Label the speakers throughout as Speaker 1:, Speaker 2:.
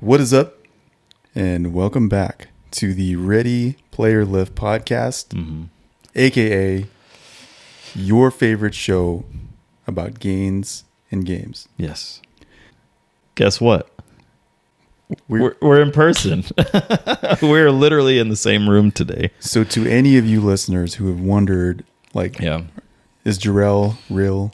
Speaker 1: What is up? And welcome back to the Ready Player Lift podcast,
Speaker 2: Mm-hmm.
Speaker 1: aka your favorite show about gains and games.
Speaker 2: Yes. Guess what?
Speaker 1: We're-
Speaker 2: We're, we're in person. we're literally in the same room today.
Speaker 1: So, to any of you listeners who have wondered, like,
Speaker 2: Yeah.
Speaker 1: is Jarrell real?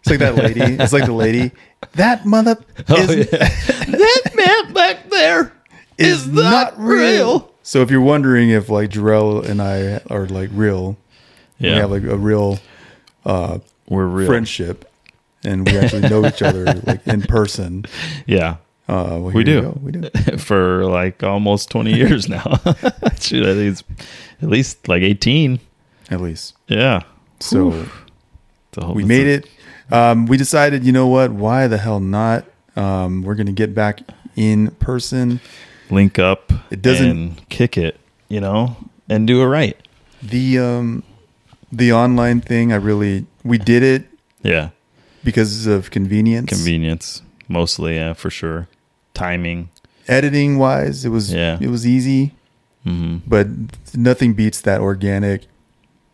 Speaker 1: It's like that lady. it's like the lady. That mother
Speaker 2: Oh,
Speaker 1: is,
Speaker 2: yeah. that man back there
Speaker 1: is not real. So, if you're wondering if like Jarrell and I are like real, we
Speaker 2: Yeah.
Speaker 1: have like a real
Speaker 2: we're real.
Speaker 1: friendship and we actually know each other like in person.
Speaker 2: Yeah.
Speaker 1: Uh, well,
Speaker 2: We
Speaker 1: here
Speaker 2: do.
Speaker 1: go. We do.
Speaker 2: For like almost 20 years now. Shoot, I think it's at least like 18.
Speaker 1: At least.
Speaker 2: Yeah.
Speaker 1: So
Speaker 2: The whole-
Speaker 1: we made it. Um, we decided, you know what? Why the hell not? Um, we're going to get back in person.
Speaker 2: Link up.
Speaker 1: It doesn't-
Speaker 2: and kick it, you know, and do it right.
Speaker 1: The um, the online thing, I really we did it
Speaker 2: Yeah.
Speaker 1: because of convenience.
Speaker 2: Convenience mostly. Yeah, for sure. Timing.
Speaker 1: Editing wise, it was
Speaker 2: Yeah.
Speaker 1: it was easy,
Speaker 2: Mm-hmm.
Speaker 1: but nothing beats that organic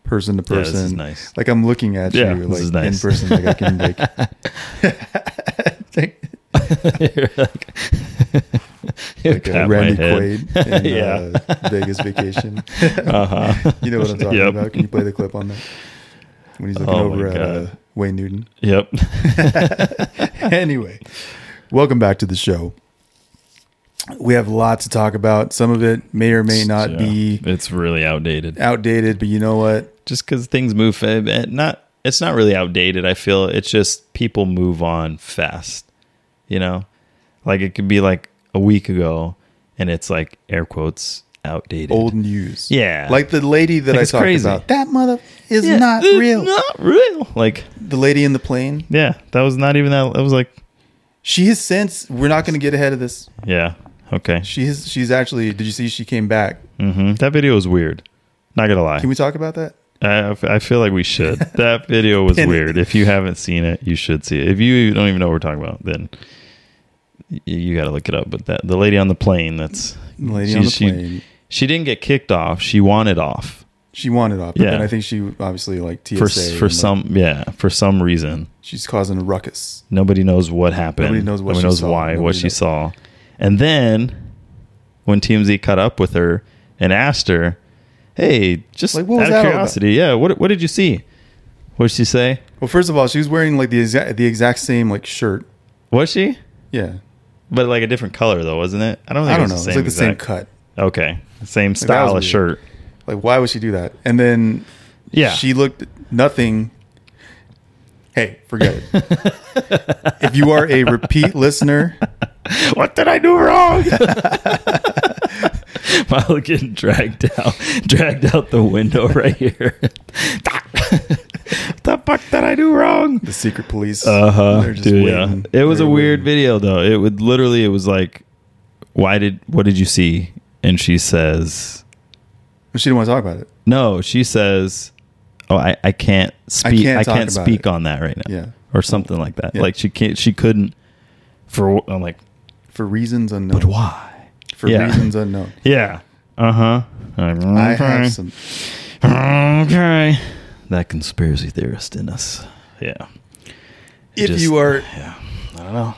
Speaker 1: person to
Speaker 2: Yeah, this
Speaker 1: person.
Speaker 2: is nice.
Speaker 1: Like I'm looking at
Speaker 2: Yeah,
Speaker 1: you
Speaker 2: this
Speaker 1: like
Speaker 2: is nice.
Speaker 1: in person. Like I can like like,
Speaker 2: You're like,
Speaker 1: like a Randy Quaid in
Speaker 2: Yeah.
Speaker 1: uh, Vegas Vacation.
Speaker 2: uh-huh.
Speaker 1: you know what I'm talking
Speaker 2: Yep.
Speaker 1: about. Can you play the clip on that? When he's looking
Speaker 2: Oh my
Speaker 1: over at uh,
Speaker 2: God.
Speaker 1: Wayne Newton.
Speaker 2: Yep.
Speaker 1: anyway, welcome back to the show. We have a lot to talk about. Some of it may or may not
Speaker 2: Yeah.
Speaker 1: be
Speaker 2: It's really outdated.
Speaker 1: outdated, but you know what?
Speaker 2: Just because things move, fa- and not it's not really outdated. I feel it's just people move on fast. You know, like it could be like a week ago, and it's like air quotes outdated.
Speaker 1: Old news.
Speaker 2: Yeah.
Speaker 1: Like the lady that
Speaker 2: Like,
Speaker 1: I
Speaker 2: it's
Speaker 1: talked
Speaker 2: crazy.
Speaker 1: about. That mother is
Speaker 2: Yeah,
Speaker 1: not
Speaker 2: it's
Speaker 1: real.
Speaker 2: Not real. Like
Speaker 1: The lady in the plane.
Speaker 2: yeah, that was not even that. It was like
Speaker 1: She has since we're not gonna get ahead of this.
Speaker 2: yeah, okay.
Speaker 1: She has she's actually did you see she came back?
Speaker 2: hmm That video was weird. Not gonna lie.
Speaker 1: Can we talk about that?
Speaker 2: I, I feel like we should. That video was
Speaker 1: Pin it.
Speaker 2: weird. If you haven't seen it, you should see it. If you don't even know what we're talking about, then y- you got to look it up. But that the lady on the plane, that's
Speaker 1: The lady
Speaker 2: she-
Speaker 1: on the
Speaker 2: she-
Speaker 1: plane.
Speaker 2: She didn't get kicked off. She wanted off
Speaker 1: She wanted off, but
Speaker 2: Yeah.
Speaker 1: then I think she obviously like TSA
Speaker 2: for s-
Speaker 1: and,
Speaker 2: for
Speaker 1: like,
Speaker 2: some yeah for some reason.
Speaker 1: she's causing a ruckus.
Speaker 2: Nobody knows what happened.
Speaker 1: Nobody knows what she saw.
Speaker 2: why what
Speaker 1: Nobody
Speaker 2: she
Speaker 1: knows.
Speaker 2: saw. And then when TMZ caught up with her and asked her, "Hey, just
Speaker 1: Like, what was
Speaker 2: out
Speaker 1: that
Speaker 2: of
Speaker 1: all
Speaker 2: curiosity, yeah, what what did you see? What did she say?
Speaker 1: Well, first of all, she was wearing like the exact the exact same like shirt.
Speaker 2: Was she?"
Speaker 1: Yeah,
Speaker 2: But like a different color though, wasn't it? I don't think
Speaker 1: I
Speaker 2: it
Speaker 1: don't
Speaker 2: was
Speaker 1: know.
Speaker 2: the
Speaker 1: It's
Speaker 2: same
Speaker 1: like the same
Speaker 2: exact-
Speaker 1: cut.
Speaker 2: Okay.
Speaker 1: that
Speaker 2: Same
Speaker 1: was
Speaker 2: style of
Speaker 1: weird.
Speaker 2: shirt.
Speaker 1: Like, why would she do that? And then
Speaker 2: Yeah.
Speaker 1: she looked nothing. Hey, forget it. if you are a repeat listener,
Speaker 2: what did I do wrong? Milo getting dragged out dragged out the window right here. the fuck did I do wrong?
Speaker 1: the secret police.
Speaker 2: Uh huh.
Speaker 1: they're just
Speaker 2: Yeah.
Speaker 1: waiting.
Speaker 2: It was
Speaker 1: They're
Speaker 2: a weird
Speaker 1: waiting.
Speaker 2: video though. It would literally it was like why did what did you see? And she says
Speaker 1: She didn't want to talk about it.
Speaker 2: No, she says Oh, I, I can't speak
Speaker 1: can't
Speaker 2: I can't,
Speaker 1: talk about
Speaker 2: speak
Speaker 1: it."
Speaker 2: on that right now.
Speaker 1: Yeah,
Speaker 2: or something like that.
Speaker 1: Yeah.
Speaker 2: Like she can't, she couldn't. For I'm like,
Speaker 1: for reasons unknown.
Speaker 2: why?
Speaker 1: for
Speaker 2: Yeah.
Speaker 1: reasons unknown.
Speaker 2: Yeah. Uh huh.
Speaker 1: I have some.
Speaker 2: Okay. That conspiracy theorist in us. Yeah.
Speaker 1: If
Speaker 2: Just-
Speaker 1: you are
Speaker 2: Yeah. I don't know.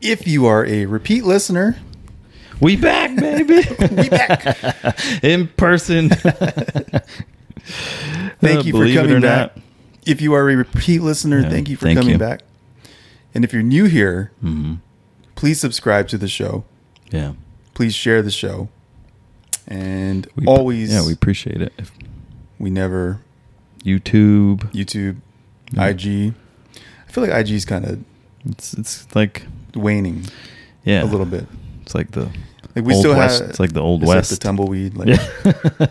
Speaker 1: if you are a repeat listener,
Speaker 2: We back, baby.
Speaker 1: we back.
Speaker 2: in person. Uh,
Speaker 1: Thank you for
Speaker 2: Believe it
Speaker 1: coming
Speaker 2: or
Speaker 1: back.
Speaker 2: not.
Speaker 1: If you are a repeat listener,
Speaker 2: Yeah,
Speaker 1: thank you for
Speaker 2: thank
Speaker 1: coming
Speaker 2: you.
Speaker 1: back. And if you're new here,
Speaker 2: Mhm.
Speaker 1: please subscribe to the show.
Speaker 2: Yeah.
Speaker 1: Please share the show. And
Speaker 2: We,
Speaker 1: always,
Speaker 2: Yeah, we appreciate it. If
Speaker 1: we never
Speaker 2: YouTube.
Speaker 1: YouTube,
Speaker 2: Yeah.
Speaker 1: IG. I feel like IG is kind of
Speaker 2: It's it's like
Speaker 1: waning
Speaker 2: yeah,
Speaker 1: a little bit.
Speaker 2: It's like the
Speaker 1: Like we
Speaker 2: old
Speaker 1: still
Speaker 2: west.
Speaker 1: have
Speaker 2: It's like the old
Speaker 1: it's like
Speaker 2: west.
Speaker 1: the tumbleweed. Like
Speaker 2: yeah.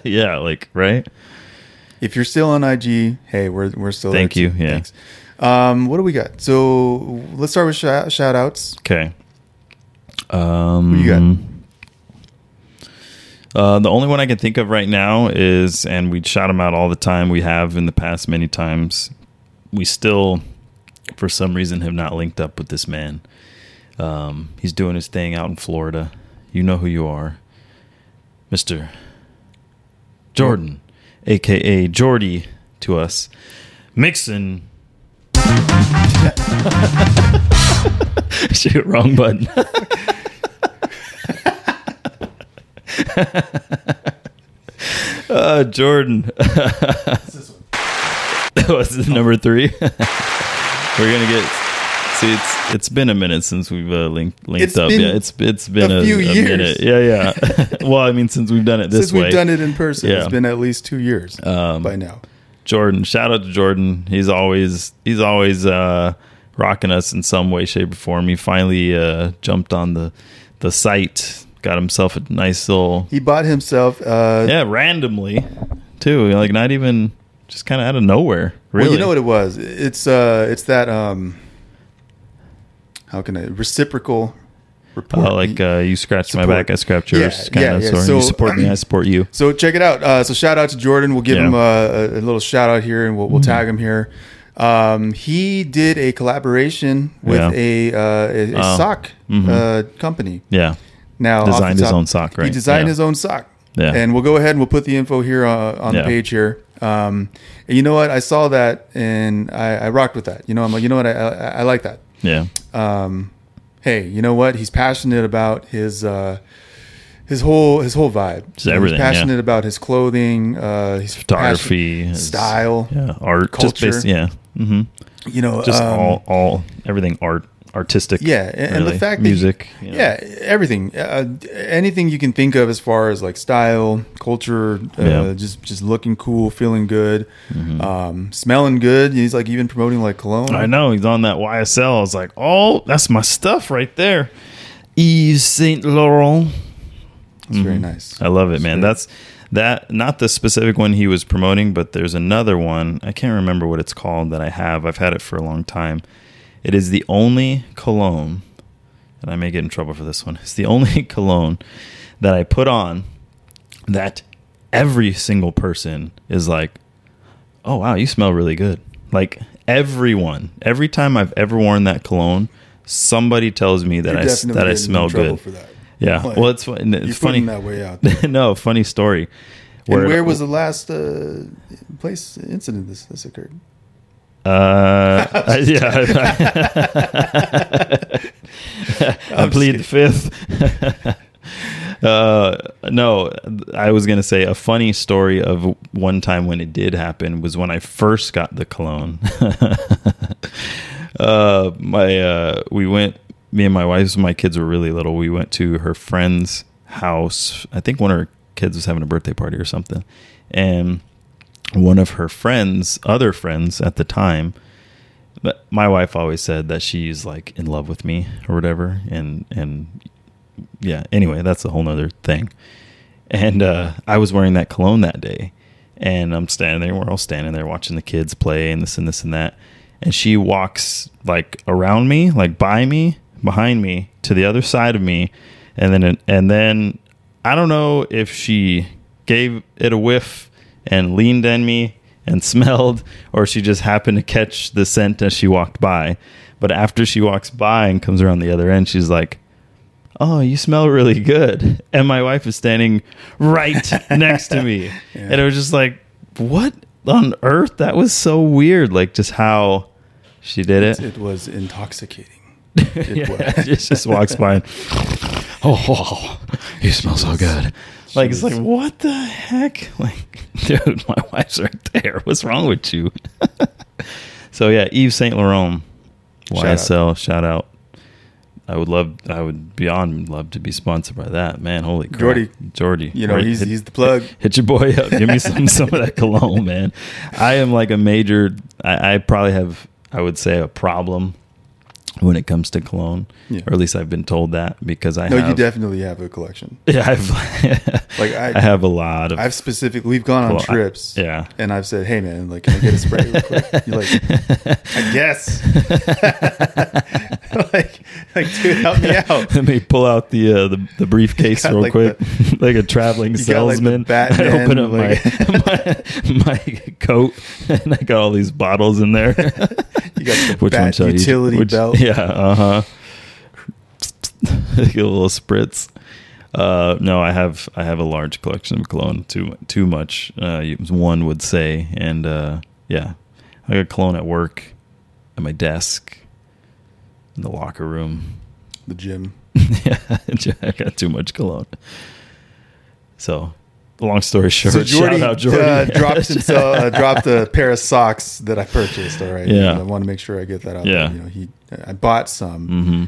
Speaker 2: yeah, like right.
Speaker 1: if you're still on IG, hey, we're we're still.
Speaker 2: Thank
Speaker 1: there
Speaker 2: you,
Speaker 1: too.
Speaker 2: yeah.
Speaker 1: Thanks. Um, what do we got? So let's start with shout, shout outs.
Speaker 2: Okay. Um,
Speaker 1: you got?
Speaker 2: Uh, the only one I can think of right now is, and we shout them out all the time. We have in the past many times. We still, for some reason, have not linked up with this man. Um, he's doing his thing out in Florida. You know who you are, Mister Jordan, aka Jordy, to us. Mixon. Shoot, wrong button. uh, Jordan. That was number three. We're gonna get. See, it's it's been a minute since we've uh, linked linked
Speaker 1: It's
Speaker 2: up.
Speaker 1: been
Speaker 2: Yeah, it's it's been
Speaker 1: a
Speaker 2: a,
Speaker 1: few
Speaker 2: a
Speaker 1: years.
Speaker 2: minute. Yeah, yeah. well, I mean, since we've done it this
Speaker 1: Since
Speaker 2: way,
Speaker 1: we've done it in person,
Speaker 2: Yeah. Um,
Speaker 1: it's been at least two years by now.
Speaker 2: Jordan. Shout out to Jordan. He's always he's always uh, rocking us in some way, shape, or form. He finally uh, jumped on the the site, got himself a nice little
Speaker 1: He bought himself. Uh,
Speaker 2: yeah, randomly too. Like not even just kind of out of nowhere. Really,
Speaker 1: Well, you know what it was? It's uh, it's that um, how can I reciprocal report?
Speaker 2: Oh, like uh, you scratched my
Speaker 1: Support.
Speaker 2: back, I scratched
Speaker 1: Yeah,
Speaker 2: yours, kind
Speaker 1: yeah,
Speaker 2: of.
Speaker 1: yeah.
Speaker 2: sort.
Speaker 1: So-
Speaker 2: you support me, I support you.
Speaker 1: So check it out. Uh, so shout out to Jordan. We'll give
Speaker 2: Yeah. Mm-hmm.
Speaker 1: him uh, a, a little shout out here, and we'll, we'll tag him here. Um, he did a collaboration with
Speaker 2: Yeah.
Speaker 1: a, uh, a, a
Speaker 2: Oh.
Speaker 1: sock uh, company.
Speaker 2: Yeah,
Speaker 1: Now off the
Speaker 2: Designed his
Speaker 1: top-
Speaker 2: own sock,
Speaker 1: He
Speaker 2: right?
Speaker 1: designed
Speaker 2: Yeah.
Speaker 1: his own sock.
Speaker 2: Yeah.
Speaker 1: And we'll go ahead and we'll put the info here uh, on
Speaker 2: Yeah.
Speaker 1: the page here. Um, and you know what? I saw that and I, I rocked with that. You know, I'm like, you know what? I, I, I like that
Speaker 2: yeah,
Speaker 1: um, hey, you know what? He's passionate about his uh, his whole his whole vibe.
Speaker 2: Just everything,
Speaker 1: He's
Speaker 2: yeah.
Speaker 1: passionate about his clothing, uh, his
Speaker 2: photography,
Speaker 1: passion-
Speaker 2: his-
Speaker 1: style.
Speaker 2: yeah, art, just
Speaker 1: Oh, culture.
Speaker 2: based, yeah, hmm
Speaker 1: You know,
Speaker 2: just
Speaker 1: um,
Speaker 2: all, all, everything art, artistic,
Speaker 1: yeah, and, and
Speaker 2: really.
Speaker 1: the fact that
Speaker 2: music, you know.
Speaker 1: yeah, everything, uh, anything you can think of as far as like style, culture, uh,
Speaker 2: Yeah.
Speaker 1: just just looking cool, feeling good, um, smelling good. He's like even promoting like cologne.
Speaker 2: I know he's on that YSL. I was like, oh, that's my stuff right there. Yves Saint Laurent.
Speaker 1: It's very nice.
Speaker 2: Mm-hmm. I love it, man. That's that not the specific one he was promoting, but there's another one. I can't remember what it's called that I have. I've had it for a long time. It is the only cologne, and I may get in trouble for this one. It's the only cologne that I put on that every single person is like, "Oh wow, you smell really good." Like everyone, every time I've ever worn that cologne, somebody tells me that
Speaker 1: You're
Speaker 2: I s-
Speaker 1: definitely
Speaker 2: that I
Speaker 1: in
Speaker 2: smell
Speaker 1: trouble
Speaker 2: good.
Speaker 1: For that.
Speaker 2: Yeah.
Speaker 1: Like,
Speaker 2: well, it's, fu- and
Speaker 1: You're
Speaker 2: it's funny.
Speaker 1: putting that way out. there.
Speaker 2: no, funny story.
Speaker 1: And where was the last uh, place incident this, this occurred?
Speaker 2: Uh, I- yeah. I- I,
Speaker 1: I'm
Speaker 2: plead the fifth. uh, no, I was going to say a funny story of one time when it did happen was when I first got the cologne. uh, my uh, we went. Me and my wife, so my kids were really little. We went to her friend's house. I think one of her kids was having a birthday party or something, and one of her friends, other friends at the time, but my wife always said that she's like in love with me or whatever, and and yeah. Anyway, that's a whole nother thing. And uh, I was wearing that cologne that day, and I'm standing there. We're all standing there watching the kids play and this and this and that. And she walks like around me, like by me, behind me, to the other side of me, and then and then I don't know if she gave it a whiff and leaned in me and smelled, or she just happened to catch the scent as she walked by. But after she walks by and comes around the other end, she's like, Oh, you smell really good. And my wife is standing right next to me. And it was just like, What on earth? That was so weird. Like, just how she did it.
Speaker 1: It was intoxicating.
Speaker 2: Yeah,
Speaker 1: was.
Speaker 2: she just walks by and, oh, oh, oh, you smell so good. Like, it's
Speaker 1: was-
Speaker 2: like, what the heck? Like, dude, my wife's right there. What's wrong with you? so, yeah, Yves Saint Laurent,
Speaker 1: Shout out.
Speaker 2: YSL, shout out. I would love, I would beyond love to be sponsored by that. Man, holy crap.
Speaker 1: Jordy.
Speaker 2: Jordy.
Speaker 1: You know,
Speaker 2: Right,
Speaker 1: he's
Speaker 2: hit-
Speaker 1: he's the plug.
Speaker 2: hit your boy up. Give me some some of that cologne, man. I am like a major. I, I probably have, I would say, a problem when it comes to cologne,
Speaker 1: Yeah.
Speaker 2: or at least I've been told that because I
Speaker 1: No,
Speaker 2: have.
Speaker 1: you definitely have a collection.
Speaker 2: yeah, I've
Speaker 1: Like, I-
Speaker 2: I, have a lot of.
Speaker 1: I've specifically we've gone on
Speaker 2: Well, I-
Speaker 1: trips.
Speaker 2: yeah.
Speaker 1: And I've said, hey man, like, can I get a spray real quick? You're like, I guess. like, like, dude, help me out.
Speaker 2: Let me pull out the uh, the, the briefcase
Speaker 1: got
Speaker 2: real
Speaker 1: like
Speaker 2: quick, like a traveling
Speaker 1: You got like the
Speaker 2: salesman. I
Speaker 1: Batman,
Speaker 2: open up
Speaker 1: like-
Speaker 2: my, my my coat, and I got all these bottles in there.
Speaker 1: You got the
Speaker 2: Which
Speaker 1: bat
Speaker 2: one shall I use?
Speaker 1: utility
Speaker 2: Which-
Speaker 1: belt.
Speaker 2: Yeah, uh huh. Give uh-huh. a little spritz. Uh, no, I have I have a large collection of cologne. Too too much, uh, you- one would say. And uh, yeah, I got cologne at work, at my desk, in the locker room.
Speaker 1: The gym.
Speaker 2: yeah, I got too much cologne. So, long story short,
Speaker 1: Jordy,
Speaker 2: shout out Jordy.
Speaker 1: Uh, dropped, himself, uh, dropped a pair of socks that I purchased. All right.
Speaker 2: Yeah.
Speaker 1: And I want to make sure I get that out.
Speaker 2: Yeah.
Speaker 1: There. You know, he, I bought some.
Speaker 2: hmm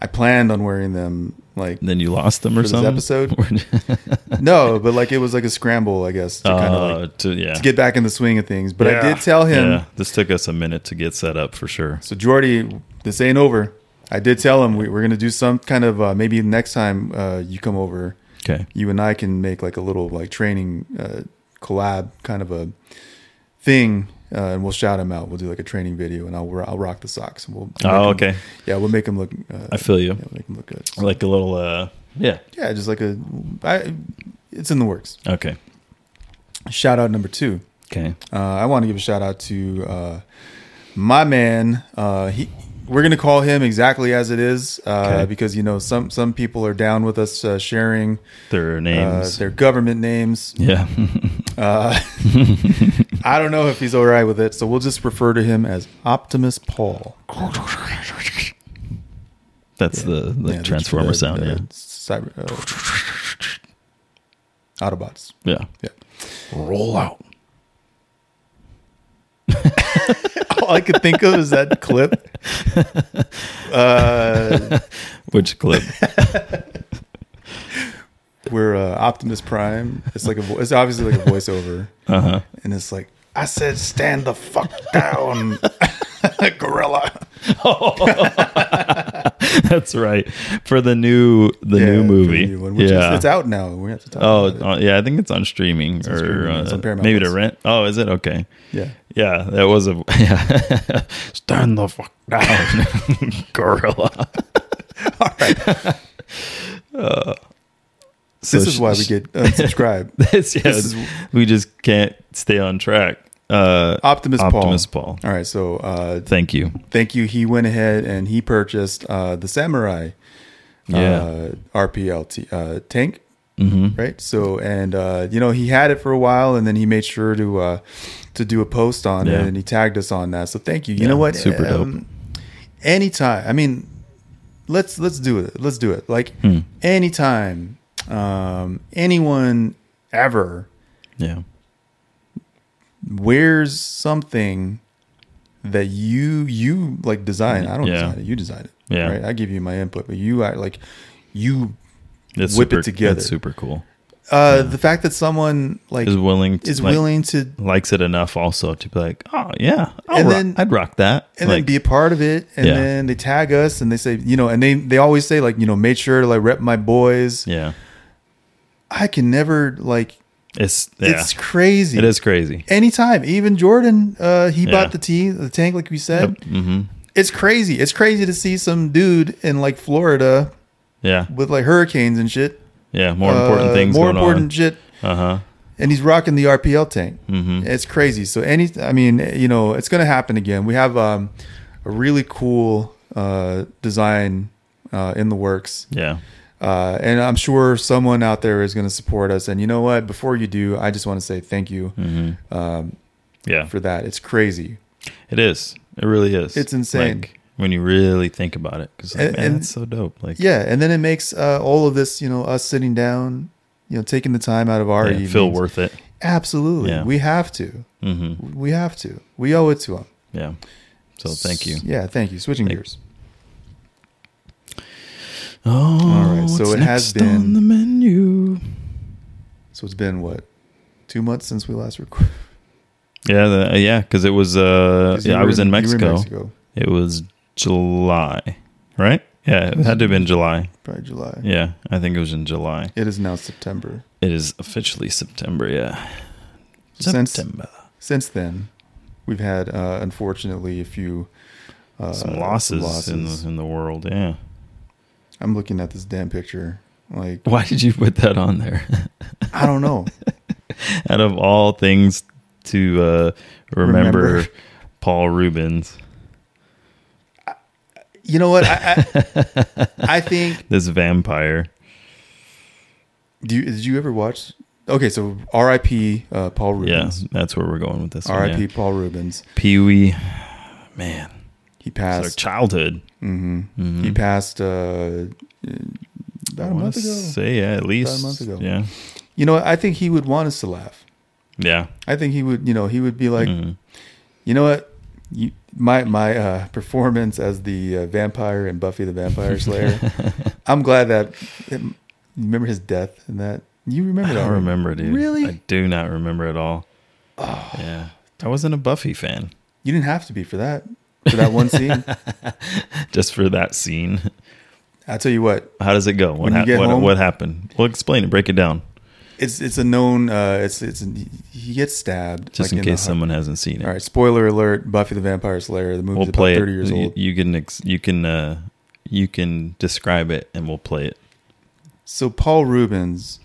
Speaker 1: I planned on wearing them like
Speaker 2: Then you lost them or
Speaker 1: For this
Speaker 2: something.
Speaker 1: episode? no, but like it was like a scramble, I guess, to kind of
Speaker 2: Uh,
Speaker 1: like
Speaker 2: to- yeah.
Speaker 1: to get back in the swing of things. But I
Speaker 2: Yeah.
Speaker 1: did tell him.
Speaker 2: Yeah. This took us a minute to get set up for sure.
Speaker 1: So Jordy, this ain't over. I did tell him we, we're gonna do some kind of uh, maybe next time uh, you come over,
Speaker 2: Okay.
Speaker 1: you and I can make like a little like training uh, collab kind of a thing, uh, and we'll shout him out. We'll do like a training video, and I'll I'll rock the socks. And we'll make
Speaker 2: Oh,
Speaker 1: him-
Speaker 2: okay.
Speaker 1: yeah, we'll make him look. Uh,
Speaker 2: I feel you.
Speaker 1: yeah, we'll make him look good.
Speaker 2: Like a little. uh Yeah.
Speaker 1: Yeah, just like a, I, it's in the works.
Speaker 2: Okay.
Speaker 1: Shout out number two.
Speaker 2: Okay.
Speaker 1: Uh, I want to give a shout out to uh, my man. Uh, he, we're gonna call him exactly as it is uh,
Speaker 2: Okay.
Speaker 1: because you know some some people are down with us uh, sharing
Speaker 2: Their
Speaker 1: uh,
Speaker 2: names.
Speaker 1: their government names.
Speaker 2: yeah.
Speaker 1: Uh, I don't know if he's all right with it, so we'll just refer to him as Optimus Paul.
Speaker 2: That's the, the
Speaker 1: Yeah, the-
Speaker 2: transformer
Speaker 1: the-
Speaker 2: sound.
Speaker 1: the cyber- uh, Autobots.
Speaker 2: yeah. Yeah.
Speaker 1: Yeah.
Speaker 2: Roll out.
Speaker 1: All I could think of is that clip. Uh,
Speaker 2: Which clip?
Speaker 1: where uh, Optimus Prime, it's like a vo- it's obviously like a voiceover,
Speaker 2: Uh huh.
Speaker 1: and it's like I said, stand the fuck down, gorilla.
Speaker 2: That's right. For the new the
Speaker 1: Yeah,
Speaker 2: new
Speaker 1: for
Speaker 2: movie.
Speaker 1: new one, which
Speaker 2: yeah.
Speaker 1: is, it's out now. We have to talk.
Speaker 2: Oh,
Speaker 1: about it.
Speaker 2: uh, yeah, I think it's on streaming or
Speaker 1: streaming,
Speaker 2: uh,
Speaker 1: it's on Paramount
Speaker 2: maybe to
Speaker 1: Plus.
Speaker 2: rent. Oh, is it okay?
Speaker 1: yeah.
Speaker 2: Yeah, that was a yeah. stand the fuck down, gorilla.
Speaker 1: this is why we get unsubscribed.
Speaker 2: this. Yeah,
Speaker 1: this is-
Speaker 2: we just can't stay on track. Uh,
Speaker 1: Optimus,
Speaker 2: Optimus
Speaker 1: Paul.
Speaker 2: Paul.
Speaker 1: All right, so uh,
Speaker 2: Thank you.
Speaker 1: thank you. He went ahead and he purchased uh, the Samurai
Speaker 2: Yeah.
Speaker 1: uh, RPLT uh, tank.
Speaker 2: hmm
Speaker 1: right so and uh you know he had it for a while and then he made sure to uh to do a post on
Speaker 2: Yeah.
Speaker 1: it and he tagged us on that so thank you you
Speaker 2: Yeah,
Speaker 1: know what Um,
Speaker 2: super dope.
Speaker 1: anytime i mean let's let's do it let's do it like
Speaker 2: Hmm.
Speaker 1: anytime um anyone ever
Speaker 2: Yeah,
Speaker 1: wears something that you you like design i don't
Speaker 2: Mm, Yeah.
Speaker 1: design it you design it
Speaker 2: Yeah.
Speaker 1: right i give you my input but you I, like you
Speaker 2: it's
Speaker 1: Whip it
Speaker 2: super,
Speaker 1: together.
Speaker 2: It's super cool.
Speaker 1: uh the fact that someone like
Speaker 2: Is willing. To,
Speaker 1: is
Speaker 2: like,
Speaker 1: willing to
Speaker 2: Likes it enough also to be like, oh yeah, I'll
Speaker 1: And
Speaker 2: rock-
Speaker 1: then-
Speaker 2: I'd rock that.
Speaker 1: and then
Speaker 2: like,
Speaker 1: be a part of it and
Speaker 2: Yeah.
Speaker 1: then they tag us and they say you know and they they always say like you know made sure to like rep my boys
Speaker 2: yeah,
Speaker 1: i can never like
Speaker 2: it's yeah,
Speaker 1: it's crazy
Speaker 2: it is crazy.
Speaker 1: anytime even jordan uh he
Speaker 2: Yeah.
Speaker 1: bought the tea the tank like we said
Speaker 2: hmm
Speaker 1: it's crazy it's crazy to see some dude in like florida
Speaker 2: Yeah,
Speaker 1: with like hurricanes and shit
Speaker 2: yeah. More important
Speaker 1: uh,
Speaker 2: things.
Speaker 1: more
Speaker 2: going
Speaker 1: important shit
Speaker 2: On. Uh huh.
Speaker 1: and he's rocking the RPL tank.
Speaker 2: Mm-hmm.
Speaker 1: It's crazy. So any, I mean, you know, it's going to happen again. We have um, a really cool uh, design uh, in the works,
Speaker 2: Yeah.
Speaker 1: uh, and I'm sure someone out there is going to support us. And you know what? Before you do, I just want to say thank you
Speaker 2: Mm.
Speaker 1: um,
Speaker 2: Mm-hmm. Yeah.
Speaker 1: for that. It's crazy.
Speaker 2: It is. It really is.
Speaker 1: It's insane.
Speaker 2: Like, when you really think about it, because
Speaker 1: And-
Speaker 2: man,
Speaker 1: and-
Speaker 2: it's so dope. Like,
Speaker 1: Yeah, and then it makes uh, all of this, you know, us sitting down, you know, taking the time out of our
Speaker 2: yeah, feel
Speaker 1: evenings.
Speaker 2: worth it.
Speaker 1: Absolutely,
Speaker 2: Yeah.
Speaker 1: we have to.
Speaker 2: hmm
Speaker 1: We have to. We owe it to them.
Speaker 2: Yeah. So thank you.
Speaker 1: Yeah, thank you. Switching
Speaker 2: Thank-
Speaker 1: gears.
Speaker 2: Oh,
Speaker 1: All right, so
Speaker 2: what's
Speaker 1: it has
Speaker 2: next on
Speaker 1: been-
Speaker 2: the menu.
Speaker 1: So it's been what two months since we last recorded.
Speaker 2: Yeah, the, yeah, because it was. Uh,
Speaker 1: 'Cause you
Speaker 2: yeah, I
Speaker 1: were
Speaker 2: was in
Speaker 1: you were
Speaker 2: Mexico. It was July, right? Yeah, it had to have been July.
Speaker 1: probably July.
Speaker 2: Yeah, I think it was in July.
Speaker 1: It is now September.
Speaker 2: It is officially September. Yeah,
Speaker 1: Since-
Speaker 2: September.
Speaker 1: Since then, we've had uh, unfortunately a few uh,
Speaker 2: Some losses, in
Speaker 1: losses.
Speaker 2: the in the world. Yeah.
Speaker 1: I'm looking at this damn picture. Like
Speaker 2: Why did you put that on there?
Speaker 1: I don't know.
Speaker 2: out of all things to uh, remember,
Speaker 1: Remember.
Speaker 2: Paul Rubens.
Speaker 1: you know what? I, I, I think.
Speaker 2: This vampire.
Speaker 1: Do you, did you ever watch? Okay, so R.I.P. Uh, Paul
Speaker 2: Yeah,
Speaker 1: Rubens.
Speaker 2: that's where we're going with this. one,
Speaker 1: R.I.P.
Speaker 2: yeah.
Speaker 1: Paul Rubens.
Speaker 2: Pee Wee. Man,
Speaker 1: He
Speaker 2: it's our
Speaker 1: passed.
Speaker 2: childhood.
Speaker 1: hmm He passed uh, uh,
Speaker 2: I
Speaker 1: about a
Speaker 2: wanna
Speaker 1: month ago.
Speaker 2: Say yeah, at least
Speaker 1: month ago.
Speaker 2: Yeah,
Speaker 1: You know, what? I think he would want us to laugh.
Speaker 2: yeah.
Speaker 1: I think he would. You know, he would be like,
Speaker 2: Mhm.
Speaker 1: you know what? You, my my uh, performance as the uh, vampire in Buffy the Vampire Slayer. I'm glad that. you remember his death and that. You remember
Speaker 2: I
Speaker 1: that?
Speaker 2: don't
Speaker 1: right?
Speaker 2: remember, dude.
Speaker 1: Really? Ah.
Speaker 2: I do not remember at all. Yeah, I wasn't a Buffy fan
Speaker 1: You didn't have to be for that. For that one scene.
Speaker 2: just for that scene.
Speaker 1: I tell you what,
Speaker 2: How does it go? What
Speaker 1: When you
Speaker 2: hap-
Speaker 1: get
Speaker 2: what,
Speaker 1: home-
Speaker 2: what happened? Well, explain it. Break it down,
Speaker 1: it's it's a known. Uh, it's it's he gets stabbed.
Speaker 2: just
Speaker 1: like,
Speaker 2: in
Speaker 1: the
Speaker 2: case
Speaker 1: heart.
Speaker 2: someone hasn't seen it.
Speaker 1: All right, spoiler alert: Buffy the Vampire Slayer. The movie's
Speaker 2: we'll
Speaker 1: about
Speaker 2: play
Speaker 1: thirty
Speaker 2: it.
Speaker 1: years
Speaker 2: You-
Speaker 1: old.
Speaker 2: You, can ex- you can uh, you can describe it, and we'll play it.
Speaker 1: So Paul Rubens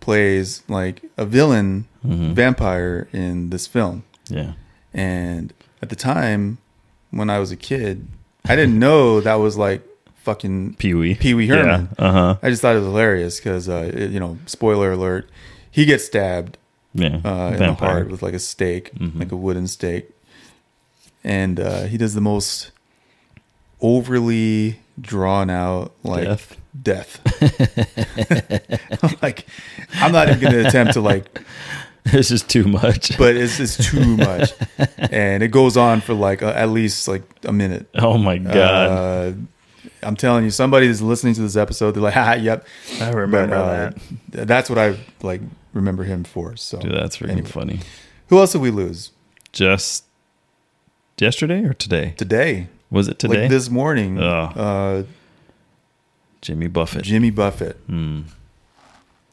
Speaker 1: plays like a villain vampire in this film,
Speaker 2: Mm-hmm. Yeah,
Speaker 1: and at the time when I was a kid, I didn't know that was like fucking.
Speaker 2: Pee Wee.
Speaker 1: Pee Wee Herman.
Speaker 2: Yeah. Uh huh.
Speaker 1: I just thought it was hilarious because uh, it- you know, spoiler alert: he gets stabbed
Speaker 2: Yeah.
Speaker 1: uh, in the heart with like a stake, like a wooden stake. And uh, he does the most overly drawn out like
Speaker 2: Death.
Speaker 1: death. I'm like, I'm not even gonna attempt to like,
Speaker 2: This is too much.
Speaker 1: but it's it's too much, and it goes on for like uh, at least like a minute.
Speaker 2: oh my god.
Speaker 1: Uh, I'm telling you, somebody that's listening to this episode, they're like, "Ha, yep."
Speaker 2: I
Speaker 1: But
Speaker 2: remember
Speaker 1: uh,
Speaker 2: that.
Speaker 1: th- that's what I like remember him for. So
Speaker 2: Dude, that's freaking
Speaker 1: anyway.
Speaker 2: funny.
Speaker 1: Who else did we lose
Speaker 2: Just yesterday or today?
Speaker 1: today?
Speaker 2: Was it today? Oh.
Speaker 1: Like this morning,
Speaker 2: Ugh.
Speaker 1: uh,
Speaker 2: Jimmy Buffett.
Speaker 1: Jimmy Buffett.
Speaker 2: Hmm.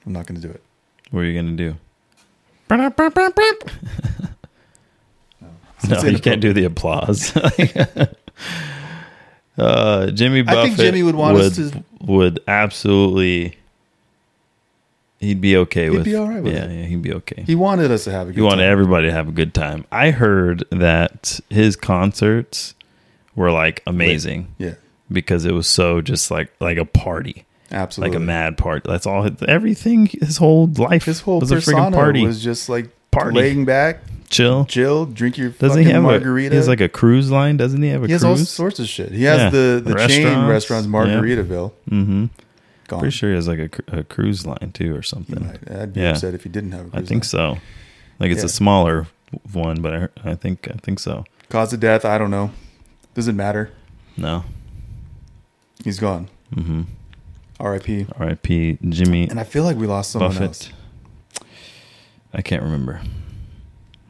Speaker 1: I'm not going to do it.
Speaker 2: What are you gonna do? no,
Speaker 1: It's
Speaker 2: you can't do the applause. uh, Jimmy Buffett.
Speaker 1: I think Jimmy would want us to-
Speaker 2: Would absolutely. He'd be okay
Speaker 1: He'd
Speaker 2: with.
Speaker 1: be all right with
Speaker 2: yeah,
Speaker 1: it.
Speaker 2: yeah, he'd be okay.
Speaker 1: He wanted us to have a good
Speaker 2: You want
Speaker 1: time.
Speaker 2: everybody to have a good time. I heard that his concerts were like amazing
Speaker 1: Yeah,
Speaker 2: because it was so just like like a party,
Speaker 1: absolutely.
Speaker 2: like a mad party. That's all. Everything. His whole life.
Speaker 1: His whole
Speaker 2: was a
Speaker 1: persona
Speaker 2: freaking party.
Speaker 1: was just like
Speaker 2: Party.
Speaker 1: laying back,
Speaker 2: Chill.
Speaker 1: chill, drink your
Speaker 2: Doesn't
Speaker 1: fucking
Speaker 2: he have
Speaker 1: margarita.
Speaker 2: a? He has like a cruise line. Doesn't he have a
Speaker 1: He has all
Speaker 2: cruise?
Speaker 1: sorts of shit. He has
Speaker 2: Yeah.
Speaker 1: the, the chain
Speaker 2: Restaurants.
Speaker 1: restaurants, Margaritaville.
Speaker 2: mm-hmm.
Speaker 1: Gone.
Speaker 2: Pretty sure he has like a, cr- a cruise line too, or
Speaker 1: He
Speaker 2: something.
Speaker 1: might. I'd be
Speaker 2: Yeah.
Speaker 1: upset if he didn't have a
Speaker 2: I
Speaker 1: cruise
Speaker 2: think
Speaker 1: line.
Speaker 2: so. Like it's
Speaker 1: Yeah.
Speaker 2: a smaller w- one, but I, I think I think so.
Speaker 1: Cause of death, I don't know. Doesn't matter.
Speaker 2: No.
Speaker 1: He's gone.
Speaker 2: Mm-hmm.
Speaker 1: R.I.P.
Speaker 2: R.I.P. Jimmy
Speaker 1: And I feel like we lost someone
Speaker 2: Buffett.
Speaker 1: else.
Speaker 2: I can't remember.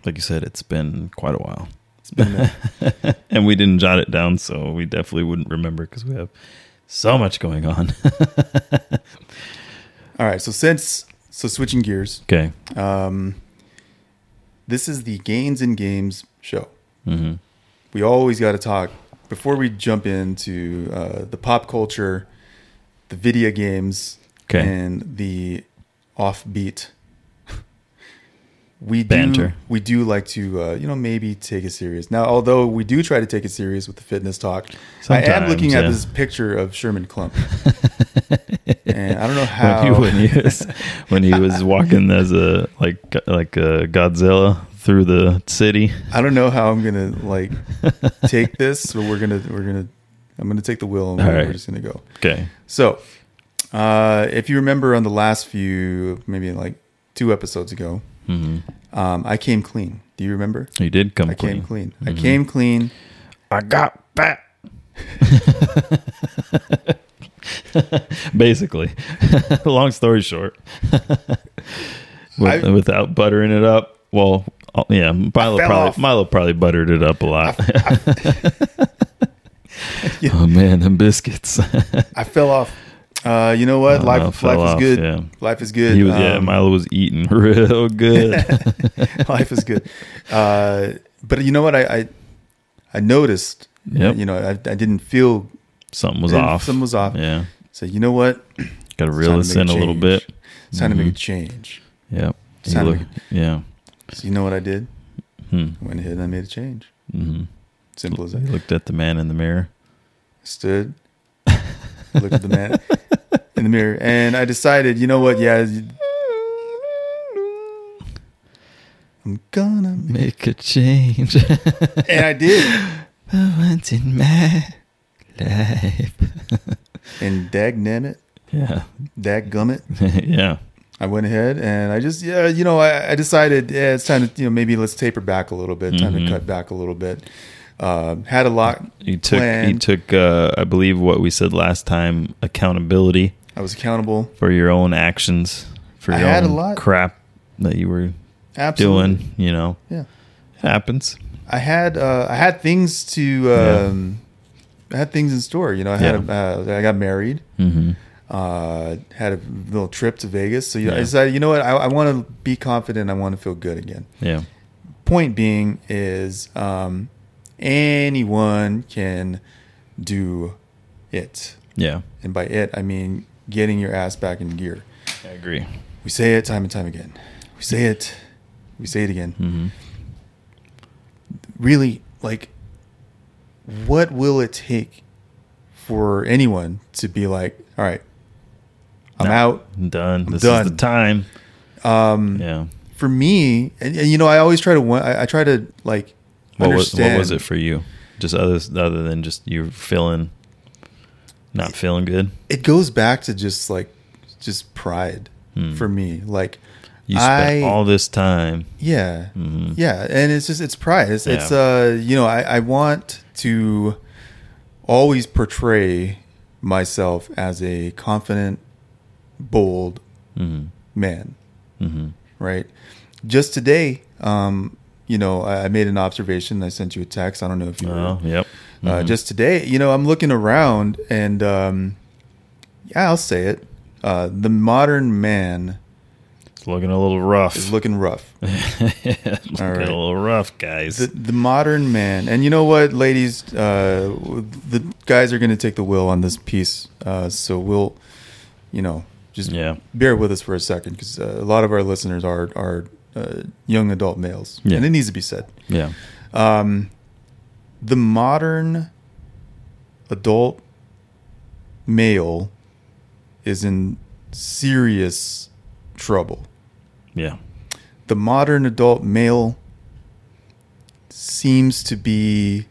Speaker 2: Like you said, it's been quite a while,
Speaker 1: It's been a minute.
Speaker 2: and we didn't jot it down, so we definitely wouldn't remember because we have so much going on.
Speaker 1: all right. So since so switching gears,
Speaker 2: okay.
Speaker 1: Um, this is the Gains and Games show.
Speaker 2: Mm-hmm.
Speaker 1: We always got to talk before we jump into uh, the pop culture, the video games,
Speaker 2: Okay.
Speaker 1: and the offbeat. We
Speaker 2: Banter.
Speaker 1: do we do like to uh, you know maybe take it serious. Now, although we do try to take it serious with the fitness talk, I am
Speaker 2: Sometimes,
Speaker 1: looking
Speaker 2: yeah.
Speaker 1: at this picture of Sherman Klump, and I don't know how.
Speaker 2: when he, when he was when he was walking as a like like a Godzilla through the city.
Speaker 1: I don't know how I'm gonna like take this, but we're gonna we're gonna I'm gonna take the wheel and
Speaker 2: All
Speaker 1: we're
Speaker 2: right.
Speaker 1: just gonna go.
Speaker 2: Okay.
Speaker 1: So, uh, if you remember on the last few, maybe like two episodes ago,
Speaker 2: hmm
Speaker 1: um, I came clean. Do you remember?
Speaker 2: He did come
Speaker 1: I
Speaker 2: clean. Mm-hmm.
Speaker 1: came clean. I came clean.
Speaker 2: I got fat. Basically, long story short, With,
Speaker 1: I-
Speaker 2: without buttering it up. Well, uh, yeah,
Speaker 1: fell
Speaker 2: Milo probably
Speaker 1: off.
Speaker 2: Milo probably buttered it up a lot. Oh man, them biscuits.
Speaker 1: I fell off. Uh, you know what?
Speaker 2: Oh, no,
Speaker 1: life
Speaker 2: fell
Speaker 1: life
Speaker 2: off,
Speaker 1: is good.
Speaker 2: yeah.
Speaker 1: Life is good.
Speaker 2: he was yeah,
Speaker 1: Um,
Speaker 2: Milo was eating real good.
Speaker 1: life is good. Uh, but you know what? I I, I noticed. uh,
Speaker 2: Yep.
Speaker 1: You know, I, I didn't feel
Speaker 2: Something was
Speaker 1: Didn't-
Speaker 2: off.
Speaker 1: something was off.
Speaker 2: Yeah.
Speaker 1: so. You know what?
Speaker 2: Got to
Speaker 1: It's time
Speaker 2: reel this
Speaker 1: to
Speaker 2: in
Speaker 1: make
Speaker 2: a little
Speaker 1: change.
Speaker 2: bit.
Speaker 1: It's time to make a
Speaker 2: Mhm.
Speaker 1: change.
Speaker 2: Yep. He
Speaker 1: Sound
Speaker 2: look-
Speaker 1: like-
Speaker 2: yeah.
Speaker 1: So you know what I did?
Speaker 2: Hmm.
Speaker 1: I went ahead and I made a change.
Speaker 2: Mm-hmm.
Speaker 1: Simple as
Speaker 2: He
Speaker 1: that.
Speaker 2: looked at the man in the mirror.
Speaker 1: stood, looked at the man in the mirror, and I decided, you know what? Yeah, I'm gonna.
Speaker 2: Make a change.
Speaker 1: And I did.
Speaker 2: I want in my life.
Speaker 1: And dag nabbit,
Speaker 2: Yeah.
Speaker 1: dag gummit.
Speaker 2: yeah.
Speaker 1: I went ahead and I just yeah, you know, I, I decided yeah, it's time to you know maybe let's taper back a little bit, time to
Speaker 2: Mm-hmm.
Speaker 1: cut back a little bit. Uh, had a lot.
Speaker 2: You took you
Speaker 1: planned.
Speaker 2: took uh, I believe what we said last time accountability
Speaker 1: I was accountable.
Speaker 2: for your own actions for
Speaker 1: I
Speaker 2: your
Speaker 1: had a
Speaker 2: own
Speaker 1: lot.
Speaker 2: crap that you were
Speaker 1: Absolutely.
Speaker 2: doing, you know.
Speaker 1: Yeah.
Speaker 2: It happens.
Speaker 1: I had uh, I had things to um, I had things in store. You know, I had uh, I got married.
Speaker 2: Mhm.
Speaker 1: Uh, had a little trip to Vegas. So you know, I
Speaker 2: Yeah.
Speaker 1: decided, you know what, I, I want to be confident. I want to feel good again.
Speaker 2: Yeah.
Speaker 1: Point being is um, anyone can do it.
Speaker 2: Yeah.
Speaker 1: And by it, I mean getting your ass back in gear.
Speaker 2: I agree.
Speaker 1: We say it time and time again. We say it. We say it again.
Speaker 2: Mhm.
Speaker 1: Really, like, what will it take for anyone to be like, all right, I'm
Speaker 2: Nah.
Speaker 1: out.
Speaker 2: I'm done. this is
Speaker 1: done.
Speaker 2: the time. Um Yeah.
Speaker 1: For me, and, and, you know, I always try to, wa- I, I try to, like,
Speaker 2: What was
Speaker 1: understand.
Speaker 2: what was it for you? Just other other than just you feeling not feeling good.
Speaker 1: It goes back to just, like, just pride
Speaker 2: Hmm.
Speaker 1: for me. Like,
Speaker 2: You spent
Speaker 1: I-
Speaker 2: all this time.
Speaker 1: Yeah.
Speaker 2: Mhm.
Speaker 1: Yeah. And it's just, it's pride. It's, it's
Speaker 2: Yeah.
Speaker 1: uh, you know, I, I want to always portray myself as a confident, bold
Speaker 2: Mhm.
Speaker 1: man,
Speaker 2: Mhm.
Speaker 1: right? Just today, um, you know, I, I made an observation. I sent you a text. I don't know if you
Speaker 2: Oh,
Speaker 1: were-
Speaker 2: yep.
Speaker 1: uh,
Speaker 2: Mhm.
Speaker 1: just today, you know, I'm looking around and, um, yeah, I'll say it. Uh, the modern man
Speaker 2: It's looking a little rough.
Speaker 1: is looking rough.
Speaker 2: It's looking
Speaker 1: right.
Speaker 2: a little rough, guys.
Speaker 1: the, the modern man and you know what ladies uh, the guys are going to take the wheel on this piece uh, so we'll you know just
Speaker 2: yeah.
Speaker 1: bear with us for a second because uh, a lot of our listeners are are uh, young adult males
Speaker 2: Yeah.
Speaker 1: and it needs to be said
Speaker 2: Yeah.
Speaker 1: um, the modern adult male is in serious trouble
Speaker 2: Yeah.
Speaker 1: the modern adult male seems to be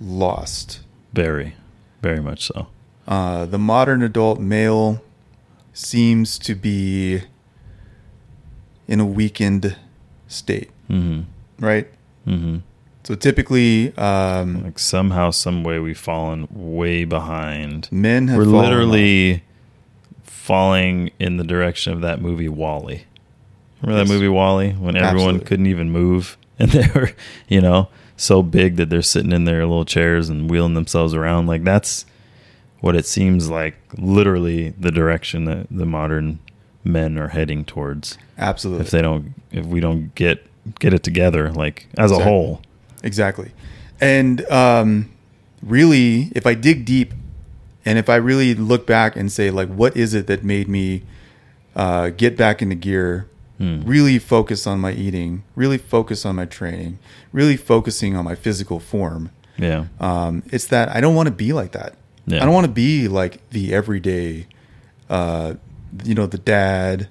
Speaker 1: lost.
Speaker 2: Very, very much so.
Speaker 1: Uh, the modern adult male seems to be in a weakened state,
Speaker 2: Mm
Speaker 1: right?
Speaker 2: hmm. Mm hmm.
Speaker 1: So typically, um,
Speaker 2: Like somehow, some way, we've fallen way behind.
Speaker 1: men have
Speaker 2: We're
Speaker 1: fallen
Speaker 2: literally falling in the direction of that movie Wally. Remember that
Speaker 1: Yes.
Speaker 2: movie Wally when everyone
Speaker 1: Absolutely.
Speaker 2: couldn't even move and they were, you know, so big that they're sitting in their little chairs and wheeling themselves around. Like that's what it seems like literally the direction that the modern men are heading towards.
Speaker 1: off. absolutely
Speaker 2: If they don't if we don't get get it together like as a
Speaker 1: Exactly.
Speaker 2: whole.
Speaker 1: Exactly. And um, really, if I dig deep and if I really look back and say, like, what is it that made me uh, get back into gear,
Speaker 2: Hmm.
Speaker 1: really focus on my eating, really focus on my training, really focusing on my physical form?
Speaker 2: Yeah.
Speaker 1: Um, it's that I don't want to be like that.
Speaker 2: Yeah.
Speaker 1: I don't want to be like the everyday, uh, you know, the dad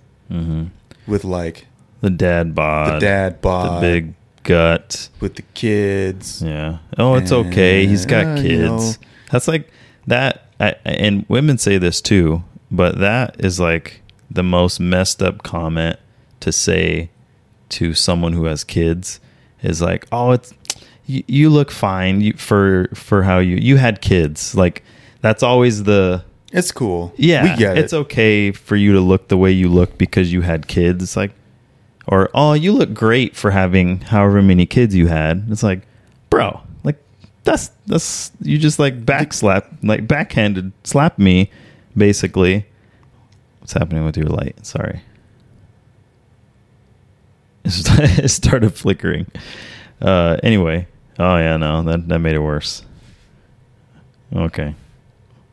Speaker 1: with like
Speaker 2: The dad bod.
Speaker 1: the dad bod,
Speaker 2: Mm-hmm. Uh, the big gut.
Speaker 1: with the kids.
Speaker 2: Yeah. Oh, it's okay. He's got
Speaker 1: Yeah,
Speaker 2: kids.
Speaker 1: you know.
Speaker 2: That's like that. I, I- and women say this too, but that is like the most messed up comment to say to someone who has kids is like, "Oh, it's you, you look fine you, for for how you you had kids." Like that's always the
Speaker 1: It's cool.
Speaker 2: yeah,
Speaker 1: we get it.
Speaker 2: it's okay for you to look the way you look because you had kids. It's like, or oh, you look great for having however many kids you had. It's like, bro, like that's that's you just like backslap, like backhanded slap me, basically. What's happening with your light? Sorry, it started flickering. Uh, anyway, oh yeah, no, that that made it worse. Okay.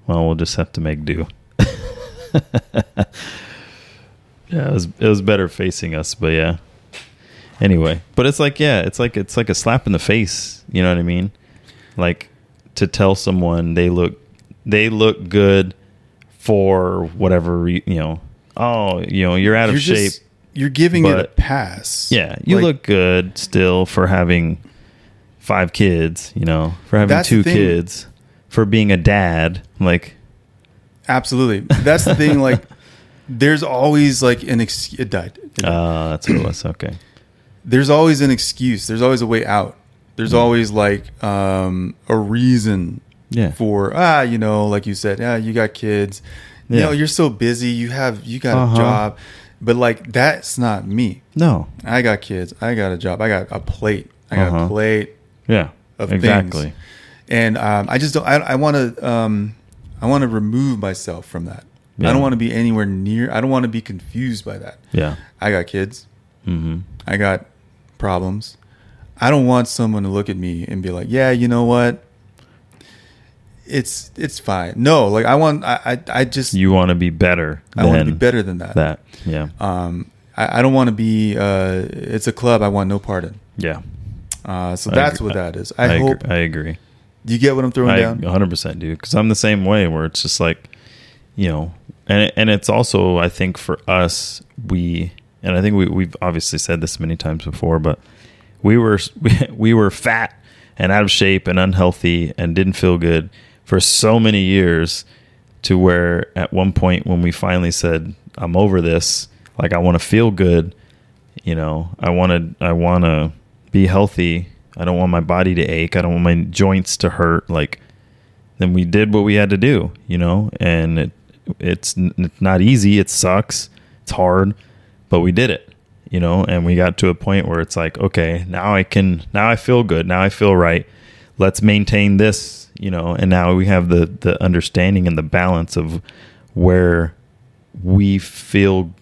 Speaker 2: Well, we'll just have to make do. yeah, it was it was better facing us, but yeah. Anyway, but it's like yeah, it's like it's like a slap in the face. You know what I mean? Like to tell someone they look they look good for whatever re- you know. Oh, you know, you're out
Speaker 1: You're
Speaker 2: of shape.
Speaker 1: just you're giving it a
Speaker 2: but-
Speaker 1: pass.
Speaker 2: yeah, you
Speaker 1: Like,
Speaker 2: look good still for having five kids. You know, for having
Speaker 1: That's the
Speaker 2: two
Speaker 1: thing.
Speaker 2: kids, for being a dad. Like,
Speaker 1: absolutely. That's the thing. Like, there's always like an excuse. It died. It died.
Speaker 2: uh, that's what it was. Okay.
Speaker 1: there's always an excuse. There's always a way out. There's
Speaker 2: Mm-hmm.
Speaker 1: always like um, a reason
Speaker 2: Yeah.
Speaker 1: for ah, you know, like you said, ah, you got kids. You
Speaker 2: Yeah.
Speaker 1: know, you're so busy. You have you got
Speaker 2: Uh-huh.
Speaker 1: a job, but like that's not me.
Speaker 2: No.
Speaker 1: I got kids. I got a job. I got a plate. I got
Speaker 2: Uh-huh.
Speaker 1: a plate,
Speaker 2: Yeah.
Speaker 1: Of
Speaker 2: exactly.
Speaker 1: things. and um, I just don't. I, I want to. Um, I want to remove myself from that. I
Speaker 2: Yeah.
Speaker 1: don't want to be anywhere near. I don't want to be confused by that.
Speaker 2: Yeah.
Speaker 1: I got kids.
Speaker 2: Mm-hmm.
Speaker 1: I got problems. I don't want someone to look at me and be like, "Yeah, you know what? It's it's fine." No, like I want. I I, I just
Speaker 2: You want to be better.
Speaker 1: I want to
Speaker 2: than
Speaker 1: be better than that.
Speaker 2: That. Yeah.
Speaker 1: Um, I, I don't want to be. Uh, it's a club. I want no pardon.
Speaker 2: yeah.
Speaker 1: Uh, so
Speaker 2: I
Speaker 1: that's
Speaker 2: agree.
Speaker 1: what that is. I,
Speaker 2: agree.
Speaker 1: hope.
Speaker 2: I agree.
Speaker 1: Do you get what I'm throwing
Speaker 2: I
Speaker 1: down?
Speaker 2: 100% do because I'm the same way where it's just like, you know, and and it's also I think for us we and I think we we've obviously said this many times before, but we were we, we were fat and out of shape and unhealthy and didn't feel good for so many years to where at one point when we finally said I'm over this, like I want to feel good, you know, I want to I want to be healthy. I don't want my body to ache. I don't want my joints to hurt like then we did what we had to do, you know, and it, it's n- it's not easy. It sucks. It's hard, but we did it, you know, and we got to a point where it's like, okay, now I can, now I feel good. Now I feel right. Let's maintain this, you know, and now we have the, the understanding and the balance of where we feel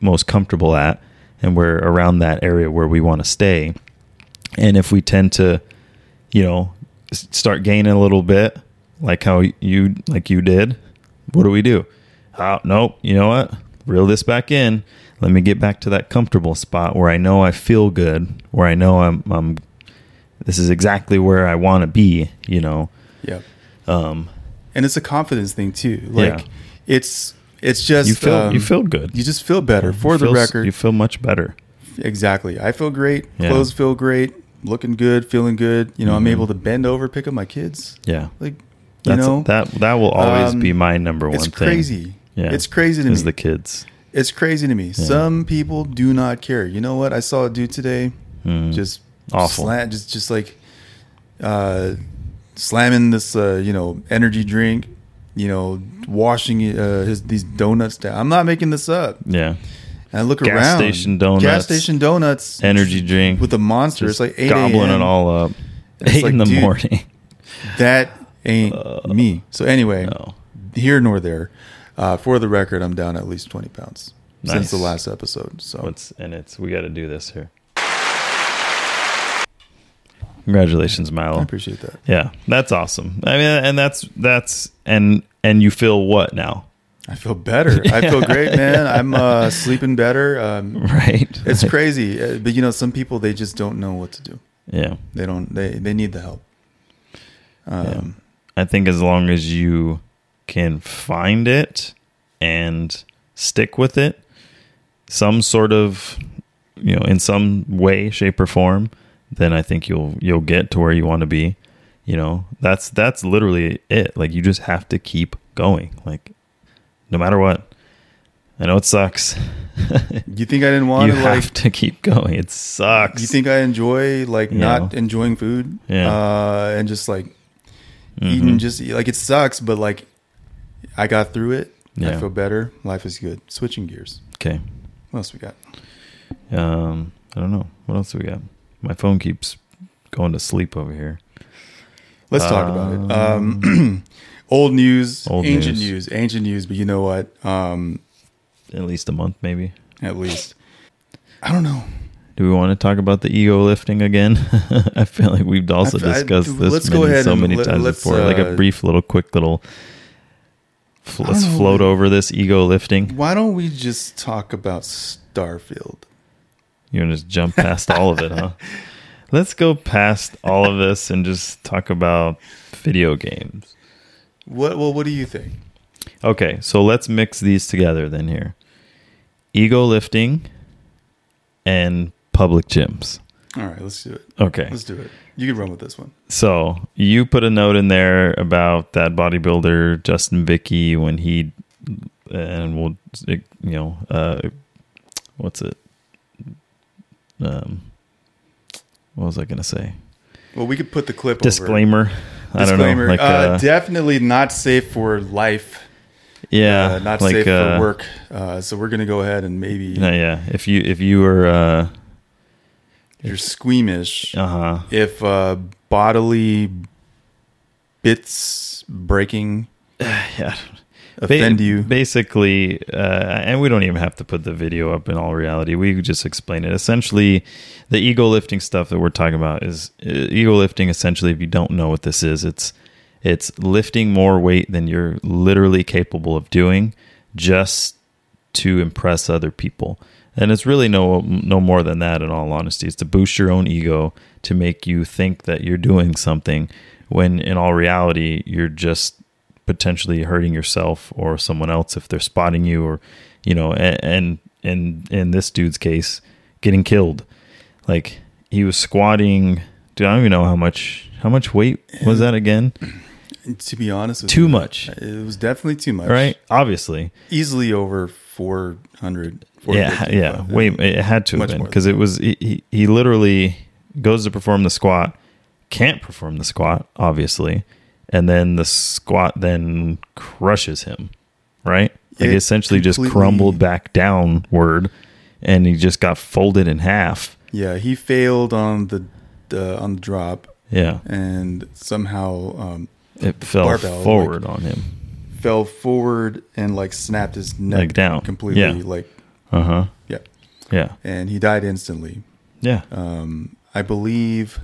Speaker 2: most comfortable at and we're around that area where we want to stay. And if we tend to, you know, s- start gaining a little bit, like how you like you did, what do we do? Oh, nope. You know what? Reel this back in. Let me get back to that comfortable spot where I know I feel good, where I know I'm, I'm this is exactly where I want to be, you know.
Speaker 1: yeah.
Speaker 2: Um
Speaker 1: And it's a confidence thing too. Like
Speaker 2: Yeah.
Speaker 1: it's it's just
Speaker 2: you feel
Speaker 1: um,
Speaker 2: you feel good.
Speaker 1: you just feel better for
Speaker 2: You
Speaker 1: the
Speaker 2: feel s-
Speaker 1: record.
Speaker 2: You feel much better.
Speaker 1: Exactly. I feel great.
Speaker 2: Yeah.
Speaker 1: Clothes feel great. Looking good. Feeling good. You know, I'm
Speaker 2: Mhm.
Speaker 1: able to bend over, pick up my kids.
Speaker 2: Yeah.
Speaker 1: Like, you
Speaker 2: That's
Speaker 1: know,
Speaker 2: that that will always
Speaker 1: um,
Speaker 2: be my number one
Speaker 1: it's
Speaker 2: thing.
Speaker 1: crazy.
Speaker 2: Yeah.
Speaker 1: It's crazy to me.
Speaker 2: Is the kids.
Speaker 1: it's crazy to me. Some people do not care. You know what? I saw a dude today
Speaker 2: Mm.
Speaker 1: just
Speaker 2: Awful.
Speaker 1: slam- just just like uh, slamming this uh, you know energy drink. You know, washing uh, his these donuts down. I'm not making this up.
Speaker 2: Yeah.
Speaker 1: And I look
Speaker 2: Gas
Speaker 1: around.
Speaker 2: station donuts.
Speaker 1: Gas station donuts.
Speaker 2: Energy drink.
Speaker 1: with a monster. It's like
Speaker 2: Just
Speaker 1: 8
Speaker 2: gobbling
Speaker 1: a.m.
Speaker 2: it all up.
Speaker 1: It's
Speaker 2: Eight
Speaker 1: like,
Speaker 2: in the
Speaker 1: dude,
Speaker 2: morning.
Speaker 1: That ain't
Speaker 2: Uh,
Speaker 1: me. So anyway,
Speaker 2: no.
Speaker 1: here nor there. Uh, for the record, I'm down at least 20 pounds since
Speaker 2: Nice.
Speaker 1: the last episode. So
Speaker 2: What's and it's we got to do this here. Congratulations,
Speaker 1: I
Speaker 2: Milo.
Speaker 1: appreciate that.
Speaker 2: Yeah, that's awesome. I mean, and that's that's and and you feel what now,
Speaker 1: I feel better. I feel great, man. I'm uh, sleeping better. Um,
Speaker 2: right?
Speaker 1: it's
Speaker 2: Like,
Speaker 1: crazy, uh, but you know, some people they just don't know what to do.
Speaker 2: Yeah,
Speaker 1: They don't. They they need the help. Um,
Speaker 2: I think as long as you can find it and stick with it, some sort of you know, in some way, shape, or form, then I think you'll you'll get to where you want to be. You know, that's that's literally it. Like you just have to keep going. Like no matter what. I know it sucks.
Speaker 1: You think I didn't want
Speaker 2: you
Speaker 1: to like?
Speaker 2: have to keep going. It sucks.
Speaker 1: You think I enjoy like not
Speaker 2: Yeah.
Speaker 1: enjoying food?
Speaker 2: Yeah.
Speaker 1: Uh, and just like
Speaker 2: Mhm.
Speaker 1: eating just like it sucks, but like I got through it. I
Speaker 2: Yeah.
Speaker 1: feel better. Life is good. Switching gears.
Speaker 2: Okay.
Speaker 1: What else we got?
Speaker 2: Um, I don't know. What else do we got? My phone keeps going to sleep over here.
Speaker 1: Let's talk about it. Um, old news,
Speaker 2: Old
Speaker 1: ancient news.
Speaker 2: news.
Speaker 1: ancient news. But you know what? Um,
Speaker 2: At least a month, maybe.
Speaker 1: at least I don't know.
Speaker 2: Do we want to talk about the ego lifting again? I feel like we've also
Speaker 1: I- I-
Speaker 2: discussed this
Speaker 1: let's
Speaker 2: many,
Speaker 1: go ahead
Speaker 2: so
Speaker 1: and
Speaker 2: many
Speaker 1: let-
Speaker 2: times
Speaker 1: let's,
Speaker 2: before. like
Speaker 1: uh,
Speaker 2: a brief little, quick little. f-
Speaker 1: I
Speaker 2: Let's
Speaker 1: don't know.
Speaker 2: float over this ego lifting.
Speaker 1: Why don't we just talk about Starfield?
Speaker 2: You want to just jump past all of it, huh? Let's go past all of this and just talk about video games.
Speaker 1: What? Well, what do you think?
Speaker 2: Okay, so let's mix these together then here. Ego lifting and public gyms.
Speaker 1: All right, let's do it.
Speaker 2: Okay.
Speaker 1: Let's do it. You can run with this one.
Speaker 2: So you put a note in there about that bodybuilder Justin Vicky when he and we'll you know uh, what's it um what was I gonna say
Speaker 1: Well, we could put the clip.
Speaker 2: disclaimer
Speaker 1: Over.
Speaker 2: I don't know like
Speaker 1: uh,
Speaker 2: uh,
Speaker 1: definitely not safe for life.
Speaker 2: yeah
Speaker 1: uh, not
Speaker 2: like,
Speaker 1: safe
Speaker 2: uh,
Speaker 1: for work. Uh, so we're gonna go ahead and maybe
Speaker 2: no, yeah if you if you were uh
Speaker 1: if you're squeamish.
Speaker 2: uh huh
Speaker 1: if uh, bodily bits breaking
Speaker 2: yeah
Speaker 1: offend
Speaker 2: Ba-
Speaker 1: you,
Speaker 2: Basically, uh, and we don't even have to put the video up in all reality. We just explain it. Essentially, the ego lifting stuff that we're talking about is uh, ego lifting. Essentially, if you don't know what this is, it's it's lifting more weight than you're literally capable of doing just to impress other people. And it's really no no more than that in all honesty. It's to boost your own ego to make you think that you're doing something when in all reality you're just potentially hurting yourself or someone else if they're spotting you or you know a- and and in this dude's case getting killed like he was squatting dude i don't even know how much how much weight was that again
Speaker 1: to be honest, with
Speaker 2: too
Speaker 1: you,
Speaker 2: much
Speaker 1: It was definitely too much.
Speaker 2: right obviously
Speaker 1: Easily over 400.
Speaker 2: yeah
Speaker 1: 450,
Speaker 2: yeah
Speaker 1: but-
Speaker 2: way it had to have
Speaker 1: Much
Speaker 2: been
Speaker 1: more than
Speaker 2: because it was he, he, he literally goes to perform the squat can't perform the squat obviously and then the squat then crushes him right like
Speaker 1: It
Speaker 2: essentially just
Speaker 1: completely-
Speaker 2: crumbled back downward and he just got folded in half
Speaker 1: Yeah, he failed on the uh, on the drop
Speaker 2: yeah
Speaker 1: and somehow um,
Speaker 2: it fell
Speaker 1: Barbell, like-
Speaker 2: forward on him
Speaker 1: fell forward and like snapped his neck
Speaker 2: Like down.
Speaker 1: completely.
Speaker 2: Yeah.
Speaker 1: Like
Speaker 2: uh-huh
Speaker 1: yeah,
Speaker 2: yeah
Speaker 1: and he died instantly.
Speaker 2: yeah
Speaker 1: um, I believe.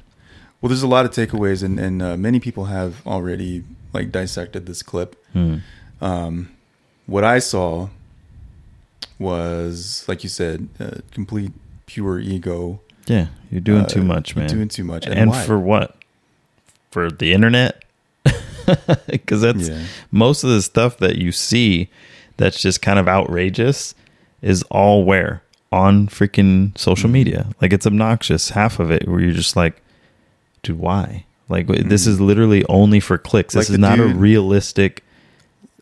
Speaker 1: Well, there's a lot of takeaways, and, and uh, many people have already like dissected this clip.
Speaker 2: Mm.
Speaker 1: Um, what I saw was, like you said, uh, complete pure ego.
Speaker 2: yeah you're doing too
Speaker 1: Uh,
Speaker 2: much man
Speaker 1: Doing too much, and,
Speaker 2: and
Speaker 1: why?
Speaker 2: for what? For the internet? Because that's
Speaker 1: Yeah.
Speaker 2: most of the stuff that you see that's just kind of outrageous is all where on freaking
Speaker 1: Mm-hmm.
Speaker 2: social media. Like it's obnoxious. Half of it where you're just like, dude, why? Like w this is literally only for clicks.
Speaker 1: Mm-hmm. Like
Speaker 2: This
Speaker 1: the
Speaker 2: is not a
Speaker 1: dude-
Speaker 2: realistic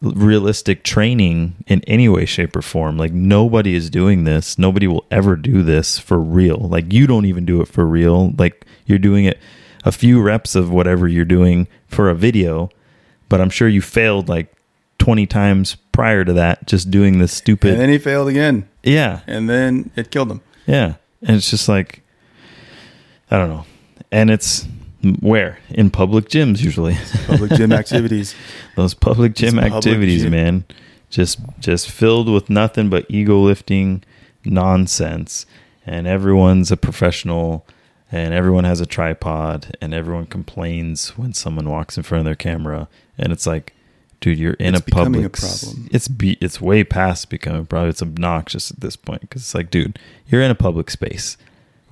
Speaker 2: realistic training in any way shape or form like nobody is doing this nobody will ever do this for real like you don't even do it for real like you're doing it a few reps of whatever you're doing for a video but i'm sure you failed like 20 times prior to that just doing this stupid
Speaker 1: and then he failed again,
Speaker 2: yeah
Speaker 1: and then it killed him.
Speaker 2: yeah and it's just like i don't know and it's mm, where in public gyms usually
Speaker 1: Public gym activities.
Speaker 2: those public gym
Speaker 1: public
Speaker 2: activities
Speaker 1: gym.
Speaker 2: man just just filled with nothing but ego lifting nonsense and everyone's a professional and everyone has a tripod and everyone complains when someone walks in front of their camera and it's like dude you're in
Speaker 1: It's
Speaker 2: a public
Speaker 1: becoming a
Speaker 2: s-
Speaker 1: problem.
Speaker 2: it's be, it's way past becoming a problem it's obnoxious at this point cuz it's like dude you're in a public space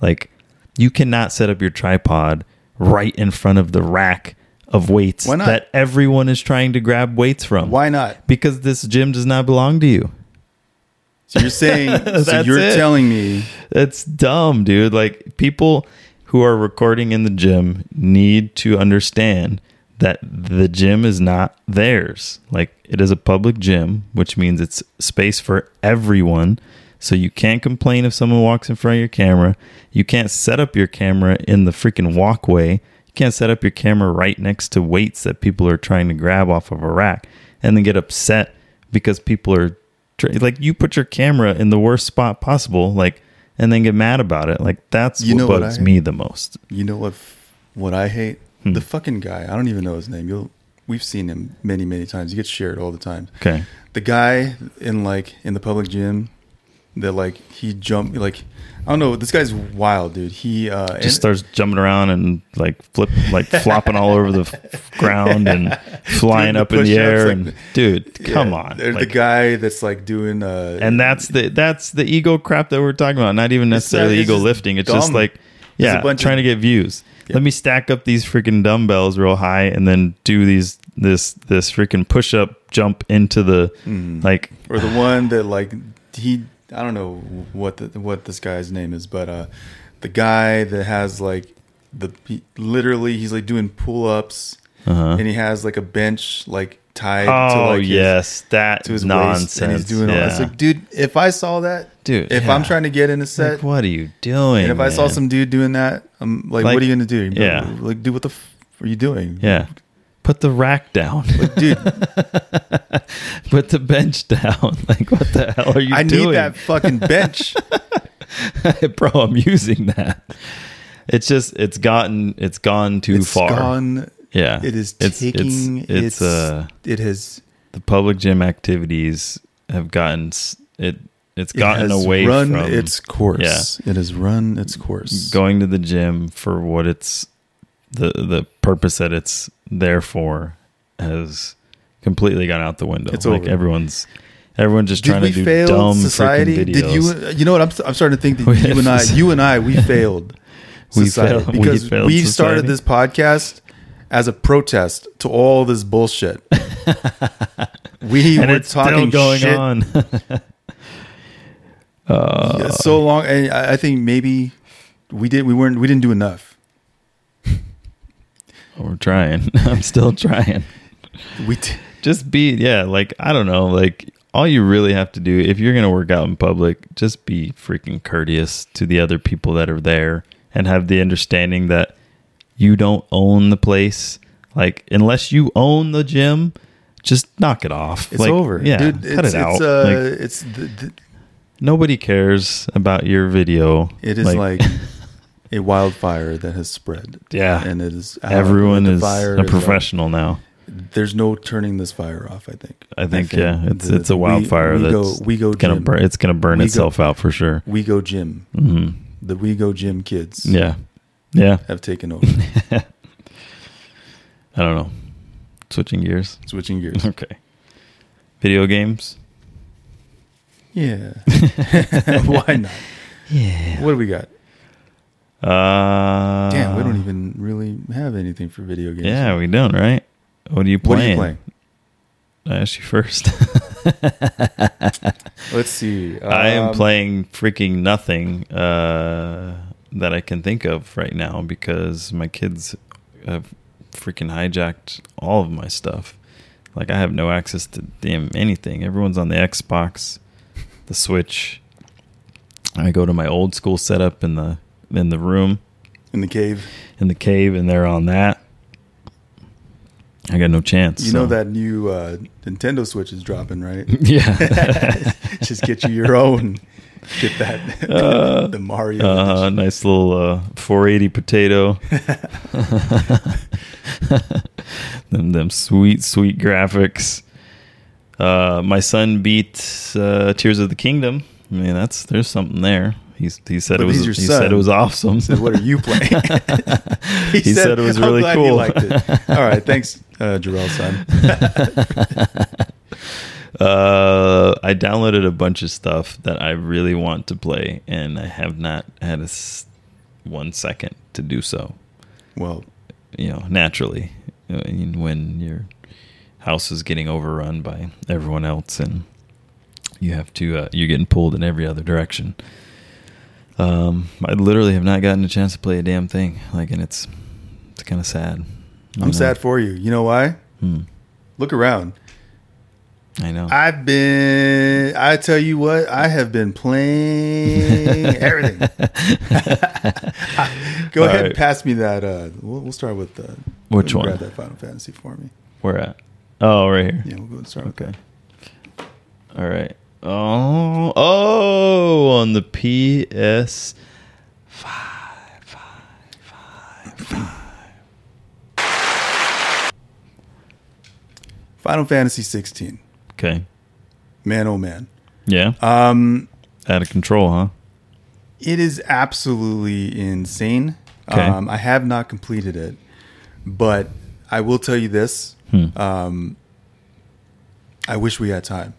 Speaker 2: like you cannot set up your tripod right in front of the rack of weights
Speaker 1: Why not?
Speaker 2: that everyone is trying to grab weights from.
Speaker 1: Why not?
Speaker 2: Because this gym does not belong to you.
Speaker 1: So you're saying, so
Speaker 2: That's
Speaker 1: you're
Speaker 2: it.
Speaker 1: telling me
Speaker 2: That's dumb, dude. Like people who are recording in the gym need to understand that the gym is not theirs. Like it is a public gym, which means it's space for everyone. So you can't complain if someone walks in front of your camera. You can't set up your camera in the freaking walkway. You can't set up your camera right next to weights that people are trying to grab off of a rack and then get upset because people are tr- like you put your camera in the worst spot possible like and then get mad about it like that's
Speaker 1: You
Speaker 2: what
Speaker 1: know what
Speaker 2: bugs
Speaker 1: I-
Speaker 2: me the most
Speaker 1: You know what? f- What I hate
Speaker 2: Hmm.
Speaker 1: the fucking guy. I don't even know his name. You'll we've seen him many many times. He gets shared all the time.
Speaker 2: okay
Speaker 1: The guy in like in the public gym that like he jumped like I don't know. This guy's wild, dude. He uh, and-
Speaker 2: just starts jumping around and like flip like flopping all over the f- ground and
Speaker 1: Doing
Speaker 2: flying
Speaker 1: the
Speaker 2: up in the air
Speaker 1: push-ups, like-
Speaker 2: and dude
Speaker 1: yeah,
Speaker 2: come on
Speaker 1: There's
Speaker 2: Like,
Speaker 1: the guy that's like doing uh,
Speaker 2: and that's the that's the ego crap that we're talking about not even necessarily
Speaker 1: it's
Speaker 2: ego
Speaker 1: just
Speaker 2: lifting it's
Speaker 1: dumb.
Speaker 2: just like
Speaker 1: There's a
Speaker 2: yeah
Speaker 1: bunch
Speaker 2: trying
Speaker 1: of-
Speaker 2: to get views
Speaker 1: Yeah.
Speaker 2: Let me stack up these freaking dumbbells real high and then do these this this freaking push up jump into the
Speaker 1: Mm-hmm.
Speaker 2: like
Speaker 1: or the one that like he I don't know what the, what this guy's name is, but uh, the guy that has like the he, literally he's like doing pull ups
Speaker 2: uh-huh.
Speaker 1: and he has like a bench like tied to
Speaker 2: Oh
Speaker 1: like his-
Speaker 2: yes, that
Speaker 1: to his
Speaker 2: nonsense.
Speaker 1: waist and he's doing all
Speaker 2: yeah.
Speaker 1: that. It's like, dude, if I saw that,
Speaker 2: Dude,
Speaker 1: if
Speaker 2: yeah.
Speaker 1: I'm trying to get in a set,
Speaker 2: Like, what are you doing?
Speaker 1: and if I saw
Speaker 2: man?
Speaker 1: some dude doing that, I'm like,
Speaker 2: Like,
Speaker 1: what are you gonna do?
Speaker 2: yeah.
Speaker 1: like, dude, what the f- are you doing?
Speaker 2: yeah, put the rack down,
Speaker 1: Like, dude,
Speaker 2: put the bench down. like, what the hell are you
Speaker 1: I
Speaker 2: doing?
Speaker 1: need that fucking bench.
Speaker 2: bro i'm using that it's just it's gotten it's gone too
Speaker 1: It's
Speaker 2: far
Speaker 1: gone.
Speaker 2: yeah
Speaker 1: It is
Speaker 2: It's- it's-
Speaker 1: taking.
Speaker 2: it's,
Speaker 1: It's,
Speaker 2: uh
Speaker 1: it has
Speaker 2: the public gym activities have gotten s- it it's
Speaker 1: it
Speaker 2: gotten
Speaker 1: has
Speaker 2: away
Speaker 1: run
Speaker 2: from
Speaker 1: its course. It has run its course.
Speaker 2: going to the gym for what it's the the purpose that it's there for has completely gone out the window
Speaker 1: It's
Speaker 2: like
Speaker 1: over.
Speaker 2: everyone's everyone just
Speaker 1: Did
Speaker 2: trying to
Speaker 1: we
Speaker 2: do
Speaker 1: fail
Speaker 2: dumb
Speaker 1: society?
Speaker 2: freaking videos
Speaker 1: Did you? You know what? I'm, I'm starting to think
Speaker 2: We-
Speaker 1: that you and I, you and I, we failed
Speaker 2: We
Speaker 1: society
Speaker 2: failed- we
Speaker 1: because we,
Speaker 2: failed
Speaker 1: started
Speaker 2: society.
Speaker 1: this podcast as a protest to all this bullshit. we
Speaker 2: and
Speaker 1: were
Speaker 2: it's
Speaker 1: talking
Speaker 2: still going
Speaker 1: shit
Speaker 2: on
Speaker 1: Yeah, uh, so long and I I think maybe we did we weren't we didn't do enough.
Speaker 2: We're trying. I'm still trying.
Speaker 1: We t-
Speaker 2: Just be, yeah, like, I don't know. Like, all you really have to do, if you're going to work out in public, just be freaking courteous to the other people that are there and have the understanding that you don't own the place. Like, unless you own the gym, just knock it off.
Speaker 1: it's
Speaker 2: Like,
Speaker 1: over.
Speaker 2: Yeah.
Speaker 1: Dude,
Speaker 2: cut
Speaker 1: it's,
Speaker 2: it out.
Speaker 1: It's, uh,
Speaker 2: Like,
Speaker 1: it's the, the,
Speaker 2: nobody cares about your video.
Speaker 1: it is like, uh, a wildfire that has spread.
Speaker 2: Yeah.
Speaker 1: And it is out.
Speaker 2: everyone
Speaker 1: The
Speaker 2: is
Speaker 1: fire
Speaker 2: a
Speaker 1: out.
Speaker 2: professional now.
Speaker 1: There's no turning this fire off, I think.
Speaker 2: I think, yeah, it's
Speaker 1: the-
Speaker 2: it's a
Speaker 1: we-
Speaker 2: wildfire
Speaker 1: we,
Speaker 2: that's
Speaker 1: go we go
Speaker 2: gonna
Speaker 1: gym.
Speaker 2: burn. It's gonna burn
Speaker 1: We go-
Speaker 2: itself out for sure.
Speaker 1: We go gym.
Speaker 2: hmm
Speaker 1: The we go gym kids
Speaker 2: Yeah, yeah.
Speaker 1: have taken over.
Speaker 2: I don't know. Switching gears.
Speaker 1: Switching gears.
Speaker 2: Okay. Video games.
Speaker 1: Yeah. Why not?
Speaker 2: Yeah.
Speaker 1: What do we got?
Speaker 2: Uh,
Speaker 1: Damn, we don't even really have anything for video games.
Speaker 2: Yeah, we don't. Right. What are you
Speaker 1: What
Speaker 2: playing?
Speaker 1: are you playing?
Speaker 2: I asked you first.
Speaker 1: Let's see.
Speaker 2: I am
Speaker 1: Um,
Speaker 2: playing freaking nothing uh, that I can think of right now because my kids have freaking hijacked all of my stuff. Like I have no access to damn anything. Everyone's on the Xbox, the Switch. I go to my old school setup in the in the room
Speaker 1: in the cave.
Speaker 2: in the cave, and they're on that. I got no chance.
Speaker 1: You
Speaker 2: so-
Speaker 1: know that new uh, Nintendo Switch is dropping, right?
Speaker 2: yeah.
Speaker 1: Just get you your own. Get that
Speaker 2: Uh,
Speaker 1: the Mario.
Speaker 2: Uh,
Speaker 1: edition.
Speaker 2: nice little uh, 480 potato. them, them sweet, sweet graphics. Uh, my son beat uh, Tears of the Kingdom. I mean, that's there's something there. He he said
Speaker 1: But
Speaker 2: it was
Speaker 1: he's your
Speaker 2: he
Speaker 1: son.
Speaker 2: said it was awesome.
Speaker 1: Said, "What are you playing?"
Speaker 2: he, said, it was
Speaker 1: "I'm
Speaker 2: really
Speaker 1: glad you
Speaker 2: cool.
Speaker 1: liked it. All right, thanks, uh, Jarrell son.
Speaker 2: Uh, I downloaded a bunch of stuff that I really want to play, and I have not had a s- one second to do so.
Speaker 1: well,
Speaker 2: you know, naturally, I mean, when your house is getting overrun by everyone else and you have to, uh, you're getting pulled in every other direction. Um, I literally have not gotten a chance to play a damn thing. Like, and it's, it's kind of sad.
Speaker 1: I'm sad for you. You know why?
Speaker 2: Hmm.
Speaker 1: Look around.
Speaker 2: I know.
Speaker 1: I've been. I tell you what, I have been playing everything. Go
Speaker 2: All
Speaker 1: ahead
Speaker 2: right.
Speaker 1: and pass me that. Uh, we'll, we'll start with the.
Speaker 2: Which
Speaker 1: grab
Speaker 2: one?
Speaker 1: that Final Fantasy for me.
Speaker 2: Where at? Oh, right here.
Speaker 1: Yeah, we'll go and start
Speaker 2: Okay.
Speaker 1: with that.
Speaker 2: All right. Oh, oh, on the PS.
Speaker 1: Final Fantasy 16.
Speaker 2: Okay.
Speaker 1: Man, oh man.
Speaker 2: Yeah.
Speaker 1: Um,
Speaker 2: Out of control, huh?
Speaker 1: it is absolutely insane.
Speaker 2: Okay.
Speaker 1: Um, I have not completed it, but I will tell you this.
Speaker 2: Hmm.
Speaker 1: Um, I wish we had time.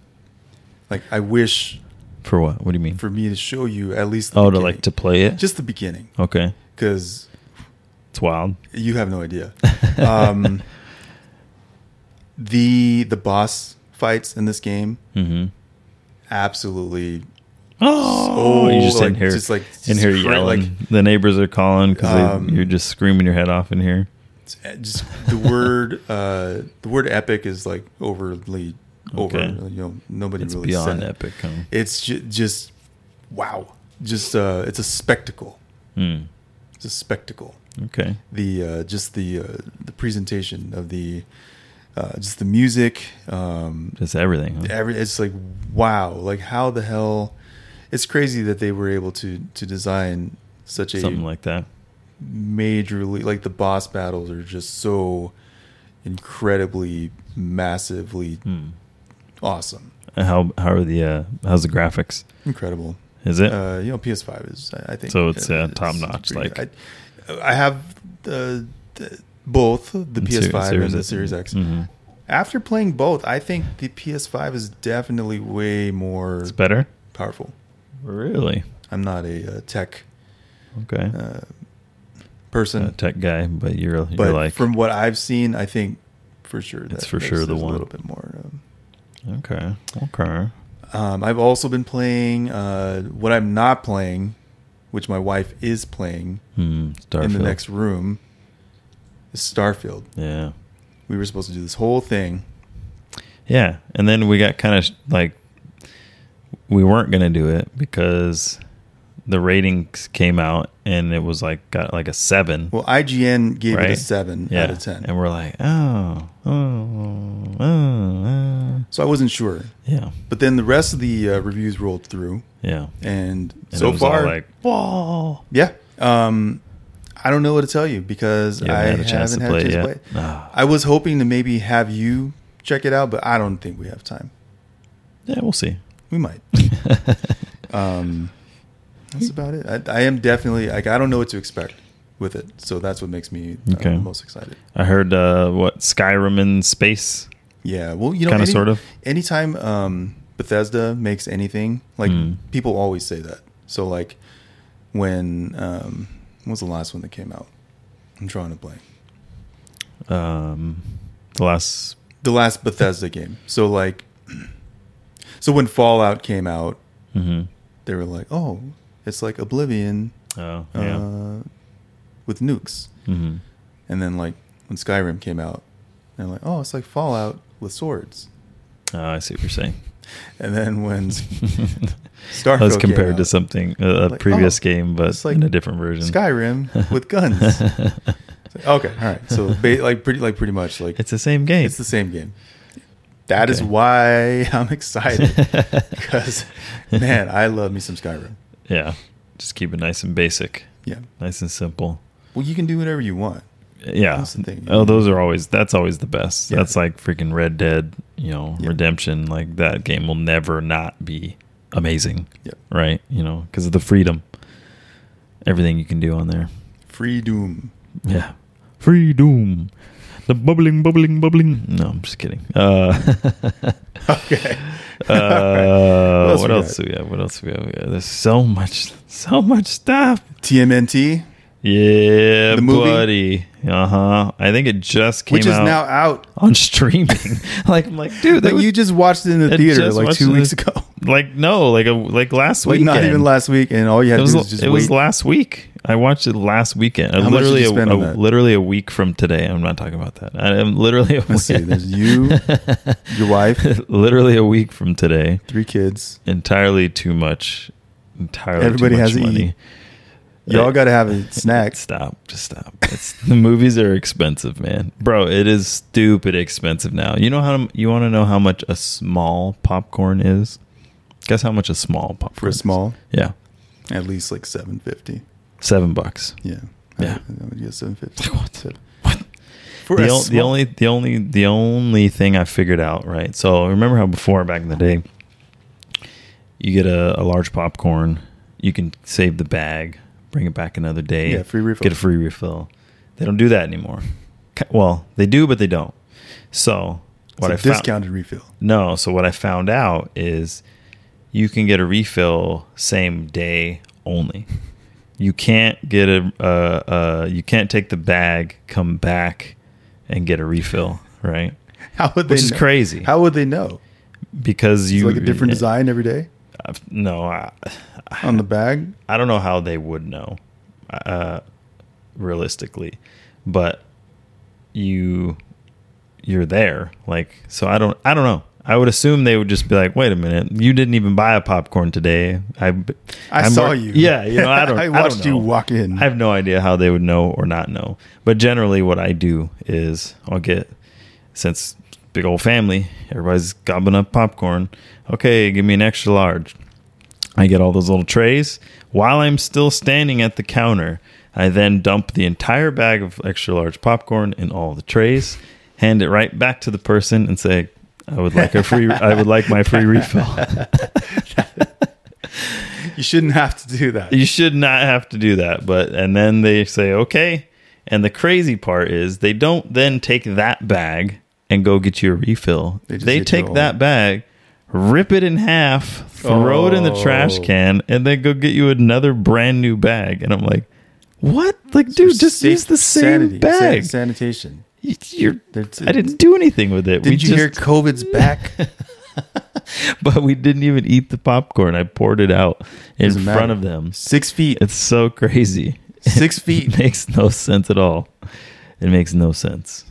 Speaker 1: Like, I wish
Speaker 2: For what? What do you mean?
Speaker 1: for me to show you at least. The
Speaker 2: oh, to
Speaker 1: beginning.
Speaker 2: like to play it.
Speaker 1: just the beginning
Speaker 2: Okay.
Speaker 1: because
Speaker 2: It's wild.
Speaker 1: You have no idea. Um, the the boss fights in this game
Speaker 2: Mm-hmm.
Speaker 1: absolutely
Speaker 2: Oh,
Speaker 1: So,
Speaker 2: you just in
Speaker 1: like,
Speaker 2: here,
Speaker 1: just, like,
Speaker 2: in here
Speaker 1: scream,
Speaker 2: yelling.
Speaker 1: like-
Speaker 2: the neighbors are calling because
Speaker 1: Um,
Speaker 2: you're just screaming your head off in here.
Speaker 1: it's just the word uh, the word epic is like overly over
Speaker 2: Okay.
Speaker 1: you know nobody
Speaker 2: It's
Speaker 1: really
Speaker 2: beyond
Speaker 1: said it.
Speaker 2: epic. Huh?
Speaker 1: It's ju- just wow. Just uh, it's a spectacle.
Speaker 2: Mm.
Speaker 1: It's a spectacle.
Speaker 2: Okay.
Speaker 1: the uh, just the uh, the presentation of the uh, just the music. Um,
Speaker 2: Just everything. Huh?
Speaker 1: every it's like wow, like how the hell? It's crazy that they were able to to design such a
Speaker 2: Something like that.
Speaker 1: majorly like the boss battles are just so incredibly massively
Speaker 2: Mm.
Speaker 1: awesome,
Speaker 2: How how are the uh, how's the graphics?
Speaker 1: incredible.
Speaker 2: Is it?
Speaker 1: Uh, you know, PS5 is I I think
Speaker 2: So it's,
Speaker 1: uh,
Speaker 2: uh, top-notch,
Speaker 1: pretty
Speaker 2: like-
Speaker 1: good. I, I have the, the both the
Speaker 2: And Seri-
Speaker 1: PS5 and the
Speaker 2: X.
Speaker 1: Series X.
Speaker 2: Mhm.
Speaker 1: After playing both, I think the PS5 is definitely way more
Speaker 2: It's better.
Speaker 1: powerful.
Speaker 2: Really?
Speaker 1: I'm not a uh, tech
Speaker 2: Okay.
Speaker 1: uh,
Speaker 2: a
Speaker 1: person,
Speaker 2: tech guy, but you're you're
Speaker 1: but
Speaker 2: Uh, like
Speaker 1: from what I've seen, I think for sure that
Speaker 2: It's for
Speaker 1: there's-
Speaker 2: sure the
Speaker 1: there's
Speaker 2: one.
Speaker 1: A little bit more. Um,
Speaker 2: okay, okay.
Speaker 1: um, I've also been playing uh, what I'm not playing, which my wife is playing
Speaker 2: Hmm. Starfield.
Speaker 1: in the next room, is Starfield.
Speaker 2: Yeah,
Speaker 1: We were supposed to do this whole thing.
Speaker 2: yeah. And then we got kind of like we weren't gonna do it because the ratings came out and it was like got like a seven.
Speaker 1: Well, IGN gave it a
Speaker 2: Right?
Speaker 1: seven
Speaker 2: yeah,
Speaker 1: out of ten,
Speaker 2: and we're like, oh, oh, oh, uh.
Speaker 1: so I wasn't sure.
Speaker 2: yeah,
Speaker 1: But then the rest of the uh, reviews rolled through,
Speaker 2: yeah.
Speaker 1: and,
Speaker 2: And it
Speaker 1: so
Speaker 2: was all
Speaker 1: far,
Speaker 2: like, whoa.
Speaker 1: yeah. Um, I don't know what to tell you because
Speaker 2: You
Speaker 1: I
Speaker 2: haven't had a
Speaker 1: haven't
Speaker 2: chance
Speaker 1: had
Speaker 2: to play
Speaker 1: a
Speaker 2: it
Speaker 1: chance to
Speaker 2: yet.
Speaker 1: play. it.
Speaker 2: Ah.
Speaker 1: I was hoping to maybe have you check it out, but I don't think we have time.
Speaker 2: Yeah, we'll see.
Speaker 1: We might. um,
Speaker 2: Hmm.
Speaker 1: that's about it. I, I am definitely like I don't know what to expect with it, so that's what makes me uh,
Speaker 2: Okay.
Speaker 1: most excited.
Speaker 2: I heard uh, what Skyrim in space.
Speaker 1: Yeah, well, you know,
Speaker 2: Kinda,
Speaker 1: any-
Speaker 2: sort of.
Speaker 1: Anytime um, Bethesda makes anything, like
Speaker 2: Mm.
Speaker 1: people always say that. So like when um, when was the last one that came out? I'm trying to blank.
Speaker 2: Um, the last
Speaker 1: The last Bethesda game. So like, so when Fallout came out,
Speaker 2: Mm-hmm.
Speaker 1: they were like, oh, it's like Oblivion
Speaker 2: Oh,
Speaker 1: uh,
Speaker 2: yeah.
Speaker 1: with nukes,
Speaker 2: mm-hmm.
Speaker 1: and then like when Skyrim came out, they're like, oh, it's like Fallout with swords,
Speaker 2: Oh, I see what you're saying.
Speaker 1: and then when
Speaker 2: That was
Speaker 1: Starfield came
Speaker 2: compared to
Speaker 1: out.
Speaker 2: something a
Speaker 1: Like,
Speaker 2: previous
Speaker 1: oh,
Speaker 2: game, but
Speaker 1: it's like
Speaker 2: in a different version.
Speaker 1: Skyrim with guns. Okay, all right. So ba- like pretty like pretty much like
Speaker 2: it's the same game.
Speaker 1: it's the same game. That is
Speaker 2: Okay.
Speaker 1: why I'm excited because man, I love me some Skyrim.
Speaker 2: yeah, just keep it nice and basic,
Speaker 1: Yeah.
Speaker 2: nice and simple.
Speaker 1: Well, you can do whatever you want.
Speaker 2: Yeah.
Speaker 1: That's the thing.
Speaker 2: Oh, those are always. That's always the best.
Speaker 1: Yeah.
Speaker 2: That's like freaking Red Dead. You know,
Speaker 1: Yeah.
Speaker 2: Redemption. Like that game will never not be amazing,
Speaker 1: Yeah.
Speaker 2: right? You know, because of the freedom, everything you can do on there.
Speaker 1: Free Doom.
Speaker 2: Yeah. Freedom. The bubbling, bubbling, bubbling. No, I'm just kidding. Uh,
Speaker 1: Okay.
Speaker 2: uh,
Speaker 1: else
Speaker 2: what
Speaker 1: we
Speaker 2: else
Speaker 1: got?
Speaker 2: do we have? What else do we have? We got- There's so much, so much stuff.
Speaker 1: TMNT,
Speaker 2: Yeah,
Speaker 1: The movie?
Speaker 2: buddy. Uh huh. I think it just came
Speaker 1: which is
Speaker 2: out
Speaker 1: now out.
Speaker 2: on streaming. like, I'm like, dude, that
Speaker 1: Like you
Speaker 2: was,
Speaker 1: just watched it in the
Speaker 2: I
Speaker 1: theater
Speaker 2: just
Speaker 1: like
Speaker 2: watched
Speaker 1: two
Speaker 2: it.
Speaker 1: weeks ago.
Speaker 2: like no, like a, like last
Speaker 1: Like
Speaker 2: week.
Speaker 1: not even last week, and all you had to
Speaker 2: It was,
Speaker 1: do was just
Speaker 2: it
Speaker 1: wait.
Speaker 2: was last week. I watched it last weekend. Uh,
Speaker 1: How much did
Speaker 2: literally,
Speaker 1: you
Speaker 2: a-
Speaker 1: spend
Speaker 2: a,
Speaker 1: on that?
Speaker 2: literally a week from today. I'm not talking about that. I am literally a
Speaker 1: Let's see. There's you, your wife,
Speaker 2: literally a week from today.
Speaker 1: three kids.
Speaker 2: Entirely too much. Entirely.
Speaker 1: Everybody
Speaker 2: too much
Speaker 1: has to
Speaker 2: money.
Speaker 1: eat. Y'all got to have a snack.
Speaker 2: Stop. Just stop. It's, the movies are expensive, man, bro. It is stupid expensive now. You know how you want to know how much a small popcorn is? Guess how much a small popcorn
Speaker 1: for a
Speaker 2: is?
Speaker 1: small,
Speaker 2: Yeah,
Speaker 1: at least like seven fifty.
Speaker 2: seven bucks.
Speaker 1: Yeah,
Speaker 2: Yeah.
Speaker 1: I, I would guess seven fifty.
Speaker 2: What?
Speaker 1: For
Speaker 2: the,
Speaker 1: a
Speaker 2: ol- the
Speaker 1: small-
Speaker 2: only the only the only thing I figured out right. So remember how before back in the day, you get a, a large popcorn, you can save the bag, bring it back another day,
Speaker 1: Yeah, free refill.
Speaker 2: get a free refill. They don't do that anymore. Ki- Well, they do, but they don't. So what I
Speaker 1: it's a
Speaker 2: found,
Speaker 1: discounted refill.
Speaker 2: no, so what I found out is you can get a refill same day only. you can't get a uh, uh, you can't take the bag, come back, and get a refill, right?
Speaker 1: How would they
Speaker 2: Which is
Speaker 1: know?
Speaker 2: crazy.
Speaker 1: How would they know?
Speaker 2: Because
Speaker 1: It's
Speaker 2: you
Speaker 1: like a different design every day
Speaker 2: I've- No, I,
Speaker 1: on the bag.
Speaker 2: I don't know how they would know, uh, realistically, but you you're there, like so. I don't I don't know. I would assume they would just be like, "Wait a minute, you didn't even buy a popcorn today." I
Speaker 1: I
Speaker 2: I'm
Speaker 1: saw
Speaker 2: wor-
Speaker 1: you.
Speaker 2: Yeah, you know, I don't.
Speaker 1: I
Speaker 2: don't
Speaker 1: watched you
Speaker 2: know.
Speaker 1: walk in.
Speaker 2: I have no idea how they would know or not know. But generally, what I do is I'll get, since big old family, everybody's gobbling up popcorn. Okay, give me an extra large. I get all those little trays. While I'm still standing at the counter, I then dump the entire bag of extra large popcorn in all the trays, hand it right back to the person, and say, "I would like a free. I would like my free refill."
Speaker 1: You shouldn't have to do that.
Speaker 2: You should not have to do that. But and then they say okay. And the crazy part is they don't then take that bag and go get you a refill.
Speaker 1: They
Speaker 2: They,
Speaker 1: just get
Speaker 2: take
Speaker 1: your
Speaker 2: that bag, rip it in half, throw it in the trash
Speaker 1: Oh.
Speaker 2: can, and then go get you another brand new bag. And I'm like, what? Like, dude, just
Speaker 1: Safe-
Speaker 2: use the same
Speaker 1: sanity, san-
Speaker 2: bag.
Speaker 1: sanitation.
Speaker 2: You- You're,
Speaker 1: That's it.
Speaker 2: I didn't do anything with it.
Speaker 1: Did
Speaker 2: we
Speaker 1: you
Speaker 2: just,
Speaker 1: hear COVID's back?
Speaker 2: But we didn't even eat the popcorn. I poured it out in
Speaker 1: Doesn't
Speaker 2: front
Speaker 1: matter.
Speaker 2: of them.
Speaker 1: Six feet.
Speaker 2: It's so crazy.
Speaker 1: Six feet.
Speaker 2: It makes no sense at all. It makes no sense.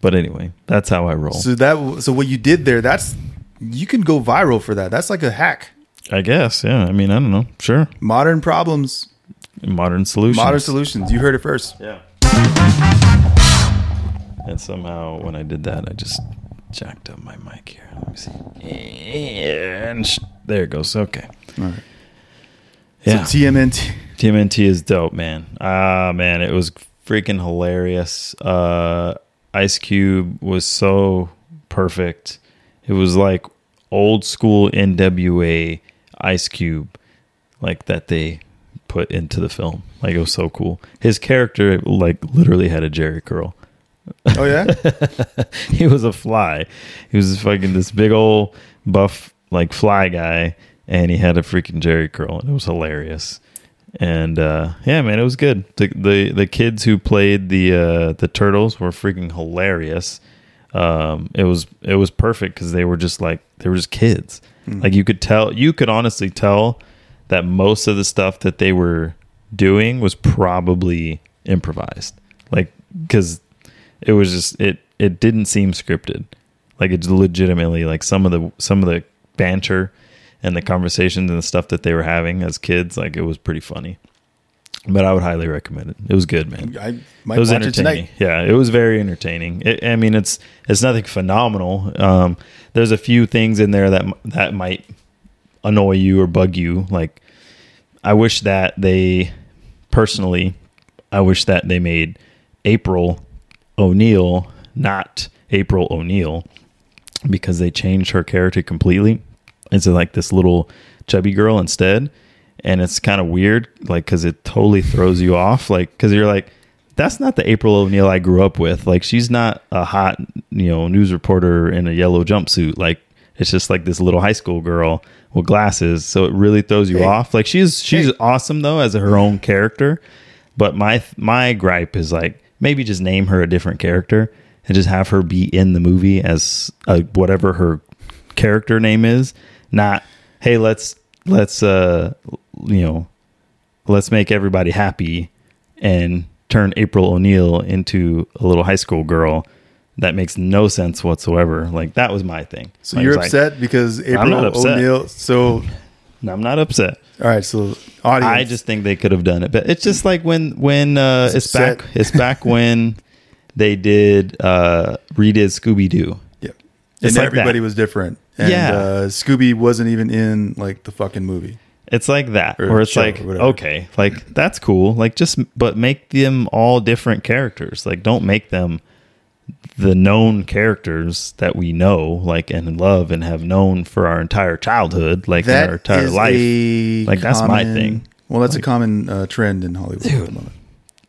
Speaker 2: But anyway, that's how I roll.
Speaker 1: So that. So what you did there? That's you can go viral for that. That's like a hack.
Speaker 2: I guess. Yeah. I mean, I don't know. Sure.
Speaker 1: Modern problems,
Speaker 2: Modern solutions.
Speaker 1: modern solutions. You heard it first.
Speaker 2: Yeah. And somehow, when I did that, I just jacked up my mic here. Let me see. And sh- there it goes. Okay.
Speaker 1: All right.
Speaker 2: Yeah.
Speaker 1: So TMNT.
Speaker 2: TMNT is dope, man. Ah, man, it was freaking hilarious. Uh, Ice Cube was so perfect. It was like old school NWA Ice Cube, like that they put into the film. Like it was so cool. His character, like, literally had a Jerry curl.
Speaker 1: Oh yeah.
Speaker 2: he was a fly. He was fucking this big old buff like fly guy, and he had a freaking Jerry curl, and it was hilarious. And uh, yeah, man, it was good. The, the the kids who played the uh, the turtles were freaking hilarious. Um, it was it was perfect because they were just like they were just kids. Like you could tell, you could honestly tell that most of the stuff that they were doing was probably improvised. Like because it was just it it didn't seem scripted like it's legitimately like some of the some of the banter and the conversations and the stuff that they were having as kids like it was pretty funny but i would highly recommend it it was good man
Speaker 1: I
Speaker 2: it
Speaker 1: might
Speaker 2: was
Speaker 1: watch it
Speaker 2: entertaining
Speaker 1: tonight.
Speaker 2: yeah it was very entertaining it, i mean it's it's nothing phenomenal um there's a few things in there that m- that might annoy you or bug you like i wish that they personally i wish that they made april o'neil not april o'neil because they changed her character completely into like this little chubby girl instead and it's kind of weird like because it totally throws you off like because you're like that's not the april o'neil i grew up with like she's not a hot you know news reporter in a yellow jumpsuit like it's just like this little high school girl with glasses so it really throws you
Speaker 1: Hey.
Speaker 2: off like she's she's
Speaker 1: Hey.
Speaker 2: awesome though as her own character but my my gripe is like maybe just name her a different character and just have her be in the movie as uh, whatever her character name is. Not hey, let's let's uh you know let's make everybody happy and turn April O'Neil into a little high school girl. That makes no sense whatsoever. Like that was my thing.
Speaker 1: So
Speaker 2: I was
Speaker 1: you're
Speaker 2: like,
Speaker 1: upset because
Speaker 2: not
Speaker 1: April
Speaker 2: upset.
Speaker 1: O'Neil. So
Speaker 2: I'm not upset.
Speaker 1: all right. So audience.
Speaker 2: I just think they could have done it, but it's just like when when uh, it's
Speaker 1: upset.
Speaker 2: back it's back when they did uh, redid Scooby Doo.
Speaker 1: Yeah. And
Speaker 2: It's like
Speaker 1: everybody
Speaker 2: that.
Speaker 1: was different. And
Speaker 2: Yeah.
Speaker 1: uh, Scooby wasn't even in like the fucking movie.
Speaker 2: It's like that,
Speaker 1: Or
Speaker 2: where it's
Speaker 1: show,
Speaker 2: like
Speaker 1: or whatever.
Speaker 2: okay, like that's cool, like just but make them all different characters. Like don't make them the known characters that we know, like and love and have known for our entire childhood, like
Speaker 1: That
Speaker 2: our entire
Speaker 1: is
Speaker 2: life.
Speaker 1: a
Speaker 2: Like, that's my
Speaker 1: common-
Speaker 2: thing.
Speaker 1: Well, that's a common uh, trend in Hollywood. at the moment.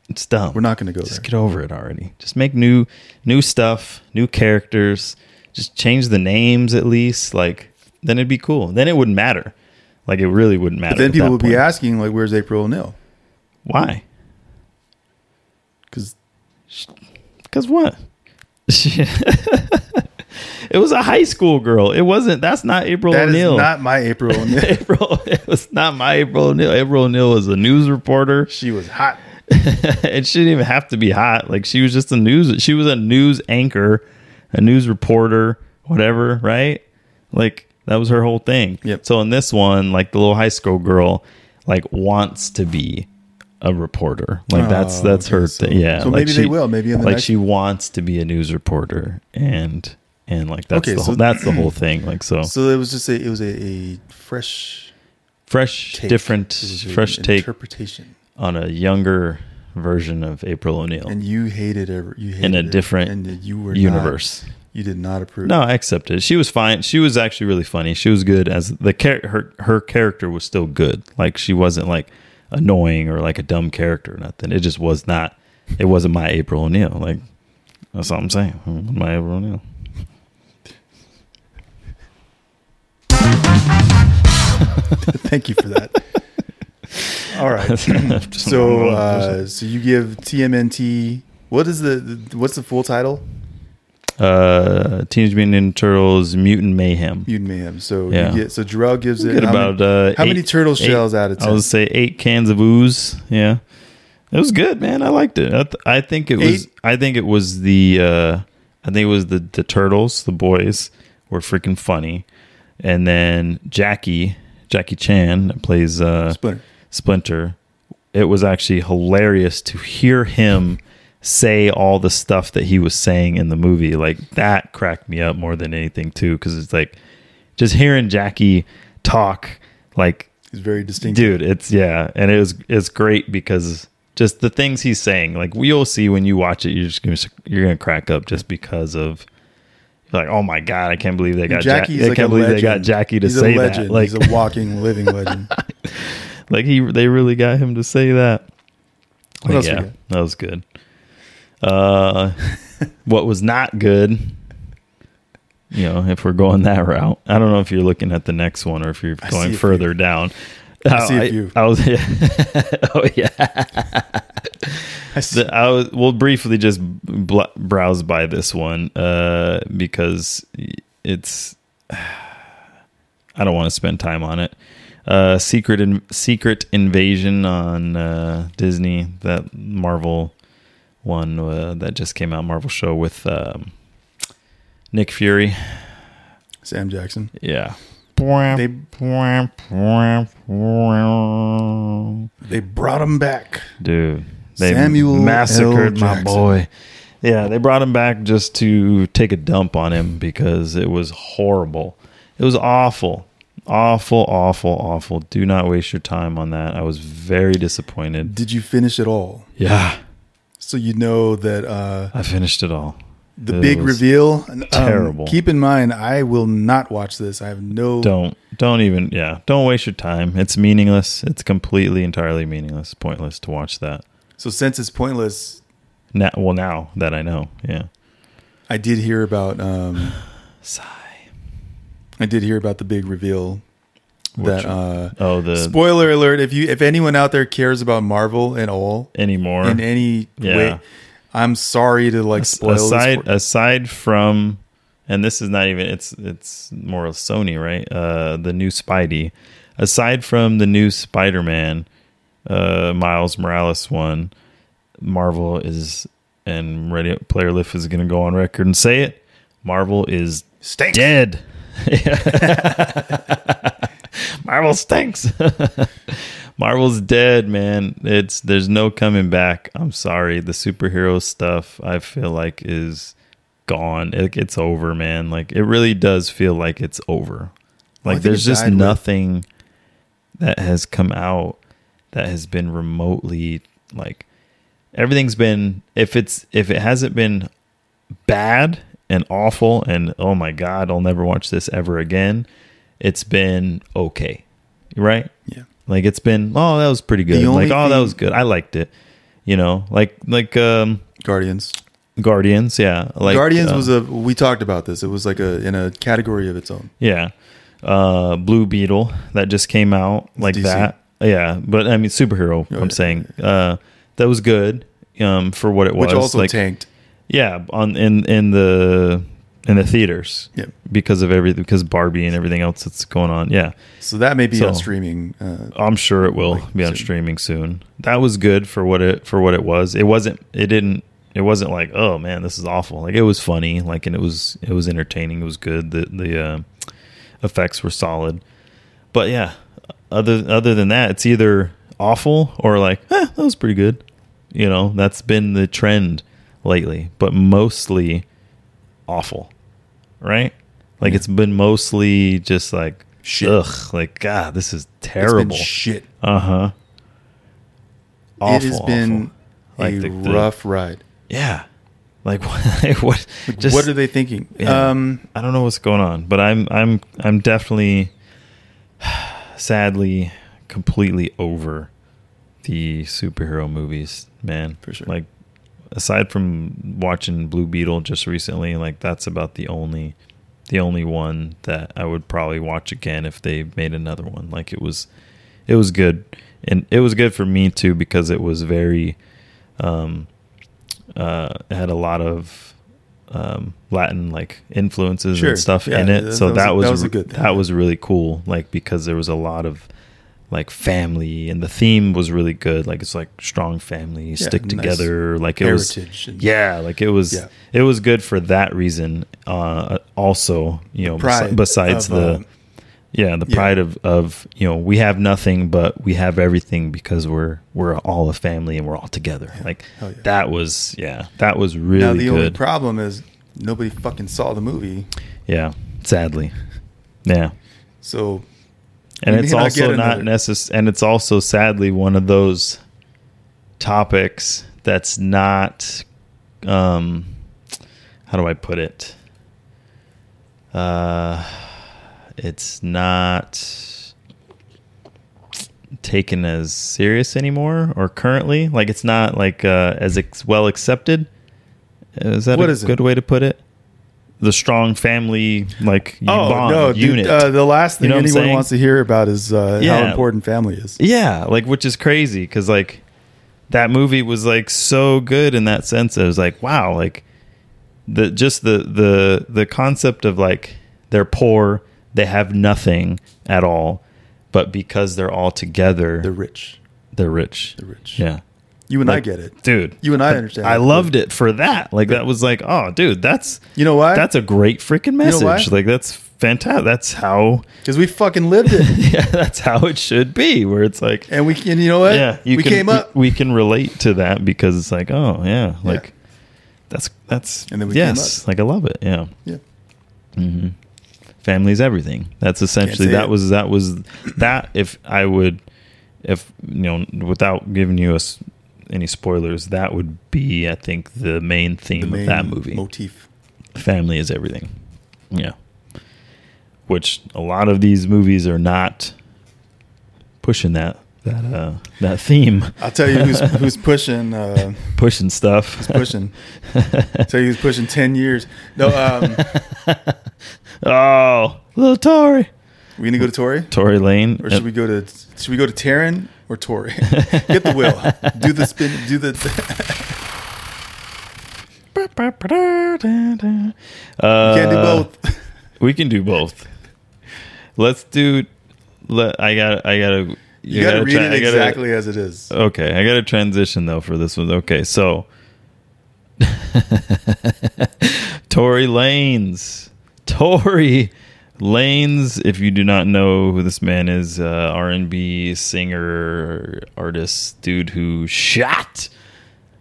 Speaker 2: it's dumb.
Speaker 1: We're not going to go
Speaker 2: just
Speaker 1: there.
Speaker 2: get over it already. Just make new new stuff, new characters. Just change the names at least. Like then it'd be cool. Then it wouldn't matter. Like it really wouldn't matter.
Speaker 1: Then
Speaker 2: at
Speaker 1: people
Speaker 2: that
Speaker 1: would be
Speaker 2: point.
Speaker 1: asking like, "Where's April O'Neil?"
Speaker 2: Why?
Speaker 1: because
Speaker 2: Because what? it was a high school girl. It wasn't. That's not April
Speaker 1: that is
Speaker 2: O'Neil.
Speaker 1: not my April O'Neil.
Speaker 2: April. It was not my April O'Neil. April O'Neil was a news reporter.
Speaker 1: she was hot.
Speaker 2: and she didn't even have to be hot. Like she was just a news. She was a news anchor, a news reporter, whatever. Right? Like that was her whole thing.
Speaker 1: Yep.
Speaker 2: So in this one, like the little high school girl, like wants to be a reporter. Like that's
Speaker 1: Oh,
Speaker 2: that's
Speaker 1: okay.
Speaker 2: her
Speaker 1: So-
Speaker 2: thing. Yeah.
Speaker 1: so
Speaker 2: like
Speaker 1: maybe they will. Maybe in the
Speaker 2: like
Speaker 1: next-
Speaker 2: she wants to be a news reporter and. And like that's
Speaker 1: Okay,
Speaker 2: the
Speaker 1: so-
Speaker 2: whole, that's the whole thing. Like so,
Speaker 1: So it was just a it was a, a fresh
Speaker 2: fresh,
Speaker 1: take.
Speaker 2: different,
Speaker 1: It was an
Speaker 2: fresh take
Speaker 1: interpretation.
Speaker 2: on a younger version of April O'Neil
Speaker 1: And you hated every you hated
Speaker 2: a
Speaker 1: it.
Speaker 2: different
Speaker 1: and you were not-
Speaker 2: universe.
Speaker 1: you did not approve.
Speaker 2: No, I accept it. She was fine. She was actually really funny. She was good as the char- her her character was still good. Like she wasn't like annoying or like a dumb character or nothing. It just was not. It wasn't my April O'Neil. Like that's all I'm saying. My April O'Neil.
Speaker 1: Thank you for that. All right. so uh, so you give TMNT what is the, the what's the full title?
Speaker 2: uh, Teenage Mutant Ninja Turtles: Mutant Mayhem.
Speaker 1: Mutant Mayhem. So
Speaker 2: Yeah.
Speaker 1: you get so Jarrell gives
Speaker 2: You
Speaker 1: it
Speaker 2: get
Speaker 1: how
Speaker 2: about
Speaker 1: many,
Speaker 2: uh,
Speaker 1: how many
Speaker 2: eight-
Speaker 1: turtle
Speaker 2: eight-
Speaker 1: shells out of ten?
Speaker 2: I would say eight cans of ooze. Yeah, it was good, man. I liked it. I, th- I think it was.
Speaker 1: Eight?
Speaker 2: I think it was the. Uh, I think it was the the turtles. The boys were freaking funny, and then Jackie Jackie Chan that plays uh,
Speaker 1: Splinter.
Speaker 2: Splinter. It was actually hilarious to hear him say all the stuff that he was saying in the movie. Like that cracked me up more than anything too, because it's like just hearing Jackie talk like
Speaker 1: He's very distinct.
Speaker 2: dude it's yeah and it was it's great because just the things he's saying like you'll see when you watch it you're just gonna you're gonna crack up just because of like oh my god i can't believe they got jackie
Speaker 1: Jackie's
Speaker 2: i
Speaker 1: like
Speaker 2: can't
Speaker 1: a
Speaker 2: believe
Speaker 1: legend.
Speaker 2: they got jackie to
Speaker 1: He's
Speaker 2: say
Speaker 1: a legend.
Speaker 2: that like
Speaker 1: He's a walking, living legend.
Speaker 2: like he they really got him to say that
Speaker 1: What
Speaker 2: Like,
Speaker 1: else we
Speaker 2: yeah
Speaker 1: got?
Speaker 2: that was good uh what was not good you know if we're going that route i don't know if you're looking at the next one or if you're
Speaker 1: I see a
Speaker 2: going
Speaker 1: few.
Speaker 2: further down
Speaker 1: I see a
Speaker 2: Oh,
Speaker 1: few.
Speaker 2: I was yeah. oh yeah
Speaker 1: I see.
Speaker 2: the, I was, we'll briefly just bl- browse by this one uh, because it's. I don't want to spend time on it. Uh, secret in, secret invasion on uh, Disney that Marvel one uh, that just came out Marvel show with um, Nick Fury.
Speaker 1: Sam Jackson.
Speaker 2: Yeah.
Speaker 1: They they brought him back.
Speaker 2: dude. They
Speaker 1: Samuel L.
Speaker 2: massacred my
Speaker 1: Jackson.
Speaker 2: boy. Yeah, they brought him back just to take a dump on him because it was horrible. It was awful. Awful, awful, awful. Do not waste your time on that. I was very disappointed.
Speaker 1: Did you finish it all?
Speaker 2: Yeah,
Speaker 1: So you know that uh,
Speaker 2: I finished it all.
Speaker 1: the
Speaker 2: It
Speaker 1: big
Speaker 2: was-
Speaker 1: reveal. um,
Speaker 2: terrible.
Speaker 1: keep in mind, I will not watch this. I have no.
Speaker 2: Don't don't even yeah, don't waste your time. It's meaningless. It's completely entirely meaningless, pointless to watch that.
Speaker 1: So since it's pointless,
Speaker 2: Now, well now that I know. Yeah.
Speaker 1: I did hear about. Um,
Speaker 2: Sigh.
Speaker 1: I did hear about the big reveal. That
Speaker 2: Which-
Speaker 1: uh,
Speaker 2: Oh, the
Speaker 1: spoiler alert! If you if anyone out there cares about Marvel at all
Speaker 2: anymore.
Speaker 1: in any
Speaker 2: Yeah.
Speaker 1: way, I'm sorry to like spoil. this
Speaker 2: aside uh,
Speaker 1: for-
Speaker 2: aside from and this is not even it's it's more Sony, right? Uh the new Spidey. Aside from the new Spider-Man, uh Miles Morales one, Marvel is and Ready Player Lift is going to go on record and say it. Marvel is
Speaker 1: Stinks.
Speaker 2: dead. Marvel stinks. Marvel's dead, man. It's there's no coming back. I'm sorry. The superhero stuff I feel like is gone. It, it's over, man. Like it really does feel like it's over.
Speaker 1: Well, Oh, I
Speaker 2: Like
Speaker 1: think
Speaker 2: there's
Speaker 1: it
Speaker 2: just
Speaker 1: died with-
Speaker 2: nothing that has come out that has been remotely like everything's been if it's if it hasn't been bad and awful and oh my god i'll never watch this ever again it's been okay right
Speaker 1: yeah.
Speaker 2: like it's been oh that was pretty good
Speaker 1: The only
Speaker 2: like oh that
Speaker 1: thing-
Speaker 2: was good i liked it you know like like um
Speaker 1: Guardians.
Speaker 2: guardians yeah like uh,
Speaker 1: Guardians was a
Speaker 2: a
Speaker 1: we talked about this. It was like a in a category of its own.
Speaker 2: yeah uh blue beetle that just came out like
Speaker 1: DC.
Speaker 2: that yeah, but I mean superhero.
Speaker 1: Oh,
Speaker 2: I'm
Speaker 1: yeah,
Speaker 2: saying uh, that was good um, for what it was.
Speaker 1: which also
Speaker 2: like,
Speaker 1: tanked.
Speaker 2: yeah, on in in the in the theaters.
Speaker 1: Yep.
Speaker 2: because of everything because Barbie and everything else that's going on. Yeah,
Speaker 1: So that may be
Speaker 2: So-
Speaker 1: on streaming. Uh,
Speaker 2: I'm sure it will
Speaker 1: Like
Speaker 2: be on
Speaker 1: soon.
Speaker 2: streaming soon. That was good for what it for what it was. It wasn't. It didn't. It wasn't like oh man, this is awful. Like it was funny. Like and it was it was entertaining. It was good. The the uh, effects were solid. But yeah, other other than that, it's either awful or like eh, that was pretty good. You know, that's been the trend lately. But mostly awful, right? Like
Speaker 1: Yeah.
Speaker 2: it's been mostly just like
Speaker 1: Shit.
Speaker 2: ugh, like God, this is
Speaker 1: it's been
Speaker 2: terrible.
Speaker 1: shit.
Speaker 2: Uh huh.
Speaker 1: it has been a rough ride.
Speaker 2: yeah. Like what? like, what
Speaker 1: Like,
Speaker 2: just,
Speaker 1: what are they thinking?
Speaker 2: yeah.
Speaker 1: Um,
Speaker 2: I don't know what's going on, but I'm I'm I'm definitely, sadly, completely over the superhero movies, man.
Speaker 1: For sure.
Speaker 2: Like, aside from watching Blue Beetle just recently, like that's about the only, the only one that I would probably watch again if they made another one. Like it was, it was good, and it was good for me too because it was very, um, uh, it had a lot of um, Latin like influences
Speaker 1: Sure.
Speaker 2: and stuff
Speaker 1: Yeah,
Speaker 2: in
Speaker 1: that-
Speaker 2: it. So that was that was,
Speaker 1: a good thing.
Speaker 2: that was really cool. Like because there was a lot of like family and the theme was really good. Like it's like strong family stick
Speaker 1: nice
Speaker 2: together. Like it was
Speaker 1: heritage. and
Speaker 2: yeah, like it was
Speaker 1: Yeah.
Speaker 2: it was good for that reason. Uh, also, you know, besi-
Speaker 1: pride
Speaker 2: besides
Speaker 1: of,
Speaker 2: the
Speaker 1: uh,
Speaker 2: yeah the
Speaker 1: Yeah.
Speaker 2: pride of of you know we have nothing but we have everything because we're we're all a family and we're all together like
Speaker 1: Hell yeah.
Speaker 2: that was yeah that was really
Speaker 1: now the
Speaker 2: good
Speaker 1: only problem is nobody fucking saw the movie,
Speaker 2: yeah sadly yeah
Speaker 1: so
Speaker 2: and
Speaker 1: We
Speaker 2: it's
Speaker 1: may not
Speaker 2: also
Speaker 1: get
Speaker 2: not
Speaker 1: another.
Speaker 2: necessary and it's also sadly one of those topics that's not um how do i put it uh it's not taken as serious anymore or currently like it's not like uh as ex- well accepted is that
Speaker 1: What
Speaker 2: a
Speaker 1: is it?
Speaker 2: good way to put it the strong family like bond
Speaker 1: Oh, dude,
Speaker 2: unit
Speaker 1: uh, the last
Speaker 2: You
Speaker 1: thing
Speaker 2: know what I'm
Speaker 1: anyone
Speaker 2: saying?
Speaker 1: wants to hear about is uh, how
Speaker 2: Yeah.
Speaker 1: important family is.
Speaker 2: Yeah, like which is crazy because like that movie was like so good in that sense. It was like wow, like the just the the the concept of like they're poor, they have nothing at all, but because they're all together,
Speaker 1: They're
Speaker 2: they're,
Speaker 1: rich.
Speaker 2: rich.
Speaker 1: They're rich.
Speaker 2: Yeah,
Speaker 1: You and I
Speaker 2: Like,
Speaker 1: get it.
Speaker 2: dude.
Speaker 1: You and I understand.
Speaker 2: I
Speaker 1: that.
Speaker 2: loved it for that. Like that was like oh, dude, that's
Speaker 1: You know why?
Speaker 2: that's a great freaking
Speaker 1: know
Speaker 2: message.
Speaker 1: why?
Speaker 2: like that's fantastic. That's how
Speaker 1: because we fucking lived it,
Speaker 2: yeah, that's how it should be. Where it's like
Speaker 1: and we and you know what?
Speaker 2: yeah,
Speaker 1: we
Speaker 2: can-
Speaker 1: came up.
Speaker 2: We, can relate to that because it's like, oh yeah, like that's that's
Speaker 1: And then we
Speaker 2: yes,
Speaker 1: came
Speaker 2: like I love it. Yeah,
Speaker 1: yeah,
Speaker 2: hmm family's everything. That's essentially
Speaker 1: say
Speaker 2: that
Speaker 1: it.
Speaker 2: was that was that. If I would, if you know, without giving you us any spoilers, that would be I think the main theme
Speaker 1: the main
Speaker 2: of that movie
Speaker 1: motif.
Speaker 2: family is everything. Yeah. Which a lot of these movies are not pushing that that uh that theme.
Speaker 1: I'll tell you who's who's pushing. Uh,
Speaker 2: pushing stuff.
Speaker 1: who's pushing. tell you who's pushing ten years. No, um,
Speaker 2: oh, little Tory.
Speaker 1: we gonna go to Tori,
Speaker 2: Tory Lane.
Speaker 1: or should we go to should we go to Taryn or Tori? Get the wheel. Do the spin. Do the.
Speaker 2: Uh,
Speaker 1: Can't do both.
Speaker 2: We can do both. Let's do. Let I got. I gotta. You,
Speaker 1: You gotta, read
Speaker 2: try-
Speaker 1: it
Speaker 2: I gotta-
Speaker 1: exactly as it is.
Speaker 2: Okay, I got a transition though for this one. Okay, so Tory Lanes, Tory Lanes. If you do not know who this man is, uh, R and B singer, artist, dude who shot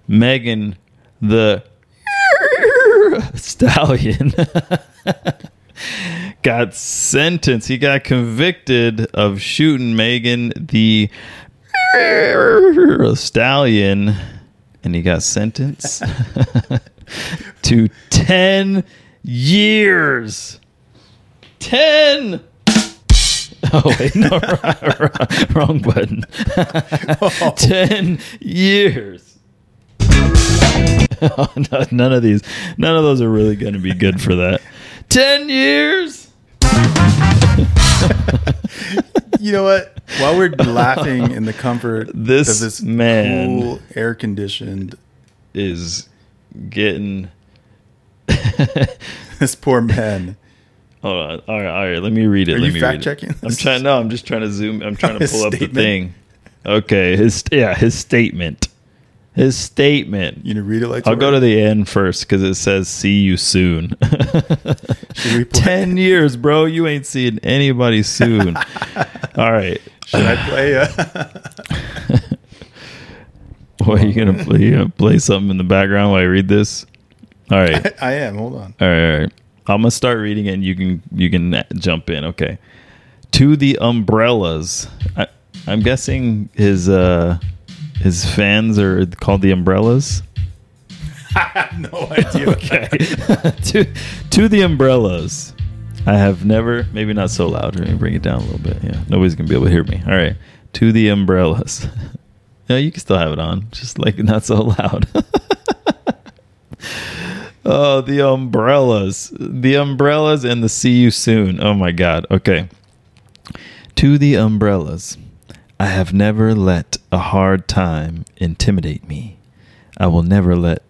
Speaker 2: Megan the Stallion got sentenced. He got convicted of shooting Megan the Stallion, and he got sentenced to 10 years. 10! Oh, wait, no, wrong, wrong button. 10 years. Oh, no, none of these, none of those are really going to be good for that. 10 years.
Speaker 1: You know what? While we're laughing in the comfort
Speaker 2: This
Speaker 1: of this
Speaker 2: man.
Speaker 1: cool, air conditioned,
Speaker 2: is getting.
Speaker 1: this poor man.
Speaker 2: Hold on. All right, all right. Let me read it.
Speaker 1: Are
Speaker 2: let
Speaker 1: you
Speaker 2: me read it.
Speaker 1: fact-checking
Speaker 2: I'm
Speaker 1: this?
Speaker 2: trying. No, I'm just trying to zoom. I'm trying to
Speaker 1: His
Speaker 2: pull up the
Speaker 1: statement?
Speaker 2: thing. Okay. His yeah. His statement. His statement.
Speaker 1: You know, read it like
Speaker 2: I'll go to the end first because it says "see you soon."
Speaker 1: Should, we play,
Speaker 2: Ten years, bro. You ain't seeing anybody soon. all right.
Speaker 1: should I play? Uh,
Speaker 2: Boy, you gonna play, you gonna play something in the background while I read this? All right.
Speaker 1: I am. Hold on.
Speaker 2: All right, all right. I'm gonna start reading it, and you can you can jump in. Okay. To the umbrellas. I, I'm guessing his uh his fans are called the umbrellas.
Speaker 1: No idea.
Speaker 2: Okay. to to the umbrellas. I have never maybe not so loud. Let me bring it down a little bit. Yeah. Nobody's gonna be able to hear me. All right. To the umbrellas. no, you can still have it on. Just like not so loud. Oh, the umbrellas. The umbrellas and the see you soon. Oh my god. Okay. To the umbrellas. I have never let a hard time intimidate me. I will never let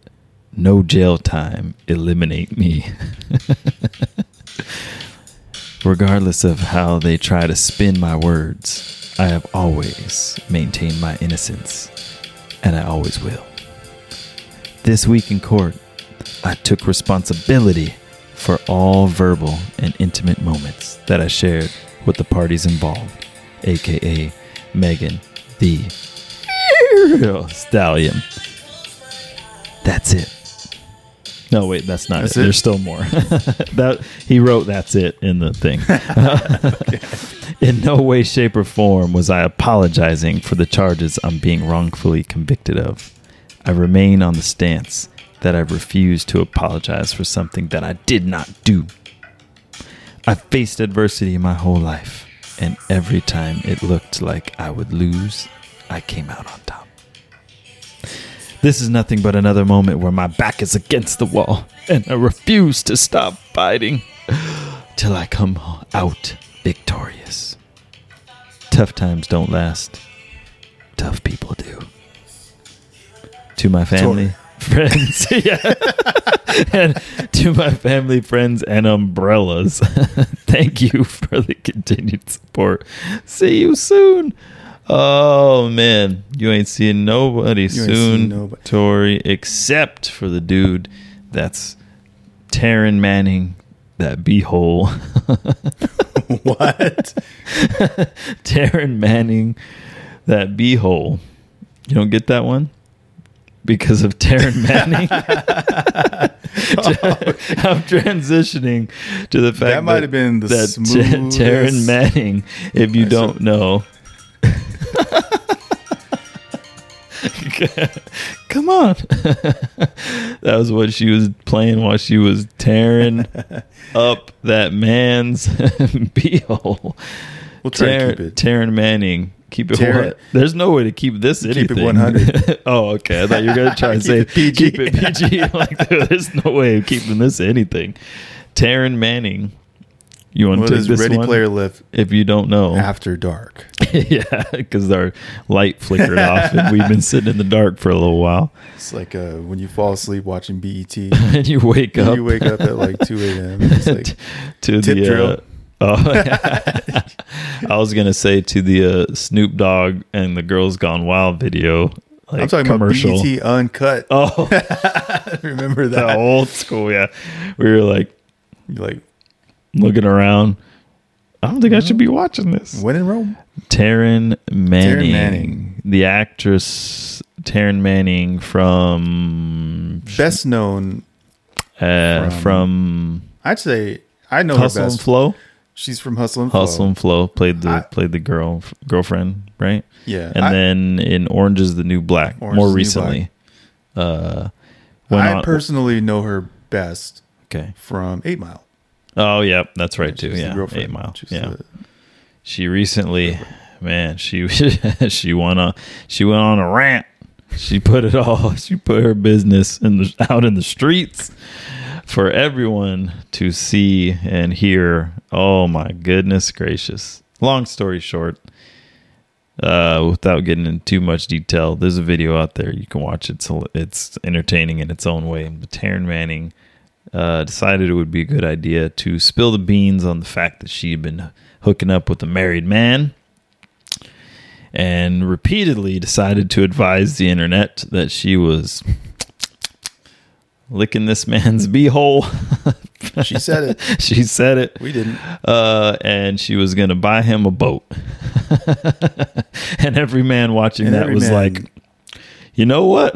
Speaker 2: no jail time eliminate me. Regardless of how they try to spin my words, I have always maintained my innocence, and I always will. This week in court, I took responsibility for all verbal and intimate moments that I shared with the parties involved, aka Megan the Stallion. That's it. No, wait, that's not
Speaker 1: That's
Speaker 2: it.
Speaker 1: it?
Speaker 2: There's still more. that he wrote that's it in the thing. in no way, shape, or form was I apologizing for the charges I'm being wrongfully convicted of. I remain on the stance that I refuse to apologize for something that I did not do. I faced adversity my whole life, and every time it looked like I would lose, I came out on top. This is nothing but another moment where my back is against the wall, and I refuse to stop fighting till I come out victorious. Tough times don't last, tough people do. To my family, friends, yeah, and to my family, friends, and umbrellas, thank you for the continued support. See you soon. Oh man, you ain't seeing nobody
Speaker 1: You ain't
Speaker 2: soon,
Speaker 1: seen nobody.
Speaker 2: Tory, except for the dude that's Taryn Manning, that beehole.
Speaker 1: what?
Speaker 2: Taryn Manning, that beehole. You don't get that one? Because of Taryn Manning. I'm transitioning to the fact that
Speaker 1: might have been the
Speaker 2: that Ta- Taryn
Speaker 1: smoothest-
Speaker 2: Manning, if you
Speaker 1: I
Speaker 2: don't
Speaker 1: said-
Speaker 2: know. Come on. that was what she was playing while she was tearing up that man's beehole.
Speaker 1: We'll try
Speaker 2: Tar-
Speaker 1: to keep it.
Speaker 2: Taryn Manning. Keep it.
Speaker 1: Taryn-
Speaker 2: what? There's no way to keep this anything.
Speaker 1: it 100.
Speaker 2: oh, okay. I thought you were gonna try and
Speaker 1: Keep
Speaker 2: say
Speaker 1: it PG.
Speaker 2: keep it PG. like there- there's no way of keeping this anything. Taryn Manning. You want
Speaker 1: What
Speaker 2: to take
Speaker 1: is
Speaker 2: this
Speaker 1: Ready
Speaker 2: one? Oh.
Speaker 1: Player Live
Speaker 2: If you don't know,
Speaker 1: after dark?
Speaker 2: yeah, because our light flickered off and we've been sitting in the dark for a little while,
Speaker 1: It's like uh, when you fall asleep watching E BET.
Speaker 2: and you wake
Speaker 1: and
Speaker 2: up.
Speaker 1: you wake up at like 2 a.m. It's like,
Speaker 2: to
Speaker 1: Tip
Speaker 2: the
Speaker 1: drill.
Speaker 2: Uh, oh, I was gonna say to the uh, Snoop Dogg and the Girls Gone Wild video. Like
Speaker 1: I'm talking
Speaker 2: commercial.
Speaker 1: about E BET Uncut.
Speaker 2: Oh,
Speaker 1: Remember
Speaker 2: the
Speaker 1: that?
Speaker 2: old school. Yeah, we were like
Speaker 1: You're like,
Speaker 2: looking around. I don't think I should be watching this.
Speaker 1: when in Rome?
Speaker 2: Taryn Manning,
Speaker 1: Manning.
Speaker 2: the actress Taryn Manning from
Speaker 1: Best known,
Speaker 2: uh, from,
Speaker 1: I'd say, I know
Speaker 2: Hustle
Speaker 1: her
Speaker 2: and
Speaker 1: best.
Speaker 2: Flow.
Speaker 1: She's from Hustle and
Speaker 2: Hustle
Speaker 1: Flow.
Speaker 2: and Flow played the
Speaker 1: I-
Speaker 2: played the girl girlfriend, right?
Speaker 1: Yeah.
Speaker 2: and
Speaker 1: I-
Speaker 2: then in Orange is the New Black
Speaker 1: Orange
Speaker 2: more
Speaker 1: is the New
Speaker 2: recently. Uh, went
Speaker 1: I
Speaker 2: on-
Speaker 1: personally know her best
Speaker 2: okay.
Speaker 1: from Eight Mile.
Speaker 2: Oh yeah, that's right too.
Speaker 1: She's the
Speaker 2: Yeah,
Speaker 1: girlfriend.
Speaker 2: Eight Mile.
Speaker 1: She's
Speaker 2: Yeah,
Speaker 1: the-
Speaker 2: she recently, man, she she went on she went on a rant. She put it all. She put her business in the out in the streets. for everyone to see and hear. Oh my goodness gracious. Long story short, uh, without getting into too much detail, there's a video out there you can watch. It's it's entertaining in its own way. But Taryn Manning uh, decided it would be a good idea to spill the beans on the fact that she had been hooking up with a married man, and repeatedly decided to advise the internet that she was licking this man's beehole.
Speaker 1: She said it.
Speaker 2: she said it
Speaker 1: We didn't.
Speaker 2: uh, and she was going to buy him a boat. and every man watching
Speaker 1: And
Speaker 2: that
Speaker 1: every
Speaker 2: was
Speaker 1: man-
Speaker 2: like, you know what?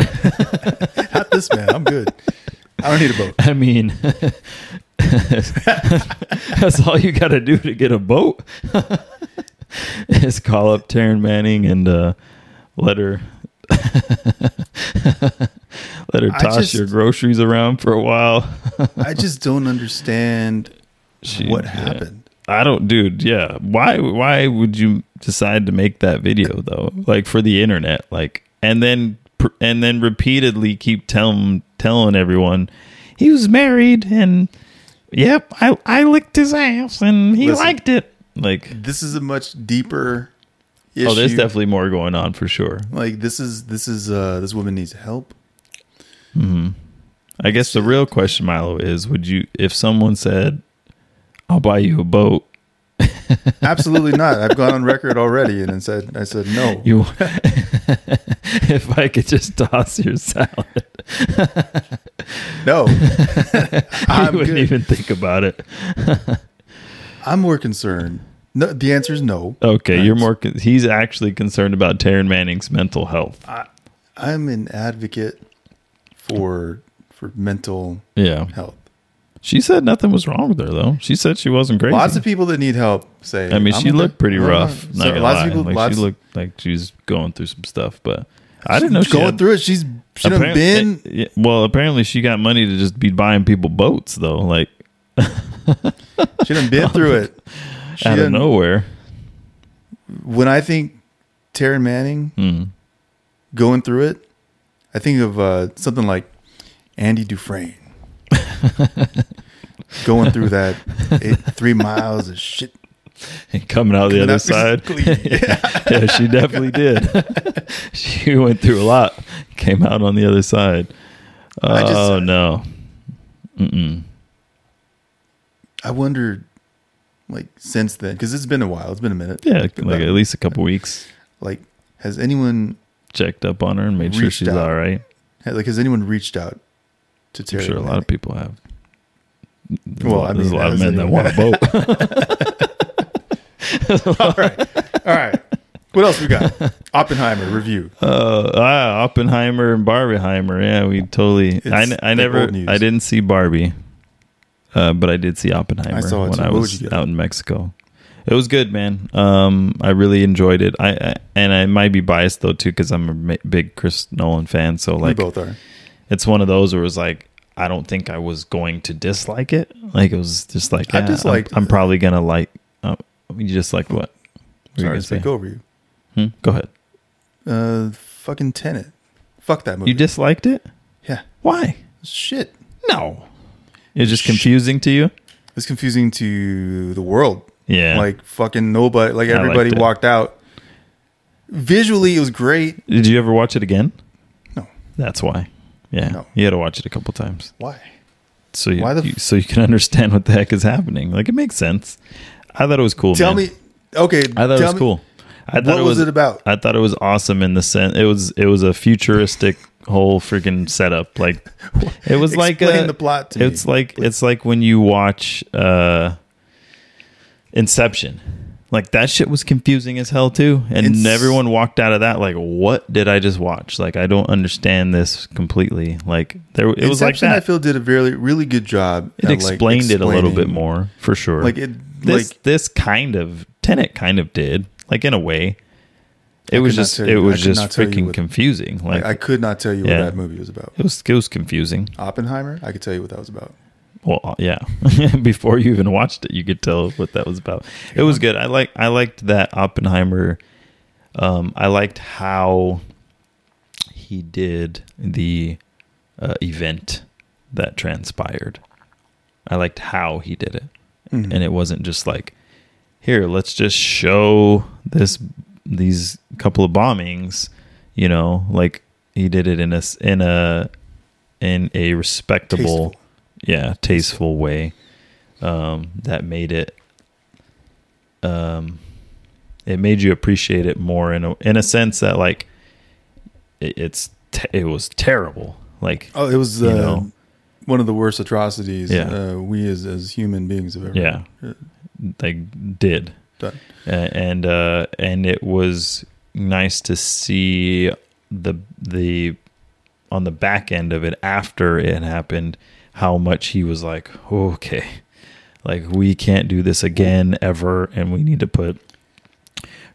Speaker 1: Not this man. I'm good. I don't need a boat.
Speaker 2: I mean, that's all you got to do to get a boat is call up Taryn Manning and uh, let her. Let her
Speaker 1: I
Speaker 2: toss
Speaker 1: just-
Speaker 2: your groceries around for a while.
Speaker 1: I just don't understand
Speaker 2: She-
Speaker 1: what
Speaker 2: yeah.
Speaker 1: happened.
Speaker 2: I don't, dude. Yeah, why? Why would you decide to make that video though? Like for the internet, like, and then pr- and then repeatedly keep telling telling everyone he was married and yep, I I licked his ass and he
Speaker 1: Listen.
Speaker 2: liked it. Like,
Speaker 1: This is a much deeper issue.
Speaker 2: oh, there's definitely more going on for sure.
Speaker 1: like this is this is uh this woman needs help.
Speaker 2: I guess the real question, Milo, is would you if someone said, "I'll buy you a boat,"
Speaker 1: Absolutely not. I've gone on record already and then said I said no.
Speaker 2: you if I could just toss your salad.
Speaker 1: No.
Speaker 2: I
Speaker 1: I'm
Speaker 2: wouldn't
Speaker 1: good.
Speaker 2: even think about it.
Speaker 1: I'm more concerned. No, the answer is no.
Speaker 2: Okay, you're
Speaker 1: Nice.
Speaker 2: more. Con- he's actually concerned about Taryn Manning's mental health.
Speaker 1: I'm an advocate for for mental
Speaker 2: Yeah,
Speaker 1: health.
Speaker 2: she said nothing was wrong with her though. She said she wasn't crazy.
Speaker 1: Lots of people that need help say.
Speaker 2: I mean,
Speaker 1: "I'm
Speaker 2: she
Speaker 1: okay.
Speaker 2: looked pretty
Speaker 1: I'm
Speaker 2: rough.
Speaker 1: alright."
Speaker 2: Not
Speaker 1: So
Speaker 2: gonna
Speaker 1: lots
Speaker 2: lie.
Speaker 1: of people.
Speaker 2: like
Speaker 1: lots,
Speaker 2: she looked like she's going through some stuff, but I didn't know she
Speaker 1: going
Speaker 2: had-
Speaker 1: through it. She's she done been.
Speaker 2: Apparent- eh, yeah, well, apparently she got money to just be buying people boats though, like
Speaker 1: She done been through it. She
Speaker 2: out of
Speaker 1: done-
Speaker 2: nowhere.
Speaker 1: When I think Taryn Manning
Speaker 2: Mm.
Speaker 1: going through it, I think of uh, something like Andy Dufresne going through that eight, three miles of shit.
Speaker 2: And coming out the
Speaker 1: Coming
Speaker 2: other
Speaker 1: out
Speaker 2: side,
Speaker 1: clean.
Speaker 2: yeah, she definitely did. she went through a lot, came out on the other side.
Speaker 1: I just- uh,
Speaker 2: Oh no. Mm-mm.
Speaker 1: I wondered, like since then, because it's been a while. It's been a minute.
Speaker 2: Yeah, like at least a couple weeks.
Speaker 1: Like, has anyone
Speaker 2: Checked up on her and made sure
Speaker 1: Reached
Speaker 2: she's
Speaker 1: out.
Speaker 2: all right.
Speaker 1: like has anyone reached out to
Speaker 2: I'm
Speaker 1: Terry?
Speaker 2: sure a lot of
Speaker 1: Manning?
Speaker 2: people have. There's
Speaker 1: Well,
Speaker 2: a lot,
Speaker 1: I
Speaker 2: there's a
Speaker 1: mean,
Speaker 2: lot of
Speaker 1: that
Speaker 2: men that want a boat.
Speaker 1: All right. What else we got? Oppenheimer review.
Speaker 2: uh, ah, Oppenheimer and Barbieheimer. Yeah, we totally. I,
Speaker 1: It's
Speaker 2: n- I
Speaker 1: like
Speaker 2: never.
Speaker 1: old news.
Speaker 2: I didn't see Barbie, uh, but I did see Oppenheimer
Speaker 1: I saw it
Speaker 2: when
Speaker 1: too.
Speaker 2: I
Speaker 1: What
Speaker 2: was
Speaker 1: would you get?
Speaker 2: out in Mexico. It was good, man. Um, I really enjoyed it. I, I and I might be biased though too because I'm a ma- big Chris Nolan fan. So like,
Speaker 1: we both are.
Speaker 2: it's one of those where it's like I don't think I was going to dislike it. Like it was just like
Speaker 1: I
Speaker 2: yeah,
Speaker 1: disliked
Speaker 2: I'm, I'm
Speaker 1: it.
Speaker 2: probably gonna like. Uh, you just like what? What were you
Speaker 1: Sorry
Speaker 2: gonna
Speaker 1: to
Speaker 2: say?
Speaker 1: speak over you.
Speaker 2: Hmm? Go ahead.
Speaker 1: Uh, fucking Tenet. Fuck that movie.
Speaker 2: You disliked it?
Speaker 1: yeah.
Speaker 2: Why?
Speaker 1: Shit.
Speaker 2: No. It's just confusing to you.
Speaker 1: It's confusing to the world.
Speaker 2: Yeah.
Speaker 1: Like fucking nobody. Like
Speaker 2: I liked
Speaker 1: everybody
Speaker 2: it.
Speaker 1: walked out. Visually, it was great.
Speaker 2: did you ever watch it again?
Speaker 1: No.
Speaker 2: That's why. Yeah.
Speaker 1: No.
Speaker 2: You had to watch it a couple times.
Speaker 1: Why?
Speaker 2: So you,
Speaker 1: Why the
Speaker 2: you-
Speaker 1: f-
Speaker 2: so you can understand what the heck is happening. Like it makes sense. I thought it was cool.
Speaker 1: Tell
Speaker 2: man.
Speaker 1: me. Okay.
Speaker 2: I thought it
Speaker 1: tell
Speaker 2: was
Speaker 1: me-
Speaker 2: cool. I thought
Speaker 1: what was it about?
Speaker 2: I thought it was awesome in the sense it was it was a futuristic whole freaking setup. Like it was like
Speaker 1: Explain
Speaker 2: a,
Speaker 1: the plot to me,
Speaker 2: it's like it's like when you watch uh Inception. Like that shit was confusing as hell too, and
Speaker 1: Ins-
Speaker 2: everyone walked out of that like, "What did I just watch?" Like I don't understand this completely. Like there, it was like
Speaker 1: Inception,
Speaker 2: that.
Speaker 1: I feel did a really really good job.
Speaker 2: it explained it a little bit more for sure.
Speaker 1: Like it.
Speaker 2: this
Speaker 1: like
Speaker 2: this kind of tenant kind of did like in a way it was
Speaker 1: could not
Speaker 2: just
Speaker 1: tell
Speaker 2: it
Speaker 1: you- I
Speaker 2: was
Speaker 1: could
Speaker 2: just
Speaker 1: not tell you
Speaker 2: freaking
Speaker 1: what-
Speaker 2: confusing like
Speaker 1: I could not tell you
Speaker 2: Yeah.
Speaker 1: what that movie was about.
Speaker 2: it was it was confusing
Speaker 1: Oppenheimer. I could tell you what that was about.
Speaker 2: well uh, yeah before you even watched it you could tell what that was about it was good i like i liked that oppenheimer um i liked how he did the uh, event that transpired I liked how he did it.
Speaker 1: Mm-hmm.
Speaker 2: And it wasn't just like, here, let's just show this these couple of bombings, you know, like he did it in a s- in a in a respectable,
Speaker 1: Tasteful.
Speaker 2: yeah, tasteful way um that made it um it made you appreciate it more in a in a sense that like it, it's te- it was terrible. Like
Speaker 1: Oh, it was uh,
Speaker 2: You know.
Speaker 1: one of the worst atrocities
Speaker 2: Yeah.
Speaker 1: uh, we as, as human beings have ever
Speaker 2: yeah,
Speaker 1: uh,
Speaker 2: like did
Speaker 1: done.
Speaker 2: A- and uh, and it was nice to see the the on the back end of it after it happened how much he was like okay like we can't do this again ever and we need to put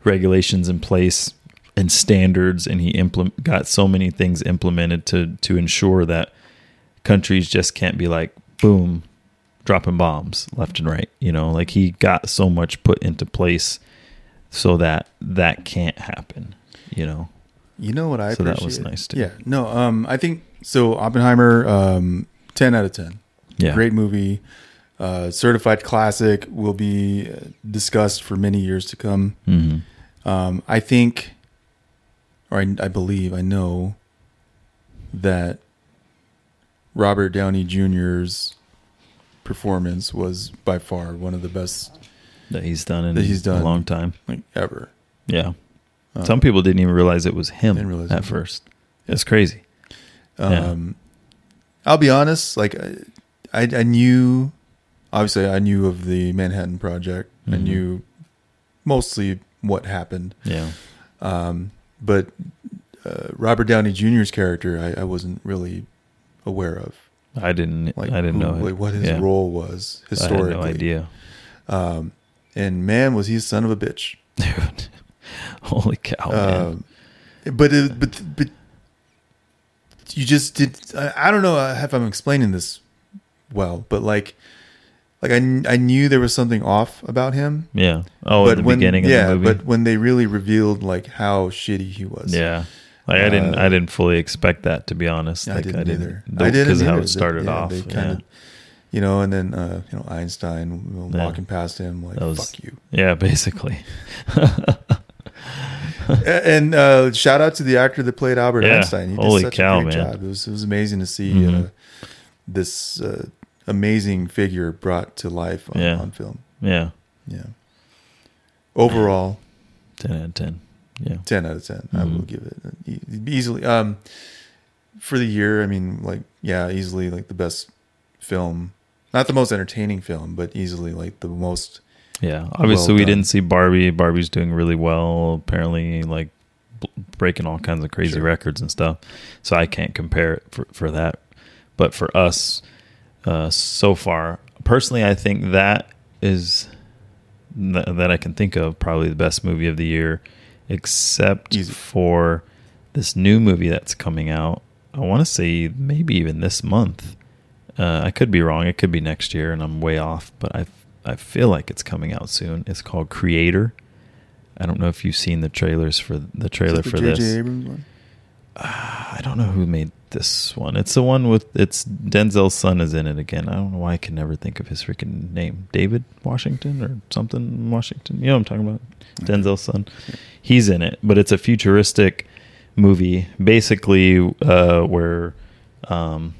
Speaker 2: regulations in place and standards and he implement got so many things implemented to to ensure that countries just can't be like boom dropping bombs left and right you know like he got so much put into place so that that can't happen you know
Speaker 1: You know what I
Speaker 2: So
Speaker 1: appreciate?
Speaker 2: that was nice, too.
Speaker 1: Yeah. No, um I think so Oppenheimer um 10 out of 10.
Speaker 2: yeah
Speaker 1: Great movie. Uh certified classic will be uh, discussed for many years to come.
Speaker 2: hmm
Speaker 1: Um I think or I, I believe I know that Robert Downey Jr.'s performance was by far one of the best
Speaker 2: that he's done in
Speaker 1: That he's done.
Speaker 2: a long time
Speaker 1: like ever.
Speaker 2: yeah some people didn't even realize it was him
Speaker 1: Didn't realize
Speaker 2: at
Speaker 1: it.
Speaker 2: first it's crazy Yeah.
Speaker 1: Um, I'll be honest, like I, I, I knew, obviously, I knew of the Manhattan Project. I
Speaker 2: Mhm.
Speaker 1: knew mostly what happened,
Speaker 2: yeah
Speaker 1: but uh, Robert Downey Jr.'s character, I, I wasn't really aware of.
Speaker 2: i didn't
Speaker 1: Like,
Speaker 2: i didn't
Speaker 1: who-
Speaker 2: know it.
Speaker 1: like, what his
Speaker 2: Yeah.
Speaker 1: role was
Speaker 2: i
Speaker 1: historically.
Speaker 2: had no idea
Speaker 1: And man, was he a son of a bitch.
Speaker 2: dude holy cow man.
Speaker 1: Um, but it, but but you just did. I, I don't know if I'm explaining this well, but like like I kn- I knew there was something off about him.
Speaker 2: yeah oh
Speaker 1: but
Speaker 2: at the beginning
Speaker 1: yeah,
Speaker 2: of the movie
Speaker 1: but when they really revealed like how shitty he was,
Speaker 2: yeah like I didn't,
Speaker 1: Uh,
Speaker 2: I didn't fully expect that to be honest.
Speaker 1: I
Speaker 2: Like,
Speaker 1: didn't either.
Speaker 2: the-
Speaker 1: I didn't
Speaker 2: because of how
Speaker 1: either.
Speaker 2: it started
Speaker 1: Yeah,
Speaker 2: off.
Speaker 1: they
Speaker 2: yeah.
Speaker 1: kinda- you know, and then uh, you know Einstein
Speaker 2: Yeah.
Speaker 1: walking past him like
Speaker 2: That was-
Speaker 1: fuck you.
Speaker 2: Yeah, basically.
Speaker 1: A- and uh, shout out to the actor that played Albert
Speaker 2: Yeah.
Speaker 1: Einstein. He
Speaker 2: Holy
Speaker 1: did such
Speaker 2: cow,
Speaker 1: a great
Speaker 2: man.
Speaker 1: job. It was it was amazing to see
Speaker 2: Mhm.
Speaker 1: uh, this uh, amazing figure brought to life on,
Speaker 2: Yeah.
Speaker 1: on film.
Speaker 2: Yeah.
Speaker 1: Yeah. Overall,
Speaker 2: 10 out of 10. Yeah.
Speaker 1: ten out of 10 I
Speaker 2: Mhm.
Speaker 1: will give it an e- easily. Um, for the year, I mean, like yeah, easily like the best film, not the most entertaining film, but easily like the most.
Speaker 2: Yeah. Obviously, we
Speaker 1: done.
Speaker 2: didn't see Barbie. Barbie's doing really well, apparently, like b- breaking all kinds of crazy
Speaker 1: Sure.
Speaker 2: records and stuff. So I can't compare it for, for that. But for us, uh, so far, personally, I think that is th- that I can think of probably the best movie of the year, except
Speaker 1: Easy.
Speaker 2: for this new movie that's coming out. I want to say maybe even this month. Uh, I could be wrong. It could be next year, and I'm way off. But I I feel like it's coming out soon. It's called Creator. I don't know if you've seen the trailers for the trailer
Speaker 1: Is it
Speaker 2: for
Speaker 1: the
Speaker 2: this.
Speaker 1: Abrams one.
Speaker 2: I don't know who made this one. It's the one with it's Denzel's son is in it again. I don't know why I can never think of his freaking name. David Washington or something Washington. You know what I'm talking about? Denzel's son. He's in it, but it's a futuristic movie basically uh where um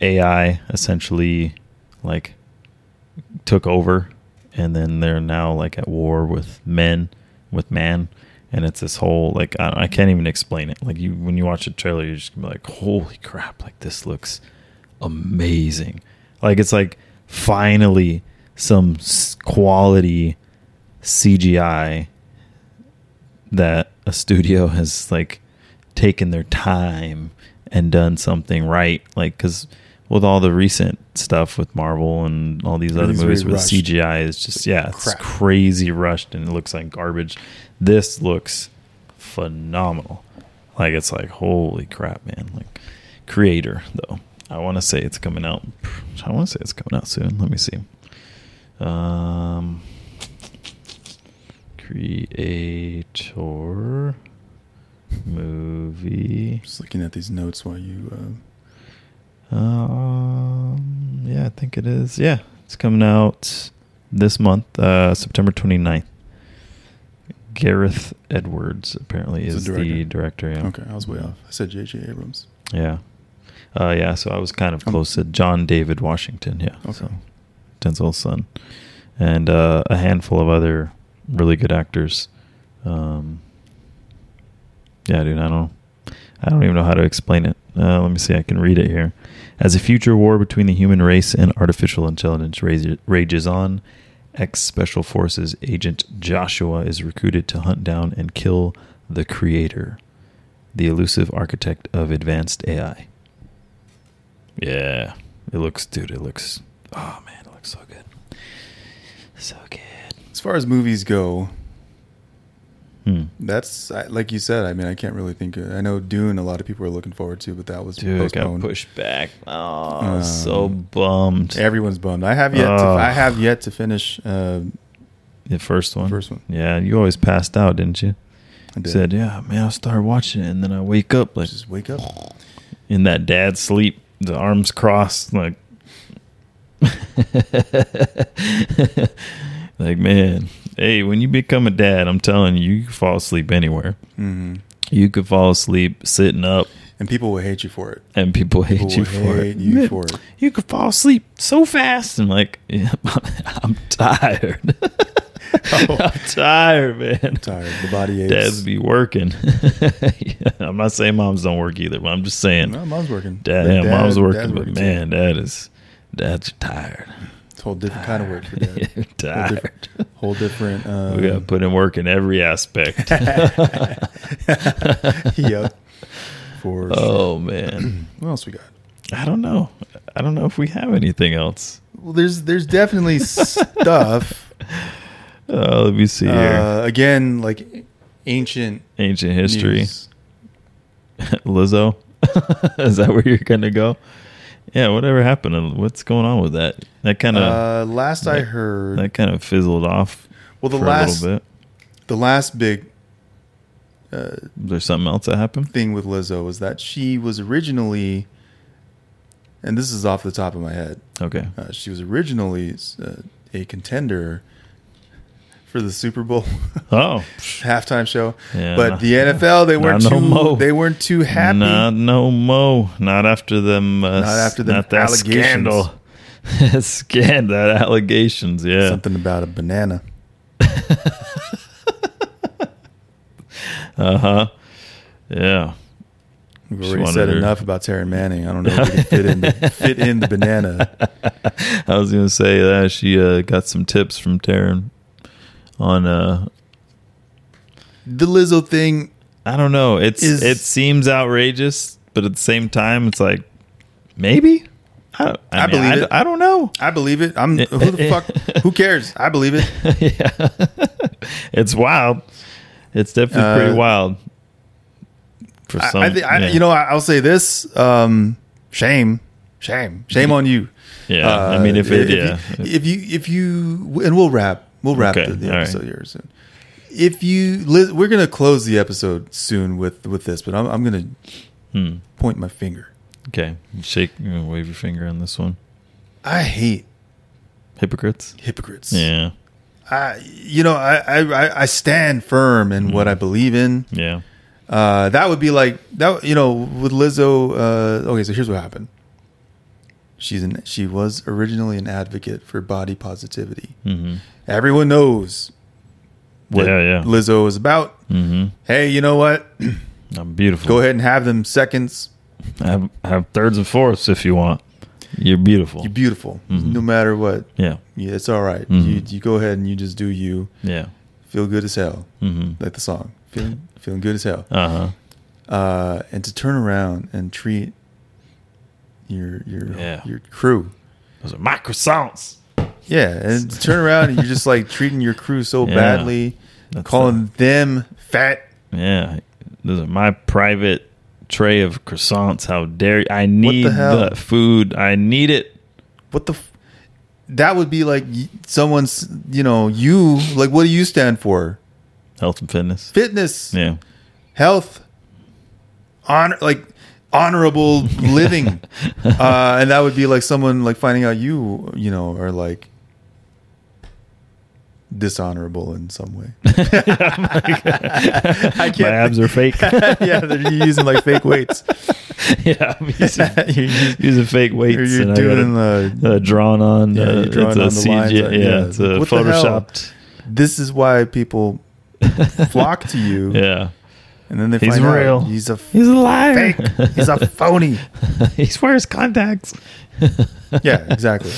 Speaker 2: AI essentially like took over and then they're now like at war with men with man and it's this whole like I, I can't even explain it like you when you watch a trailer you're just gonna be like holy crap like this looks amazing like it's like finally some s- quality cgi that a studio has like taken their time and done something right like because with all the recent stuff with marvel and all these other
Speaker 1: Everything's
Speaker 2: movies
Speaker 1: very
Speaker 2: with
Speaker 1: rushed.
Speaker 2: cgi is just yeah it's
Speaker 1: Crap.
Speaker 2: crazy rushed and it looks like garbage this looks phenomenal like it's like holy crap man like creator though i want to say it's coming out i want to say it's coming out soon let me see um creator movie
Speaker 1: Just looking at these notes while you. Uh,
Speaker 2: um Yeah, I think it is. Yeah, it's coming out this month, uh, September 29th. Gareth Edwards apparently
Speaker 1: Is
Speaker 2: is
Speaker 1: the
Speaker 2: the director. Yeah.
Speaker 1: Okay, I was way off. I said J.J. Abrams.
Speaker 2: Yeah. Uh, yeah, so I was kind of
Speaker 1: Um,
Speaker 2: close to John David Washington. Yeah.
Speaker 1: Okay.
Speaker 2: So Denzel's son. And uh, a handful of other really good actors. Um, yeah, dude, I don't I don't even know how to explain it. Uh, let me see, I can read it here. As a future war between the human race and artificial intelligence rages, rages on, ex Special Forces agent Joshua is recruited to hunt down and kill the creator the elusive architect of advanced AI. Yeah, it looks, dude. It looks. Oh man, it looks so good. So good.
Speaker 1: As far as movies go,
Speaker 2: Hmm.
Speaker 1: that's I- like you said. I mean, I can't really think. Of, I know Dune. A lot of people are looking forward to, but that was
Speaker 2: Dude, it got
Speaker 1: postponed.
Speaker 2: pushed back. Oh, I was so
Speaker 1: Um,
Speaker 2: bummed.
Speaker 1: Everyone's bummed. I have yet. To,
Speaker 2: Ugh.
Speaker 1: I have yet to finish. Uh,
Speaker 2: the first one.
Speaker 1: First one.
Speaker 2: Yeah, you always passed out, didn't you?
Speaker 1: I did.
Speaker 2: Said, yeah, man, I started watching it, and then I wake up like
Speaker 1: just wake up.
Speaker 2: in that dad sleep, the arms crossed, like, like man, hey, when you become a dad, I'm telling you, you can fall asleep anywhere.
Speaker 1: hmm
Speaker 2: You could fall asleep sitting up,
Speaker 1: And people will hate you for it.
Speaker 2: and people hate
Speaker 1: People
Speaker 2: you
Speaker 1: will
Speaker 2: for
Speaker 1: hate
Speaker 2: it.
Speaker 1: you for it.
Speaker 2: You could fall asleep so fast, and like, yeah, I'm tired. I'm tired, man.
Speaker 1: Tired. The body aches.
Speaker 2: Oh. Dads be working. Yeah, I'm not saying moms don't work either, but I'm just saying
Speaker 1: No, mom's working.
Speaker 2: Dad,
Speaker 1: But
Speaker 2: yeah, mom's
Speaker 1: dad-
Speaker 2: working,
Speaker 1: dad's
Speaker 2: but
Speaker 1: too.
Speaker 2: man, dad is dad's tired.
Speaker 1: it's a whole different kind of work for dad.
Speaker 2: Yeah,
Speaker 1: Whole different. Whole
Speaker 2: tired.
Speaker 1: different um,
Speaker 2: We gotta put in work in every aspect.
Speaker 1: yep. For sure.
Speaker 2: oh man,
Speaker 1: What else we got?
Speaker 2: I don't know. I don't know if we have anything else.
Speaker 1: Well, there's there's definitely stuff.
Speaker 2: Uh, let me see here.
Speaker 1: Uh, again, like ancient
Speaker 2: Ancient history.
Speaker 1: news.
Speaker 2: Lizzo, is that where you're gonna go? Yeah, whatever happened? and What's going on with that? That kind of
Speaker 1: Uh, last I
Speaker 2: Like-
Speaker 1: heard,
Speaker 2: that kind of fizzled off.
Speaker 1: well, the
Speaker 2: for
Speaker 1: last
Speaker 2: a little bit.
Speaker 1: the last big uh,
Speaker 2: There's something else that happened.
Speaker 1: thing with Lizzo was that she was originally, and this is off the top of my head,
Speaker 2: Okay.
Speaker 1: uh, she was originally uh, a contender for the Super Bowl
Speaker 2: Oh,
Speaker 1: halftime show,
Speaker 2: Yeah,
Speaker 1: but
Speaker 2: nah.
Speaker 1: the NFL they
Speaker 2: Nah,
Speaker 1: weren't
Speaker 2: no
Speaker 1: too
Speaker 2: mo.
Speaker 1: they weren't too happy.
Speaker 2: Not no mo. Not after them. Uh,
Speaker 1: Not after them
Speaker 2: that
Speaker 1: allegations.
Speaker 2: scandal. scandal. That allegations. Yeah.
Speaker 1: Something about a banana.
Speaker 2: Uh huh. Yeah.
Speaker 1: We've
Speaker 2: She
Speaker 1: already
Speaker 2: wanted
Speaker 1: said
Speaker 2: her-
Speaker 1: enough about Taryn Manning. I don't know if we can fit in the, fit in the banana.
Speaker 2: I was gonna say that she uh, got some tips from Taryn on. Uh,
Speaker 1: The Lizzo thing,
Speaker 2: I don't know. It's
Speaker 1: Is-
Speaker 2: it seems outrageous, but at the same time, it's like maybe. I, don't- I,
Speaker 1: I
Speaker 2: mean,
Speaker 1: believe
Speaker 2: I,
Speaker 1: it.
Speaker 2: I don't know.
Speaker 1: I believe it. I'm who the fuck who cares? I believe it.
Speaker 2: yeah. it's wild. It's definitely pretty
Speaker 1: Uh,
Speaker 2: wild. For
Speaker 1: I-
Speaker 2: some,
Speaker 1: I, thi- I,
Speaker 2: yeah.
Speaker 1: you know, I, I'll say this: um, shame, shame, shame on you. Uh,
Speaker 2: Yeah, I mean, if it, yeah,
Speaker 1: if you, if you, if you- and we'll wrap, we'll wrap
Speaker 2: Okay,
Speaker 1: the, the
Speaker 2: all right.
Speaker 1: episode here soon. If you, Liz, we're gonna close the episode soon with with this, but I'm, I'm gonna
Speaker 2: Hmm.
Speaker 1: point my finger.
Speaker 2: okay, shake, you know, wave your finger on this one.
Speaker 1: I hate
Speaker 2: Hypocrites.
Speaker 1: hypocrites.
Speaker 2: Yeah,
Speaker 1: I, you know, I, I, I- I stand firm in
Speaker 2: Mm-hmm.
Speaker 1: what I believe in.
Speaker 2: yeah,
Speaker 1: Uh, that would be like that. You know, with Lizzo. Uh, okay, so here's what happened. She's an, she was originally an advocate for body positivity.
Speaker 2: mm-hmm.
Speaker 1: Everyone knows what
Speaker 2: Yeah, yeah.
Speaker 1: Lizzo is about.
Speaker 2: Mm-hmm.
Speaker 1: Hey, you know what?
Speaker 2: I'm beautiful.
Speaker 1: Go ahead and have them seconds.
Speaker 2: Have, have thirds and fourths if you want. You're beautiful.
Speaker 1: You're beautiful,
Speaker 2: Mm-hmm.
Speaker 1: no matter what.
Speaker 2: yeah,
Speaker 1: Yeah, it's all right.
Speaker 2: Mm-hmm.
Speaker 1: You you go ahead and you just do you.
Speaker 2: yeah.
Speaker 1: Feel good as hell,
Speaker 2: Mm-hmm.
Speaker 1: like the song. Feeling feeling good as hell.
Speaker 2: Uh huh.
Speaker 1: Uh, and to turn around and treat your your
Speaker 2: Yeah.
Speaker 1: your crew
Speaker 2: Those are my croissants.
Speaker 1: Yeah, and to turn around and you're just like treating your crew so
Speaker 2: Yeah.
Speaker 1: badly,
Speaker 2: That's
Speaker 1: calling them fat.
Speaker 2: Yeah, those are my private tray of croissants. How dare you? I need
Speaker 1: hell?
Speaker 2: the food. I need it.
Speaker 1: What the? F- that would be like y- someone's. You know, you like. What do you stand for?
Speaker 2: Health and fitness.
Speaker 1: Fitness,
Speaker 2: Yeah.
Speaker 1: health, honor. Like honorable living. uh, and that would be like someone like finding out you, you know, are like dishonorable in some way. I
Speaker 2: My abs are fake.
Speaker 1: yeah, they're using like fake weights.
Speaker 2: yeah, I'm using,
Speaker 1: You're using-
Speaker 2: using fake weights.
Speaker 1: Or you're
Speaker 2: and I
Speaker 1: doing
Speaker 2: got
Speaker 1: the.
Speaker 2: it, uh, drawn on.
Speaker 1: Yeah,
Speaker 2: uh,
Speaker 1: you're drawing
Speaker 2: it's
Speaker 1: on
Speaker 2: a
Speaker 1: the lines, uh,
Speaker 2: CG yeah,
Speaker 1: yeah.
Speaker 2: it's a
Speaker 1: What the hell?
Speaker 2: photoshopped.
Speaker 1: This is why people flock to you,
Speaker 2: Yeah,
Speaker 1: and then they
Speaker 2: He's
Speaker 1: find out
Speaker 2: real.
Speaker 1: he's a
Speaker 2: he's a liar.
Speaker 1: fake. he's a phony.
Speaker 2: he wears contacts.
Speaker 1: Yeah, exactly.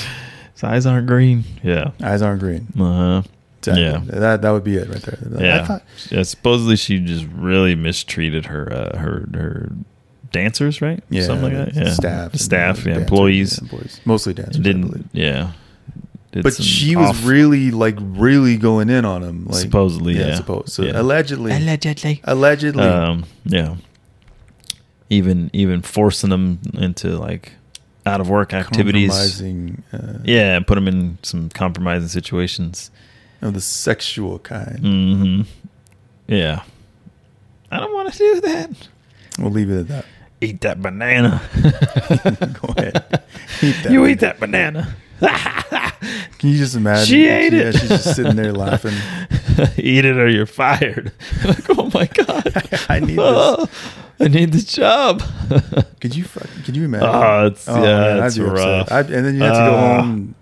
Speaker 2: His eyes aren't green. Yeah.
Speaker 1: Eyes aren't green.
Speaker 2: Uh huh.
Speaker 1: Exactly.
Speaker 2: Yeah.
Speaker 1: that that would be it right there. I
Speaker 2: Yeah.
Speaker 1: thought-
Speaker 2: yeah. Supposedly she just really mistreated her uh, her her dancers, right?
Speaker 1: yeah,
Speaker 2: Something like that.
Speaker 1: the
Speaker 2: Yeah.
Speaker 1: Staff,
Speaker 2: The staff,
Speaker 1: and the
Speaker 2: yeah,
Speaker 1: dancers,
Speaker 2: employees.
Speaker 1: yeah, employees, mostly dancers. I believe.
Speaker 2: Didn't. Yeah. Did
Speaker 1: but
Speaker 2: some
Speaker 1: she was
Speaker 2: off-
Speaker 1: really like really going in on him. Like,
Speaker 2: Supposedly, yeah.
Speaker 1: supposed. So
Speaker 2: Yeah.
Speaker 1: allegedly,
Speaker 2: allegedly.
Speaker 1: allegedly,
Speaker 2: Um. Yeah. Even even forcing them into like out of work activities.
Speaker 1: compromising, uh,
Speaker 2: Yeah, and put them in some compromising situations.
Speaker 1: of the sexual kind.
Speaker 2: hmm Yeah. I don't want to do that.
Speaker 1: We'll leave it at that.
Speaker 2: Eat that banana.
Speaker 1: Go ahead. Eat that
Speaker 2: you
Speaker 1: one.
Speaker 2: eat that banana.
Speaker 1: Can you just imagine?
Speaker 2: She ate it.
Speaker 1: Yeah, she's just sitting there laughing.
Speaker 2: eat it or you're fired. like, oh my god.
Speaker 1: I need this.
Speaker 2: Oh, I need this job.
Speaker 1: Could you? fuck- Could you imagine?
Speaker 2: Oh, it's- yeah,
Speaker 1: I'd
Speaker 2: it's
Speaker 1: be upset.
Speaker 2: rough.
Speaker 1: I'd- and then you have to go
Speaker 2: Ah.
Speaker 1: home.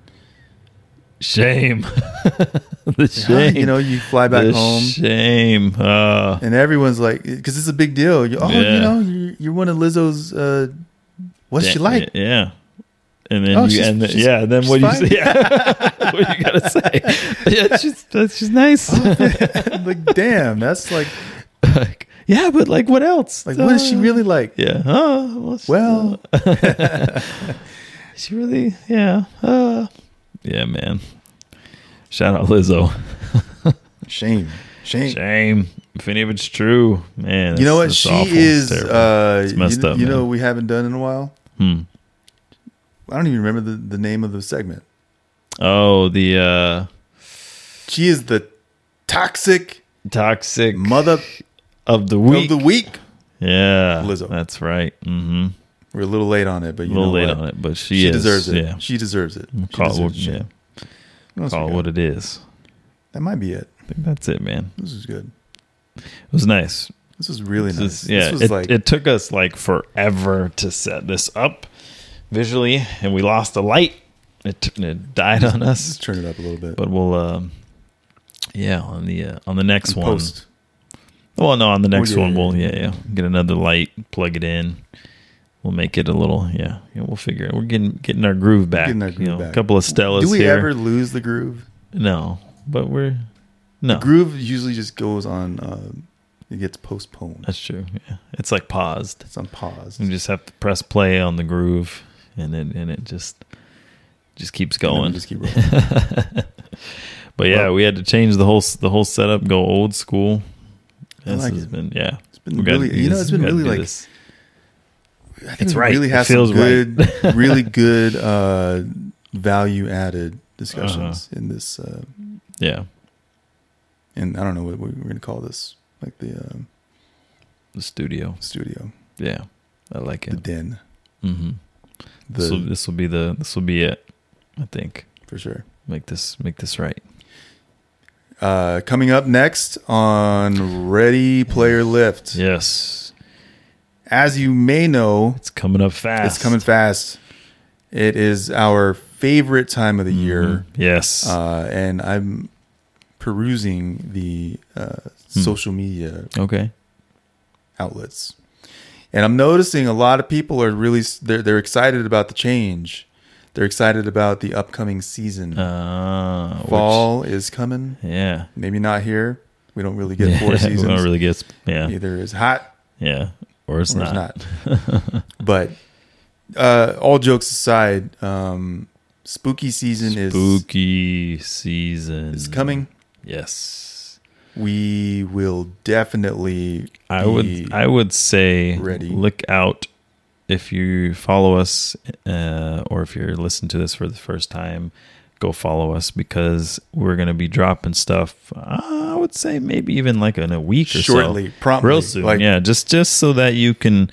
Speaker 2: shame. the shame.
Speaker 1: You know, you fly back
Speaker 2: the
Speaker 1: home.
Speaker 2: Shame. Uh,
Speaker 1: and everyone's like, because it's a big deal. You, oh,
Speaker 2: Yeah.
Speaker 1: you know, you're, you're one of Lizzo's. Uh, what's she
Speaker 2: da-
Speaker 1: like?
Speaker 2: Yeah. And then
Speaker 1: Oh,
Speaker 2: you
Speaker 1: she's-
Speaker 2: and then,
Speaker 1: she's-
Speaker 2: yeah, then what
Speaker 1: she's
Speaker 2: you say? Yeah. what you gotta say? Yeah, she's that's she's nice.
Speaker 1: Oh. like, damn, that's like,
Speaker 2: like, yeah, but like, what else?
Speaker 1: like, what is she
Speaker 2: Uh,
Speaker 1: really like?
Speaker 2: Yeah. Oh, well. She,
Speaker 1: Well.
Speaker 2: uh, she really. Yeah. Uh, yeah, man. Shout out Lizzo.
Speaker 1: Shame, shame.
Speaker 2: Shame if any of it's true, man.
Speaker 1: You know what?
Speaker 2: it's- it's
Speaker 1: She
Speaker 2: awful. It's
Speaker 1: is.
Speaker 2: terrible.
Speaker 1: Uh,
Speaker 2: It's messed
Speaker 1: you,
Speaker 2: up,
Speaker 1: you
Speaker 2: man.
Speaker 1: know, we haven't done in a while.
Speaker 2: Hmm.
Speaker 1: I don't even remember the, the name of the segment.
Speaker 2: Oh, the uh,
Speaker 1: She is the toxic
Speaker 2: toxic
Speaker 1: mother
Speaker 2: of the week.
Speaker 1: of the week.
Speaker 2: yeah,
Speaker 1: Lizzo.
Speaker 2: That's right. Mm-hmm.
Speaker 1: We're a little late on it, but
Speaker 2: A
Speaker 1: you
Speaker 2: little
Speaker 1: know
Speaker 2: late
Speaker 1: what?
Speaker 2: on it, but she,
Speaker 1: She
Speaker 2: is,
Speaker 1: deserves it.
Speaker 2: Yeah. Mm,
Speaker 1: She deserves it. She
Speaker 2: Call it, what-
Speaker 1: deserves it.
Speaker 2: yeah.
Speaker 1: What else we
Speaker 2: Call it
Speaker 1: got?
Speaker 2: what it is.
Speaker 1: That might be it.
Speaker 2: I think that's it, man.
Speaker 1: This is good.
Speaker 2: It was nice.
Speaker 1: This is really
Speaker 2: This
Speaker 1: nice.
Speaker 2: is- yeah,
Speaker 1: this was
Speaker 2: it,
Speaker 1: like
Speaker 2: it took us like forever to set this up visually, and we lost the light. It, t- it died on us,
Speaker 1: Just turn it up a little bit.
Speaker 2: but we'll, um, yeah, on the uh, on the next one.
Speaker 1: Post.
Speaker 2: Well, no, on the next
Speaker 1: yeah,
Speaker 2: one,
Speaker 1: yeah,
Speaker 2: we'll yeah, yeah, get another light, plug it in. We'll make it a little, yeah, yeah we'll figure it. We're getting getting our groove back.
Speaker 1: Getting our
Speaker 2: you
Speaker 1: groove
Speaker 2: know,
Speaker 1: back.
Speaker 2: A couple of Stellas
Speaker 1: Do we
Speaker 2: here.
Speaker 1: ever lose the groove?
Speaker 2: no, but we're no.
Speaker 1: Groove usually just goes on. Uh, it gets postponed.
Speaker 2: That's true. Yeah, it's like paused.
Speaker 1: It's on pause.
Speaker 2: You just have to press play on the groove, and then and it just just keeps
Speaker 1: And then we
Speaker 2: going.
Speaker 1: Just keep rolling.
Speaker 2: but yeah, we had to change the whole s- the whole setup, go old school.
Speaker 1: I
Speaker 2: This
Speaker 1: like
Speaker 2: has
Speaker 1: it.
Speaker 2: been yeah.
Speaker 1: It's been
Speaker 2: We gotta
Speaker 1: really.
Speaker 2: do
Speaker 1: You know,
Speaker 2: this.
Speaker 1: it's been
Speaker 2: We gotta
Speaker 1: really
Speaker 2: do
Speaker 1: like.
Speaker 2: this.
Speaker 1: I think
Speaker 2: It's
Speaker 1: we
Speaker 2: right.
Speaker 1: really
Speaker 2: It
Speaker 1: has some
Speaker 2: feels right.
Speaker 1: good, really good uh, value added discussions
Speaker 2: Uh-huh.
Speaker 1: in this. Uh,
Speaker 2: yeah,
Speaker 1: and I don't know what we're going to call this, like the uh,
Speaker 2: the studio.
Speaker 1: studio,
Speaker 2: Yeah, I like
Speaker 1: the
Speaker 2: it.
Speaker 1: den,
Speaker 2: Mm-hmm.
Speaker 1: the
Speaker 2: This will this will be the this will be it. I think
Speaker 1: for sure.
Speaker 2: make this make this right.
Speaker 1: Uh, coming up next on Ready Player Lift.
Speaker 2: Yes,
Speaker 1: As you may know,
Speaker 2: it's coming up fast. Mm-hmm.
Speaker 1: It's coming fast. It is our favorite time of the year,
Speaker 2: Yes.
Speaker 1: uh, and I'm perusing the uh,
Speaker 2: Hmm.
Speaker 1: social media
Speaker 2: okay.
Speaker 1: outlets, and I'm noticing a lot of people are really they're they're excited about the change. They're excited about the upcoming season.
Speaker 2: Uh, which-
Speaker 1: Fall is coming.
Speaker 2: yeah.
Speaker 1: Maybe not here. We don't really get
Speaker 2: Yeah,
Speaker 1: four seasons.
Speaker 2: We don't really get. Yeah.
Speaker 1: Either it's hot
Speaker 2: Yeah. Or it's
Speaker 1: or
Speaker 2: not.
Speaker 1: it's not. but uh, all jokes aside, um, spooky season is
Speaker 2: Spooky season
Speaker 1: is coming.
Speaker 2: Yes.
Speaker 1: We will definitely.
Speaker 2: I
Speaker 1: be-
Speaker 2: would I would say
Speaker 1: ready.
Speaker 2: look out if you follow us uh, or if you're listening to this for the first time, go follow us because we're gonna be dropping stuff. I would say maybe even like in a week or so.
Speaker 1: Shortly, promptly,
Speaker 2: real soon.
Speaker 1: like-
Speaker 2: yeah, just just so that you can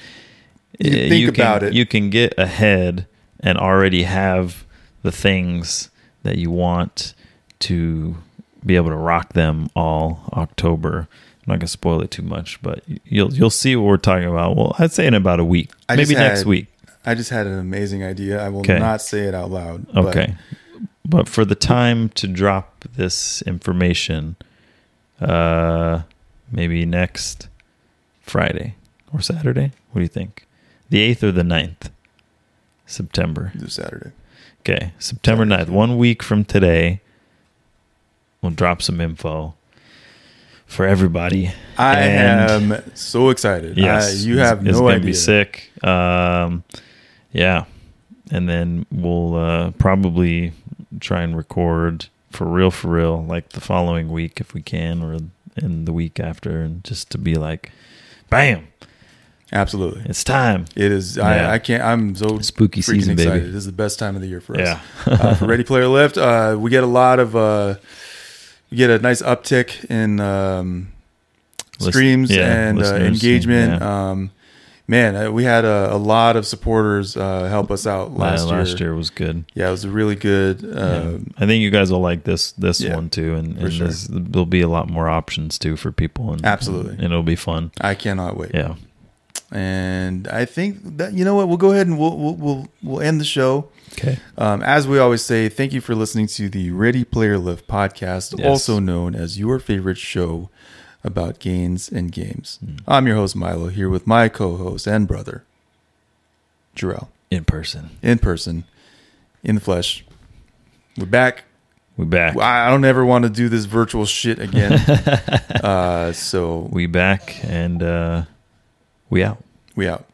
Speaker 1: You
Speaker 2: Eh,
Speaker 1: think
Speaker 2: can,
Speaker 1: about it.
Speaker 2: You can get ahead and already have the things that you want to be able to rock them all October. I'm not gonna spoil it too much, but you'll you'll see what we're talking about. Well, I'd say in about a week,
Speaker 1: I
Speaker 2: maybe
Speaker 1: just
Speaker 2: next
Speaker 1: had-
Speaker 2: week.
Speaker 1: I just had an amazing idea. I will
Speaker 2: Okay.
Speaker 1: not say it out loud. but
Speaker 2: Okay. But, for the time to drop this information, uh, maybe next Friday or Saturday. What do you think? The 8th or the 9th? September.
Speaker 1: this Saturday.
Speaker 2: Okay. September 9th. One week from today, we'll drop some info for everybody.
Speaker 1: I
Speaker 2: And-
Speaker 1: am so excited. I,
Speaker 2: Yes.
Speaker 1: you have
Speaker 2: it's, it's
Speaker 1: no
Speaker 2: gonna
Speaker 1: idea.
Speaker 2: be sick. Um, yeah. And then we'll uh, probably try and record for real, for real, like the following week if we can, or in the week after, and just to be like, bam,
Speaker 1: Absolutely.
Speaker 2: it's time.
Speaker 1: It is.
Speaker 2: Yeah.
Speaker 1: I, I can't. I'm so
Speaker 2: Spooky
Speaker 1: freaking
Speaker 2: season, baby.
Speaker 1: excited. This is the best time of the year for us.
Speaker 2: Yeah.
Speaker 1: uh, for Ready Player Lift, uh, we get a lot of. Uh, we get a nice uptick in um,
Speaker 2: Listen-
Speaker 1: streams
Speaker 2: yeah,
Speaker 1: and uh,
Speaker 2: listeners and-
Speaker 1: engagement. Um, man, uh, we had a, a lot of supporters uh, help us out last,
Speaker 2: Last,
Speaker 1: year.
Speaker 2: last year was good.
Speaker 1: Yeah, it was a really good. Uh,
Speaker 2: yeah. I think you guys will like this this
Speaker 1: yeah,
Speaker 2: one too, and,
Speaker 1: for
Speaker 2: and
Speaker 1: sure.
Speaker 2: this, there'll be a lot more options too for people, and
Speaker 1: Absolutely.
Speaker 2: and it'll be fun.
Speaker 1: I cannot wait.
Speaker 2: Yeah,
Speaker 1: And I think that you know what, we'll go ahead and we'll we'll we'll, we'll end the show.
Speaker 2: okay.
Speaker 1: Um, as we always say, thank you for listening to the Ready Player Lift podcast,
Speaker 2: Yes.
Speaker 1: also known as your favorite show about gains and games.
Speaker 2: Hmm.
Speaker 1: I'm your host, Milo, here with my co host and brother, Jarrell,
Speaker 2: In person,
Speaker 1: in person, in the flesh. We're back.
Speaker 2: we back.
Speaker 1: I I don't ever want to do this virtual shit again. uh, so
Speaker 2: we back and uh we out
Speaker 1: we out.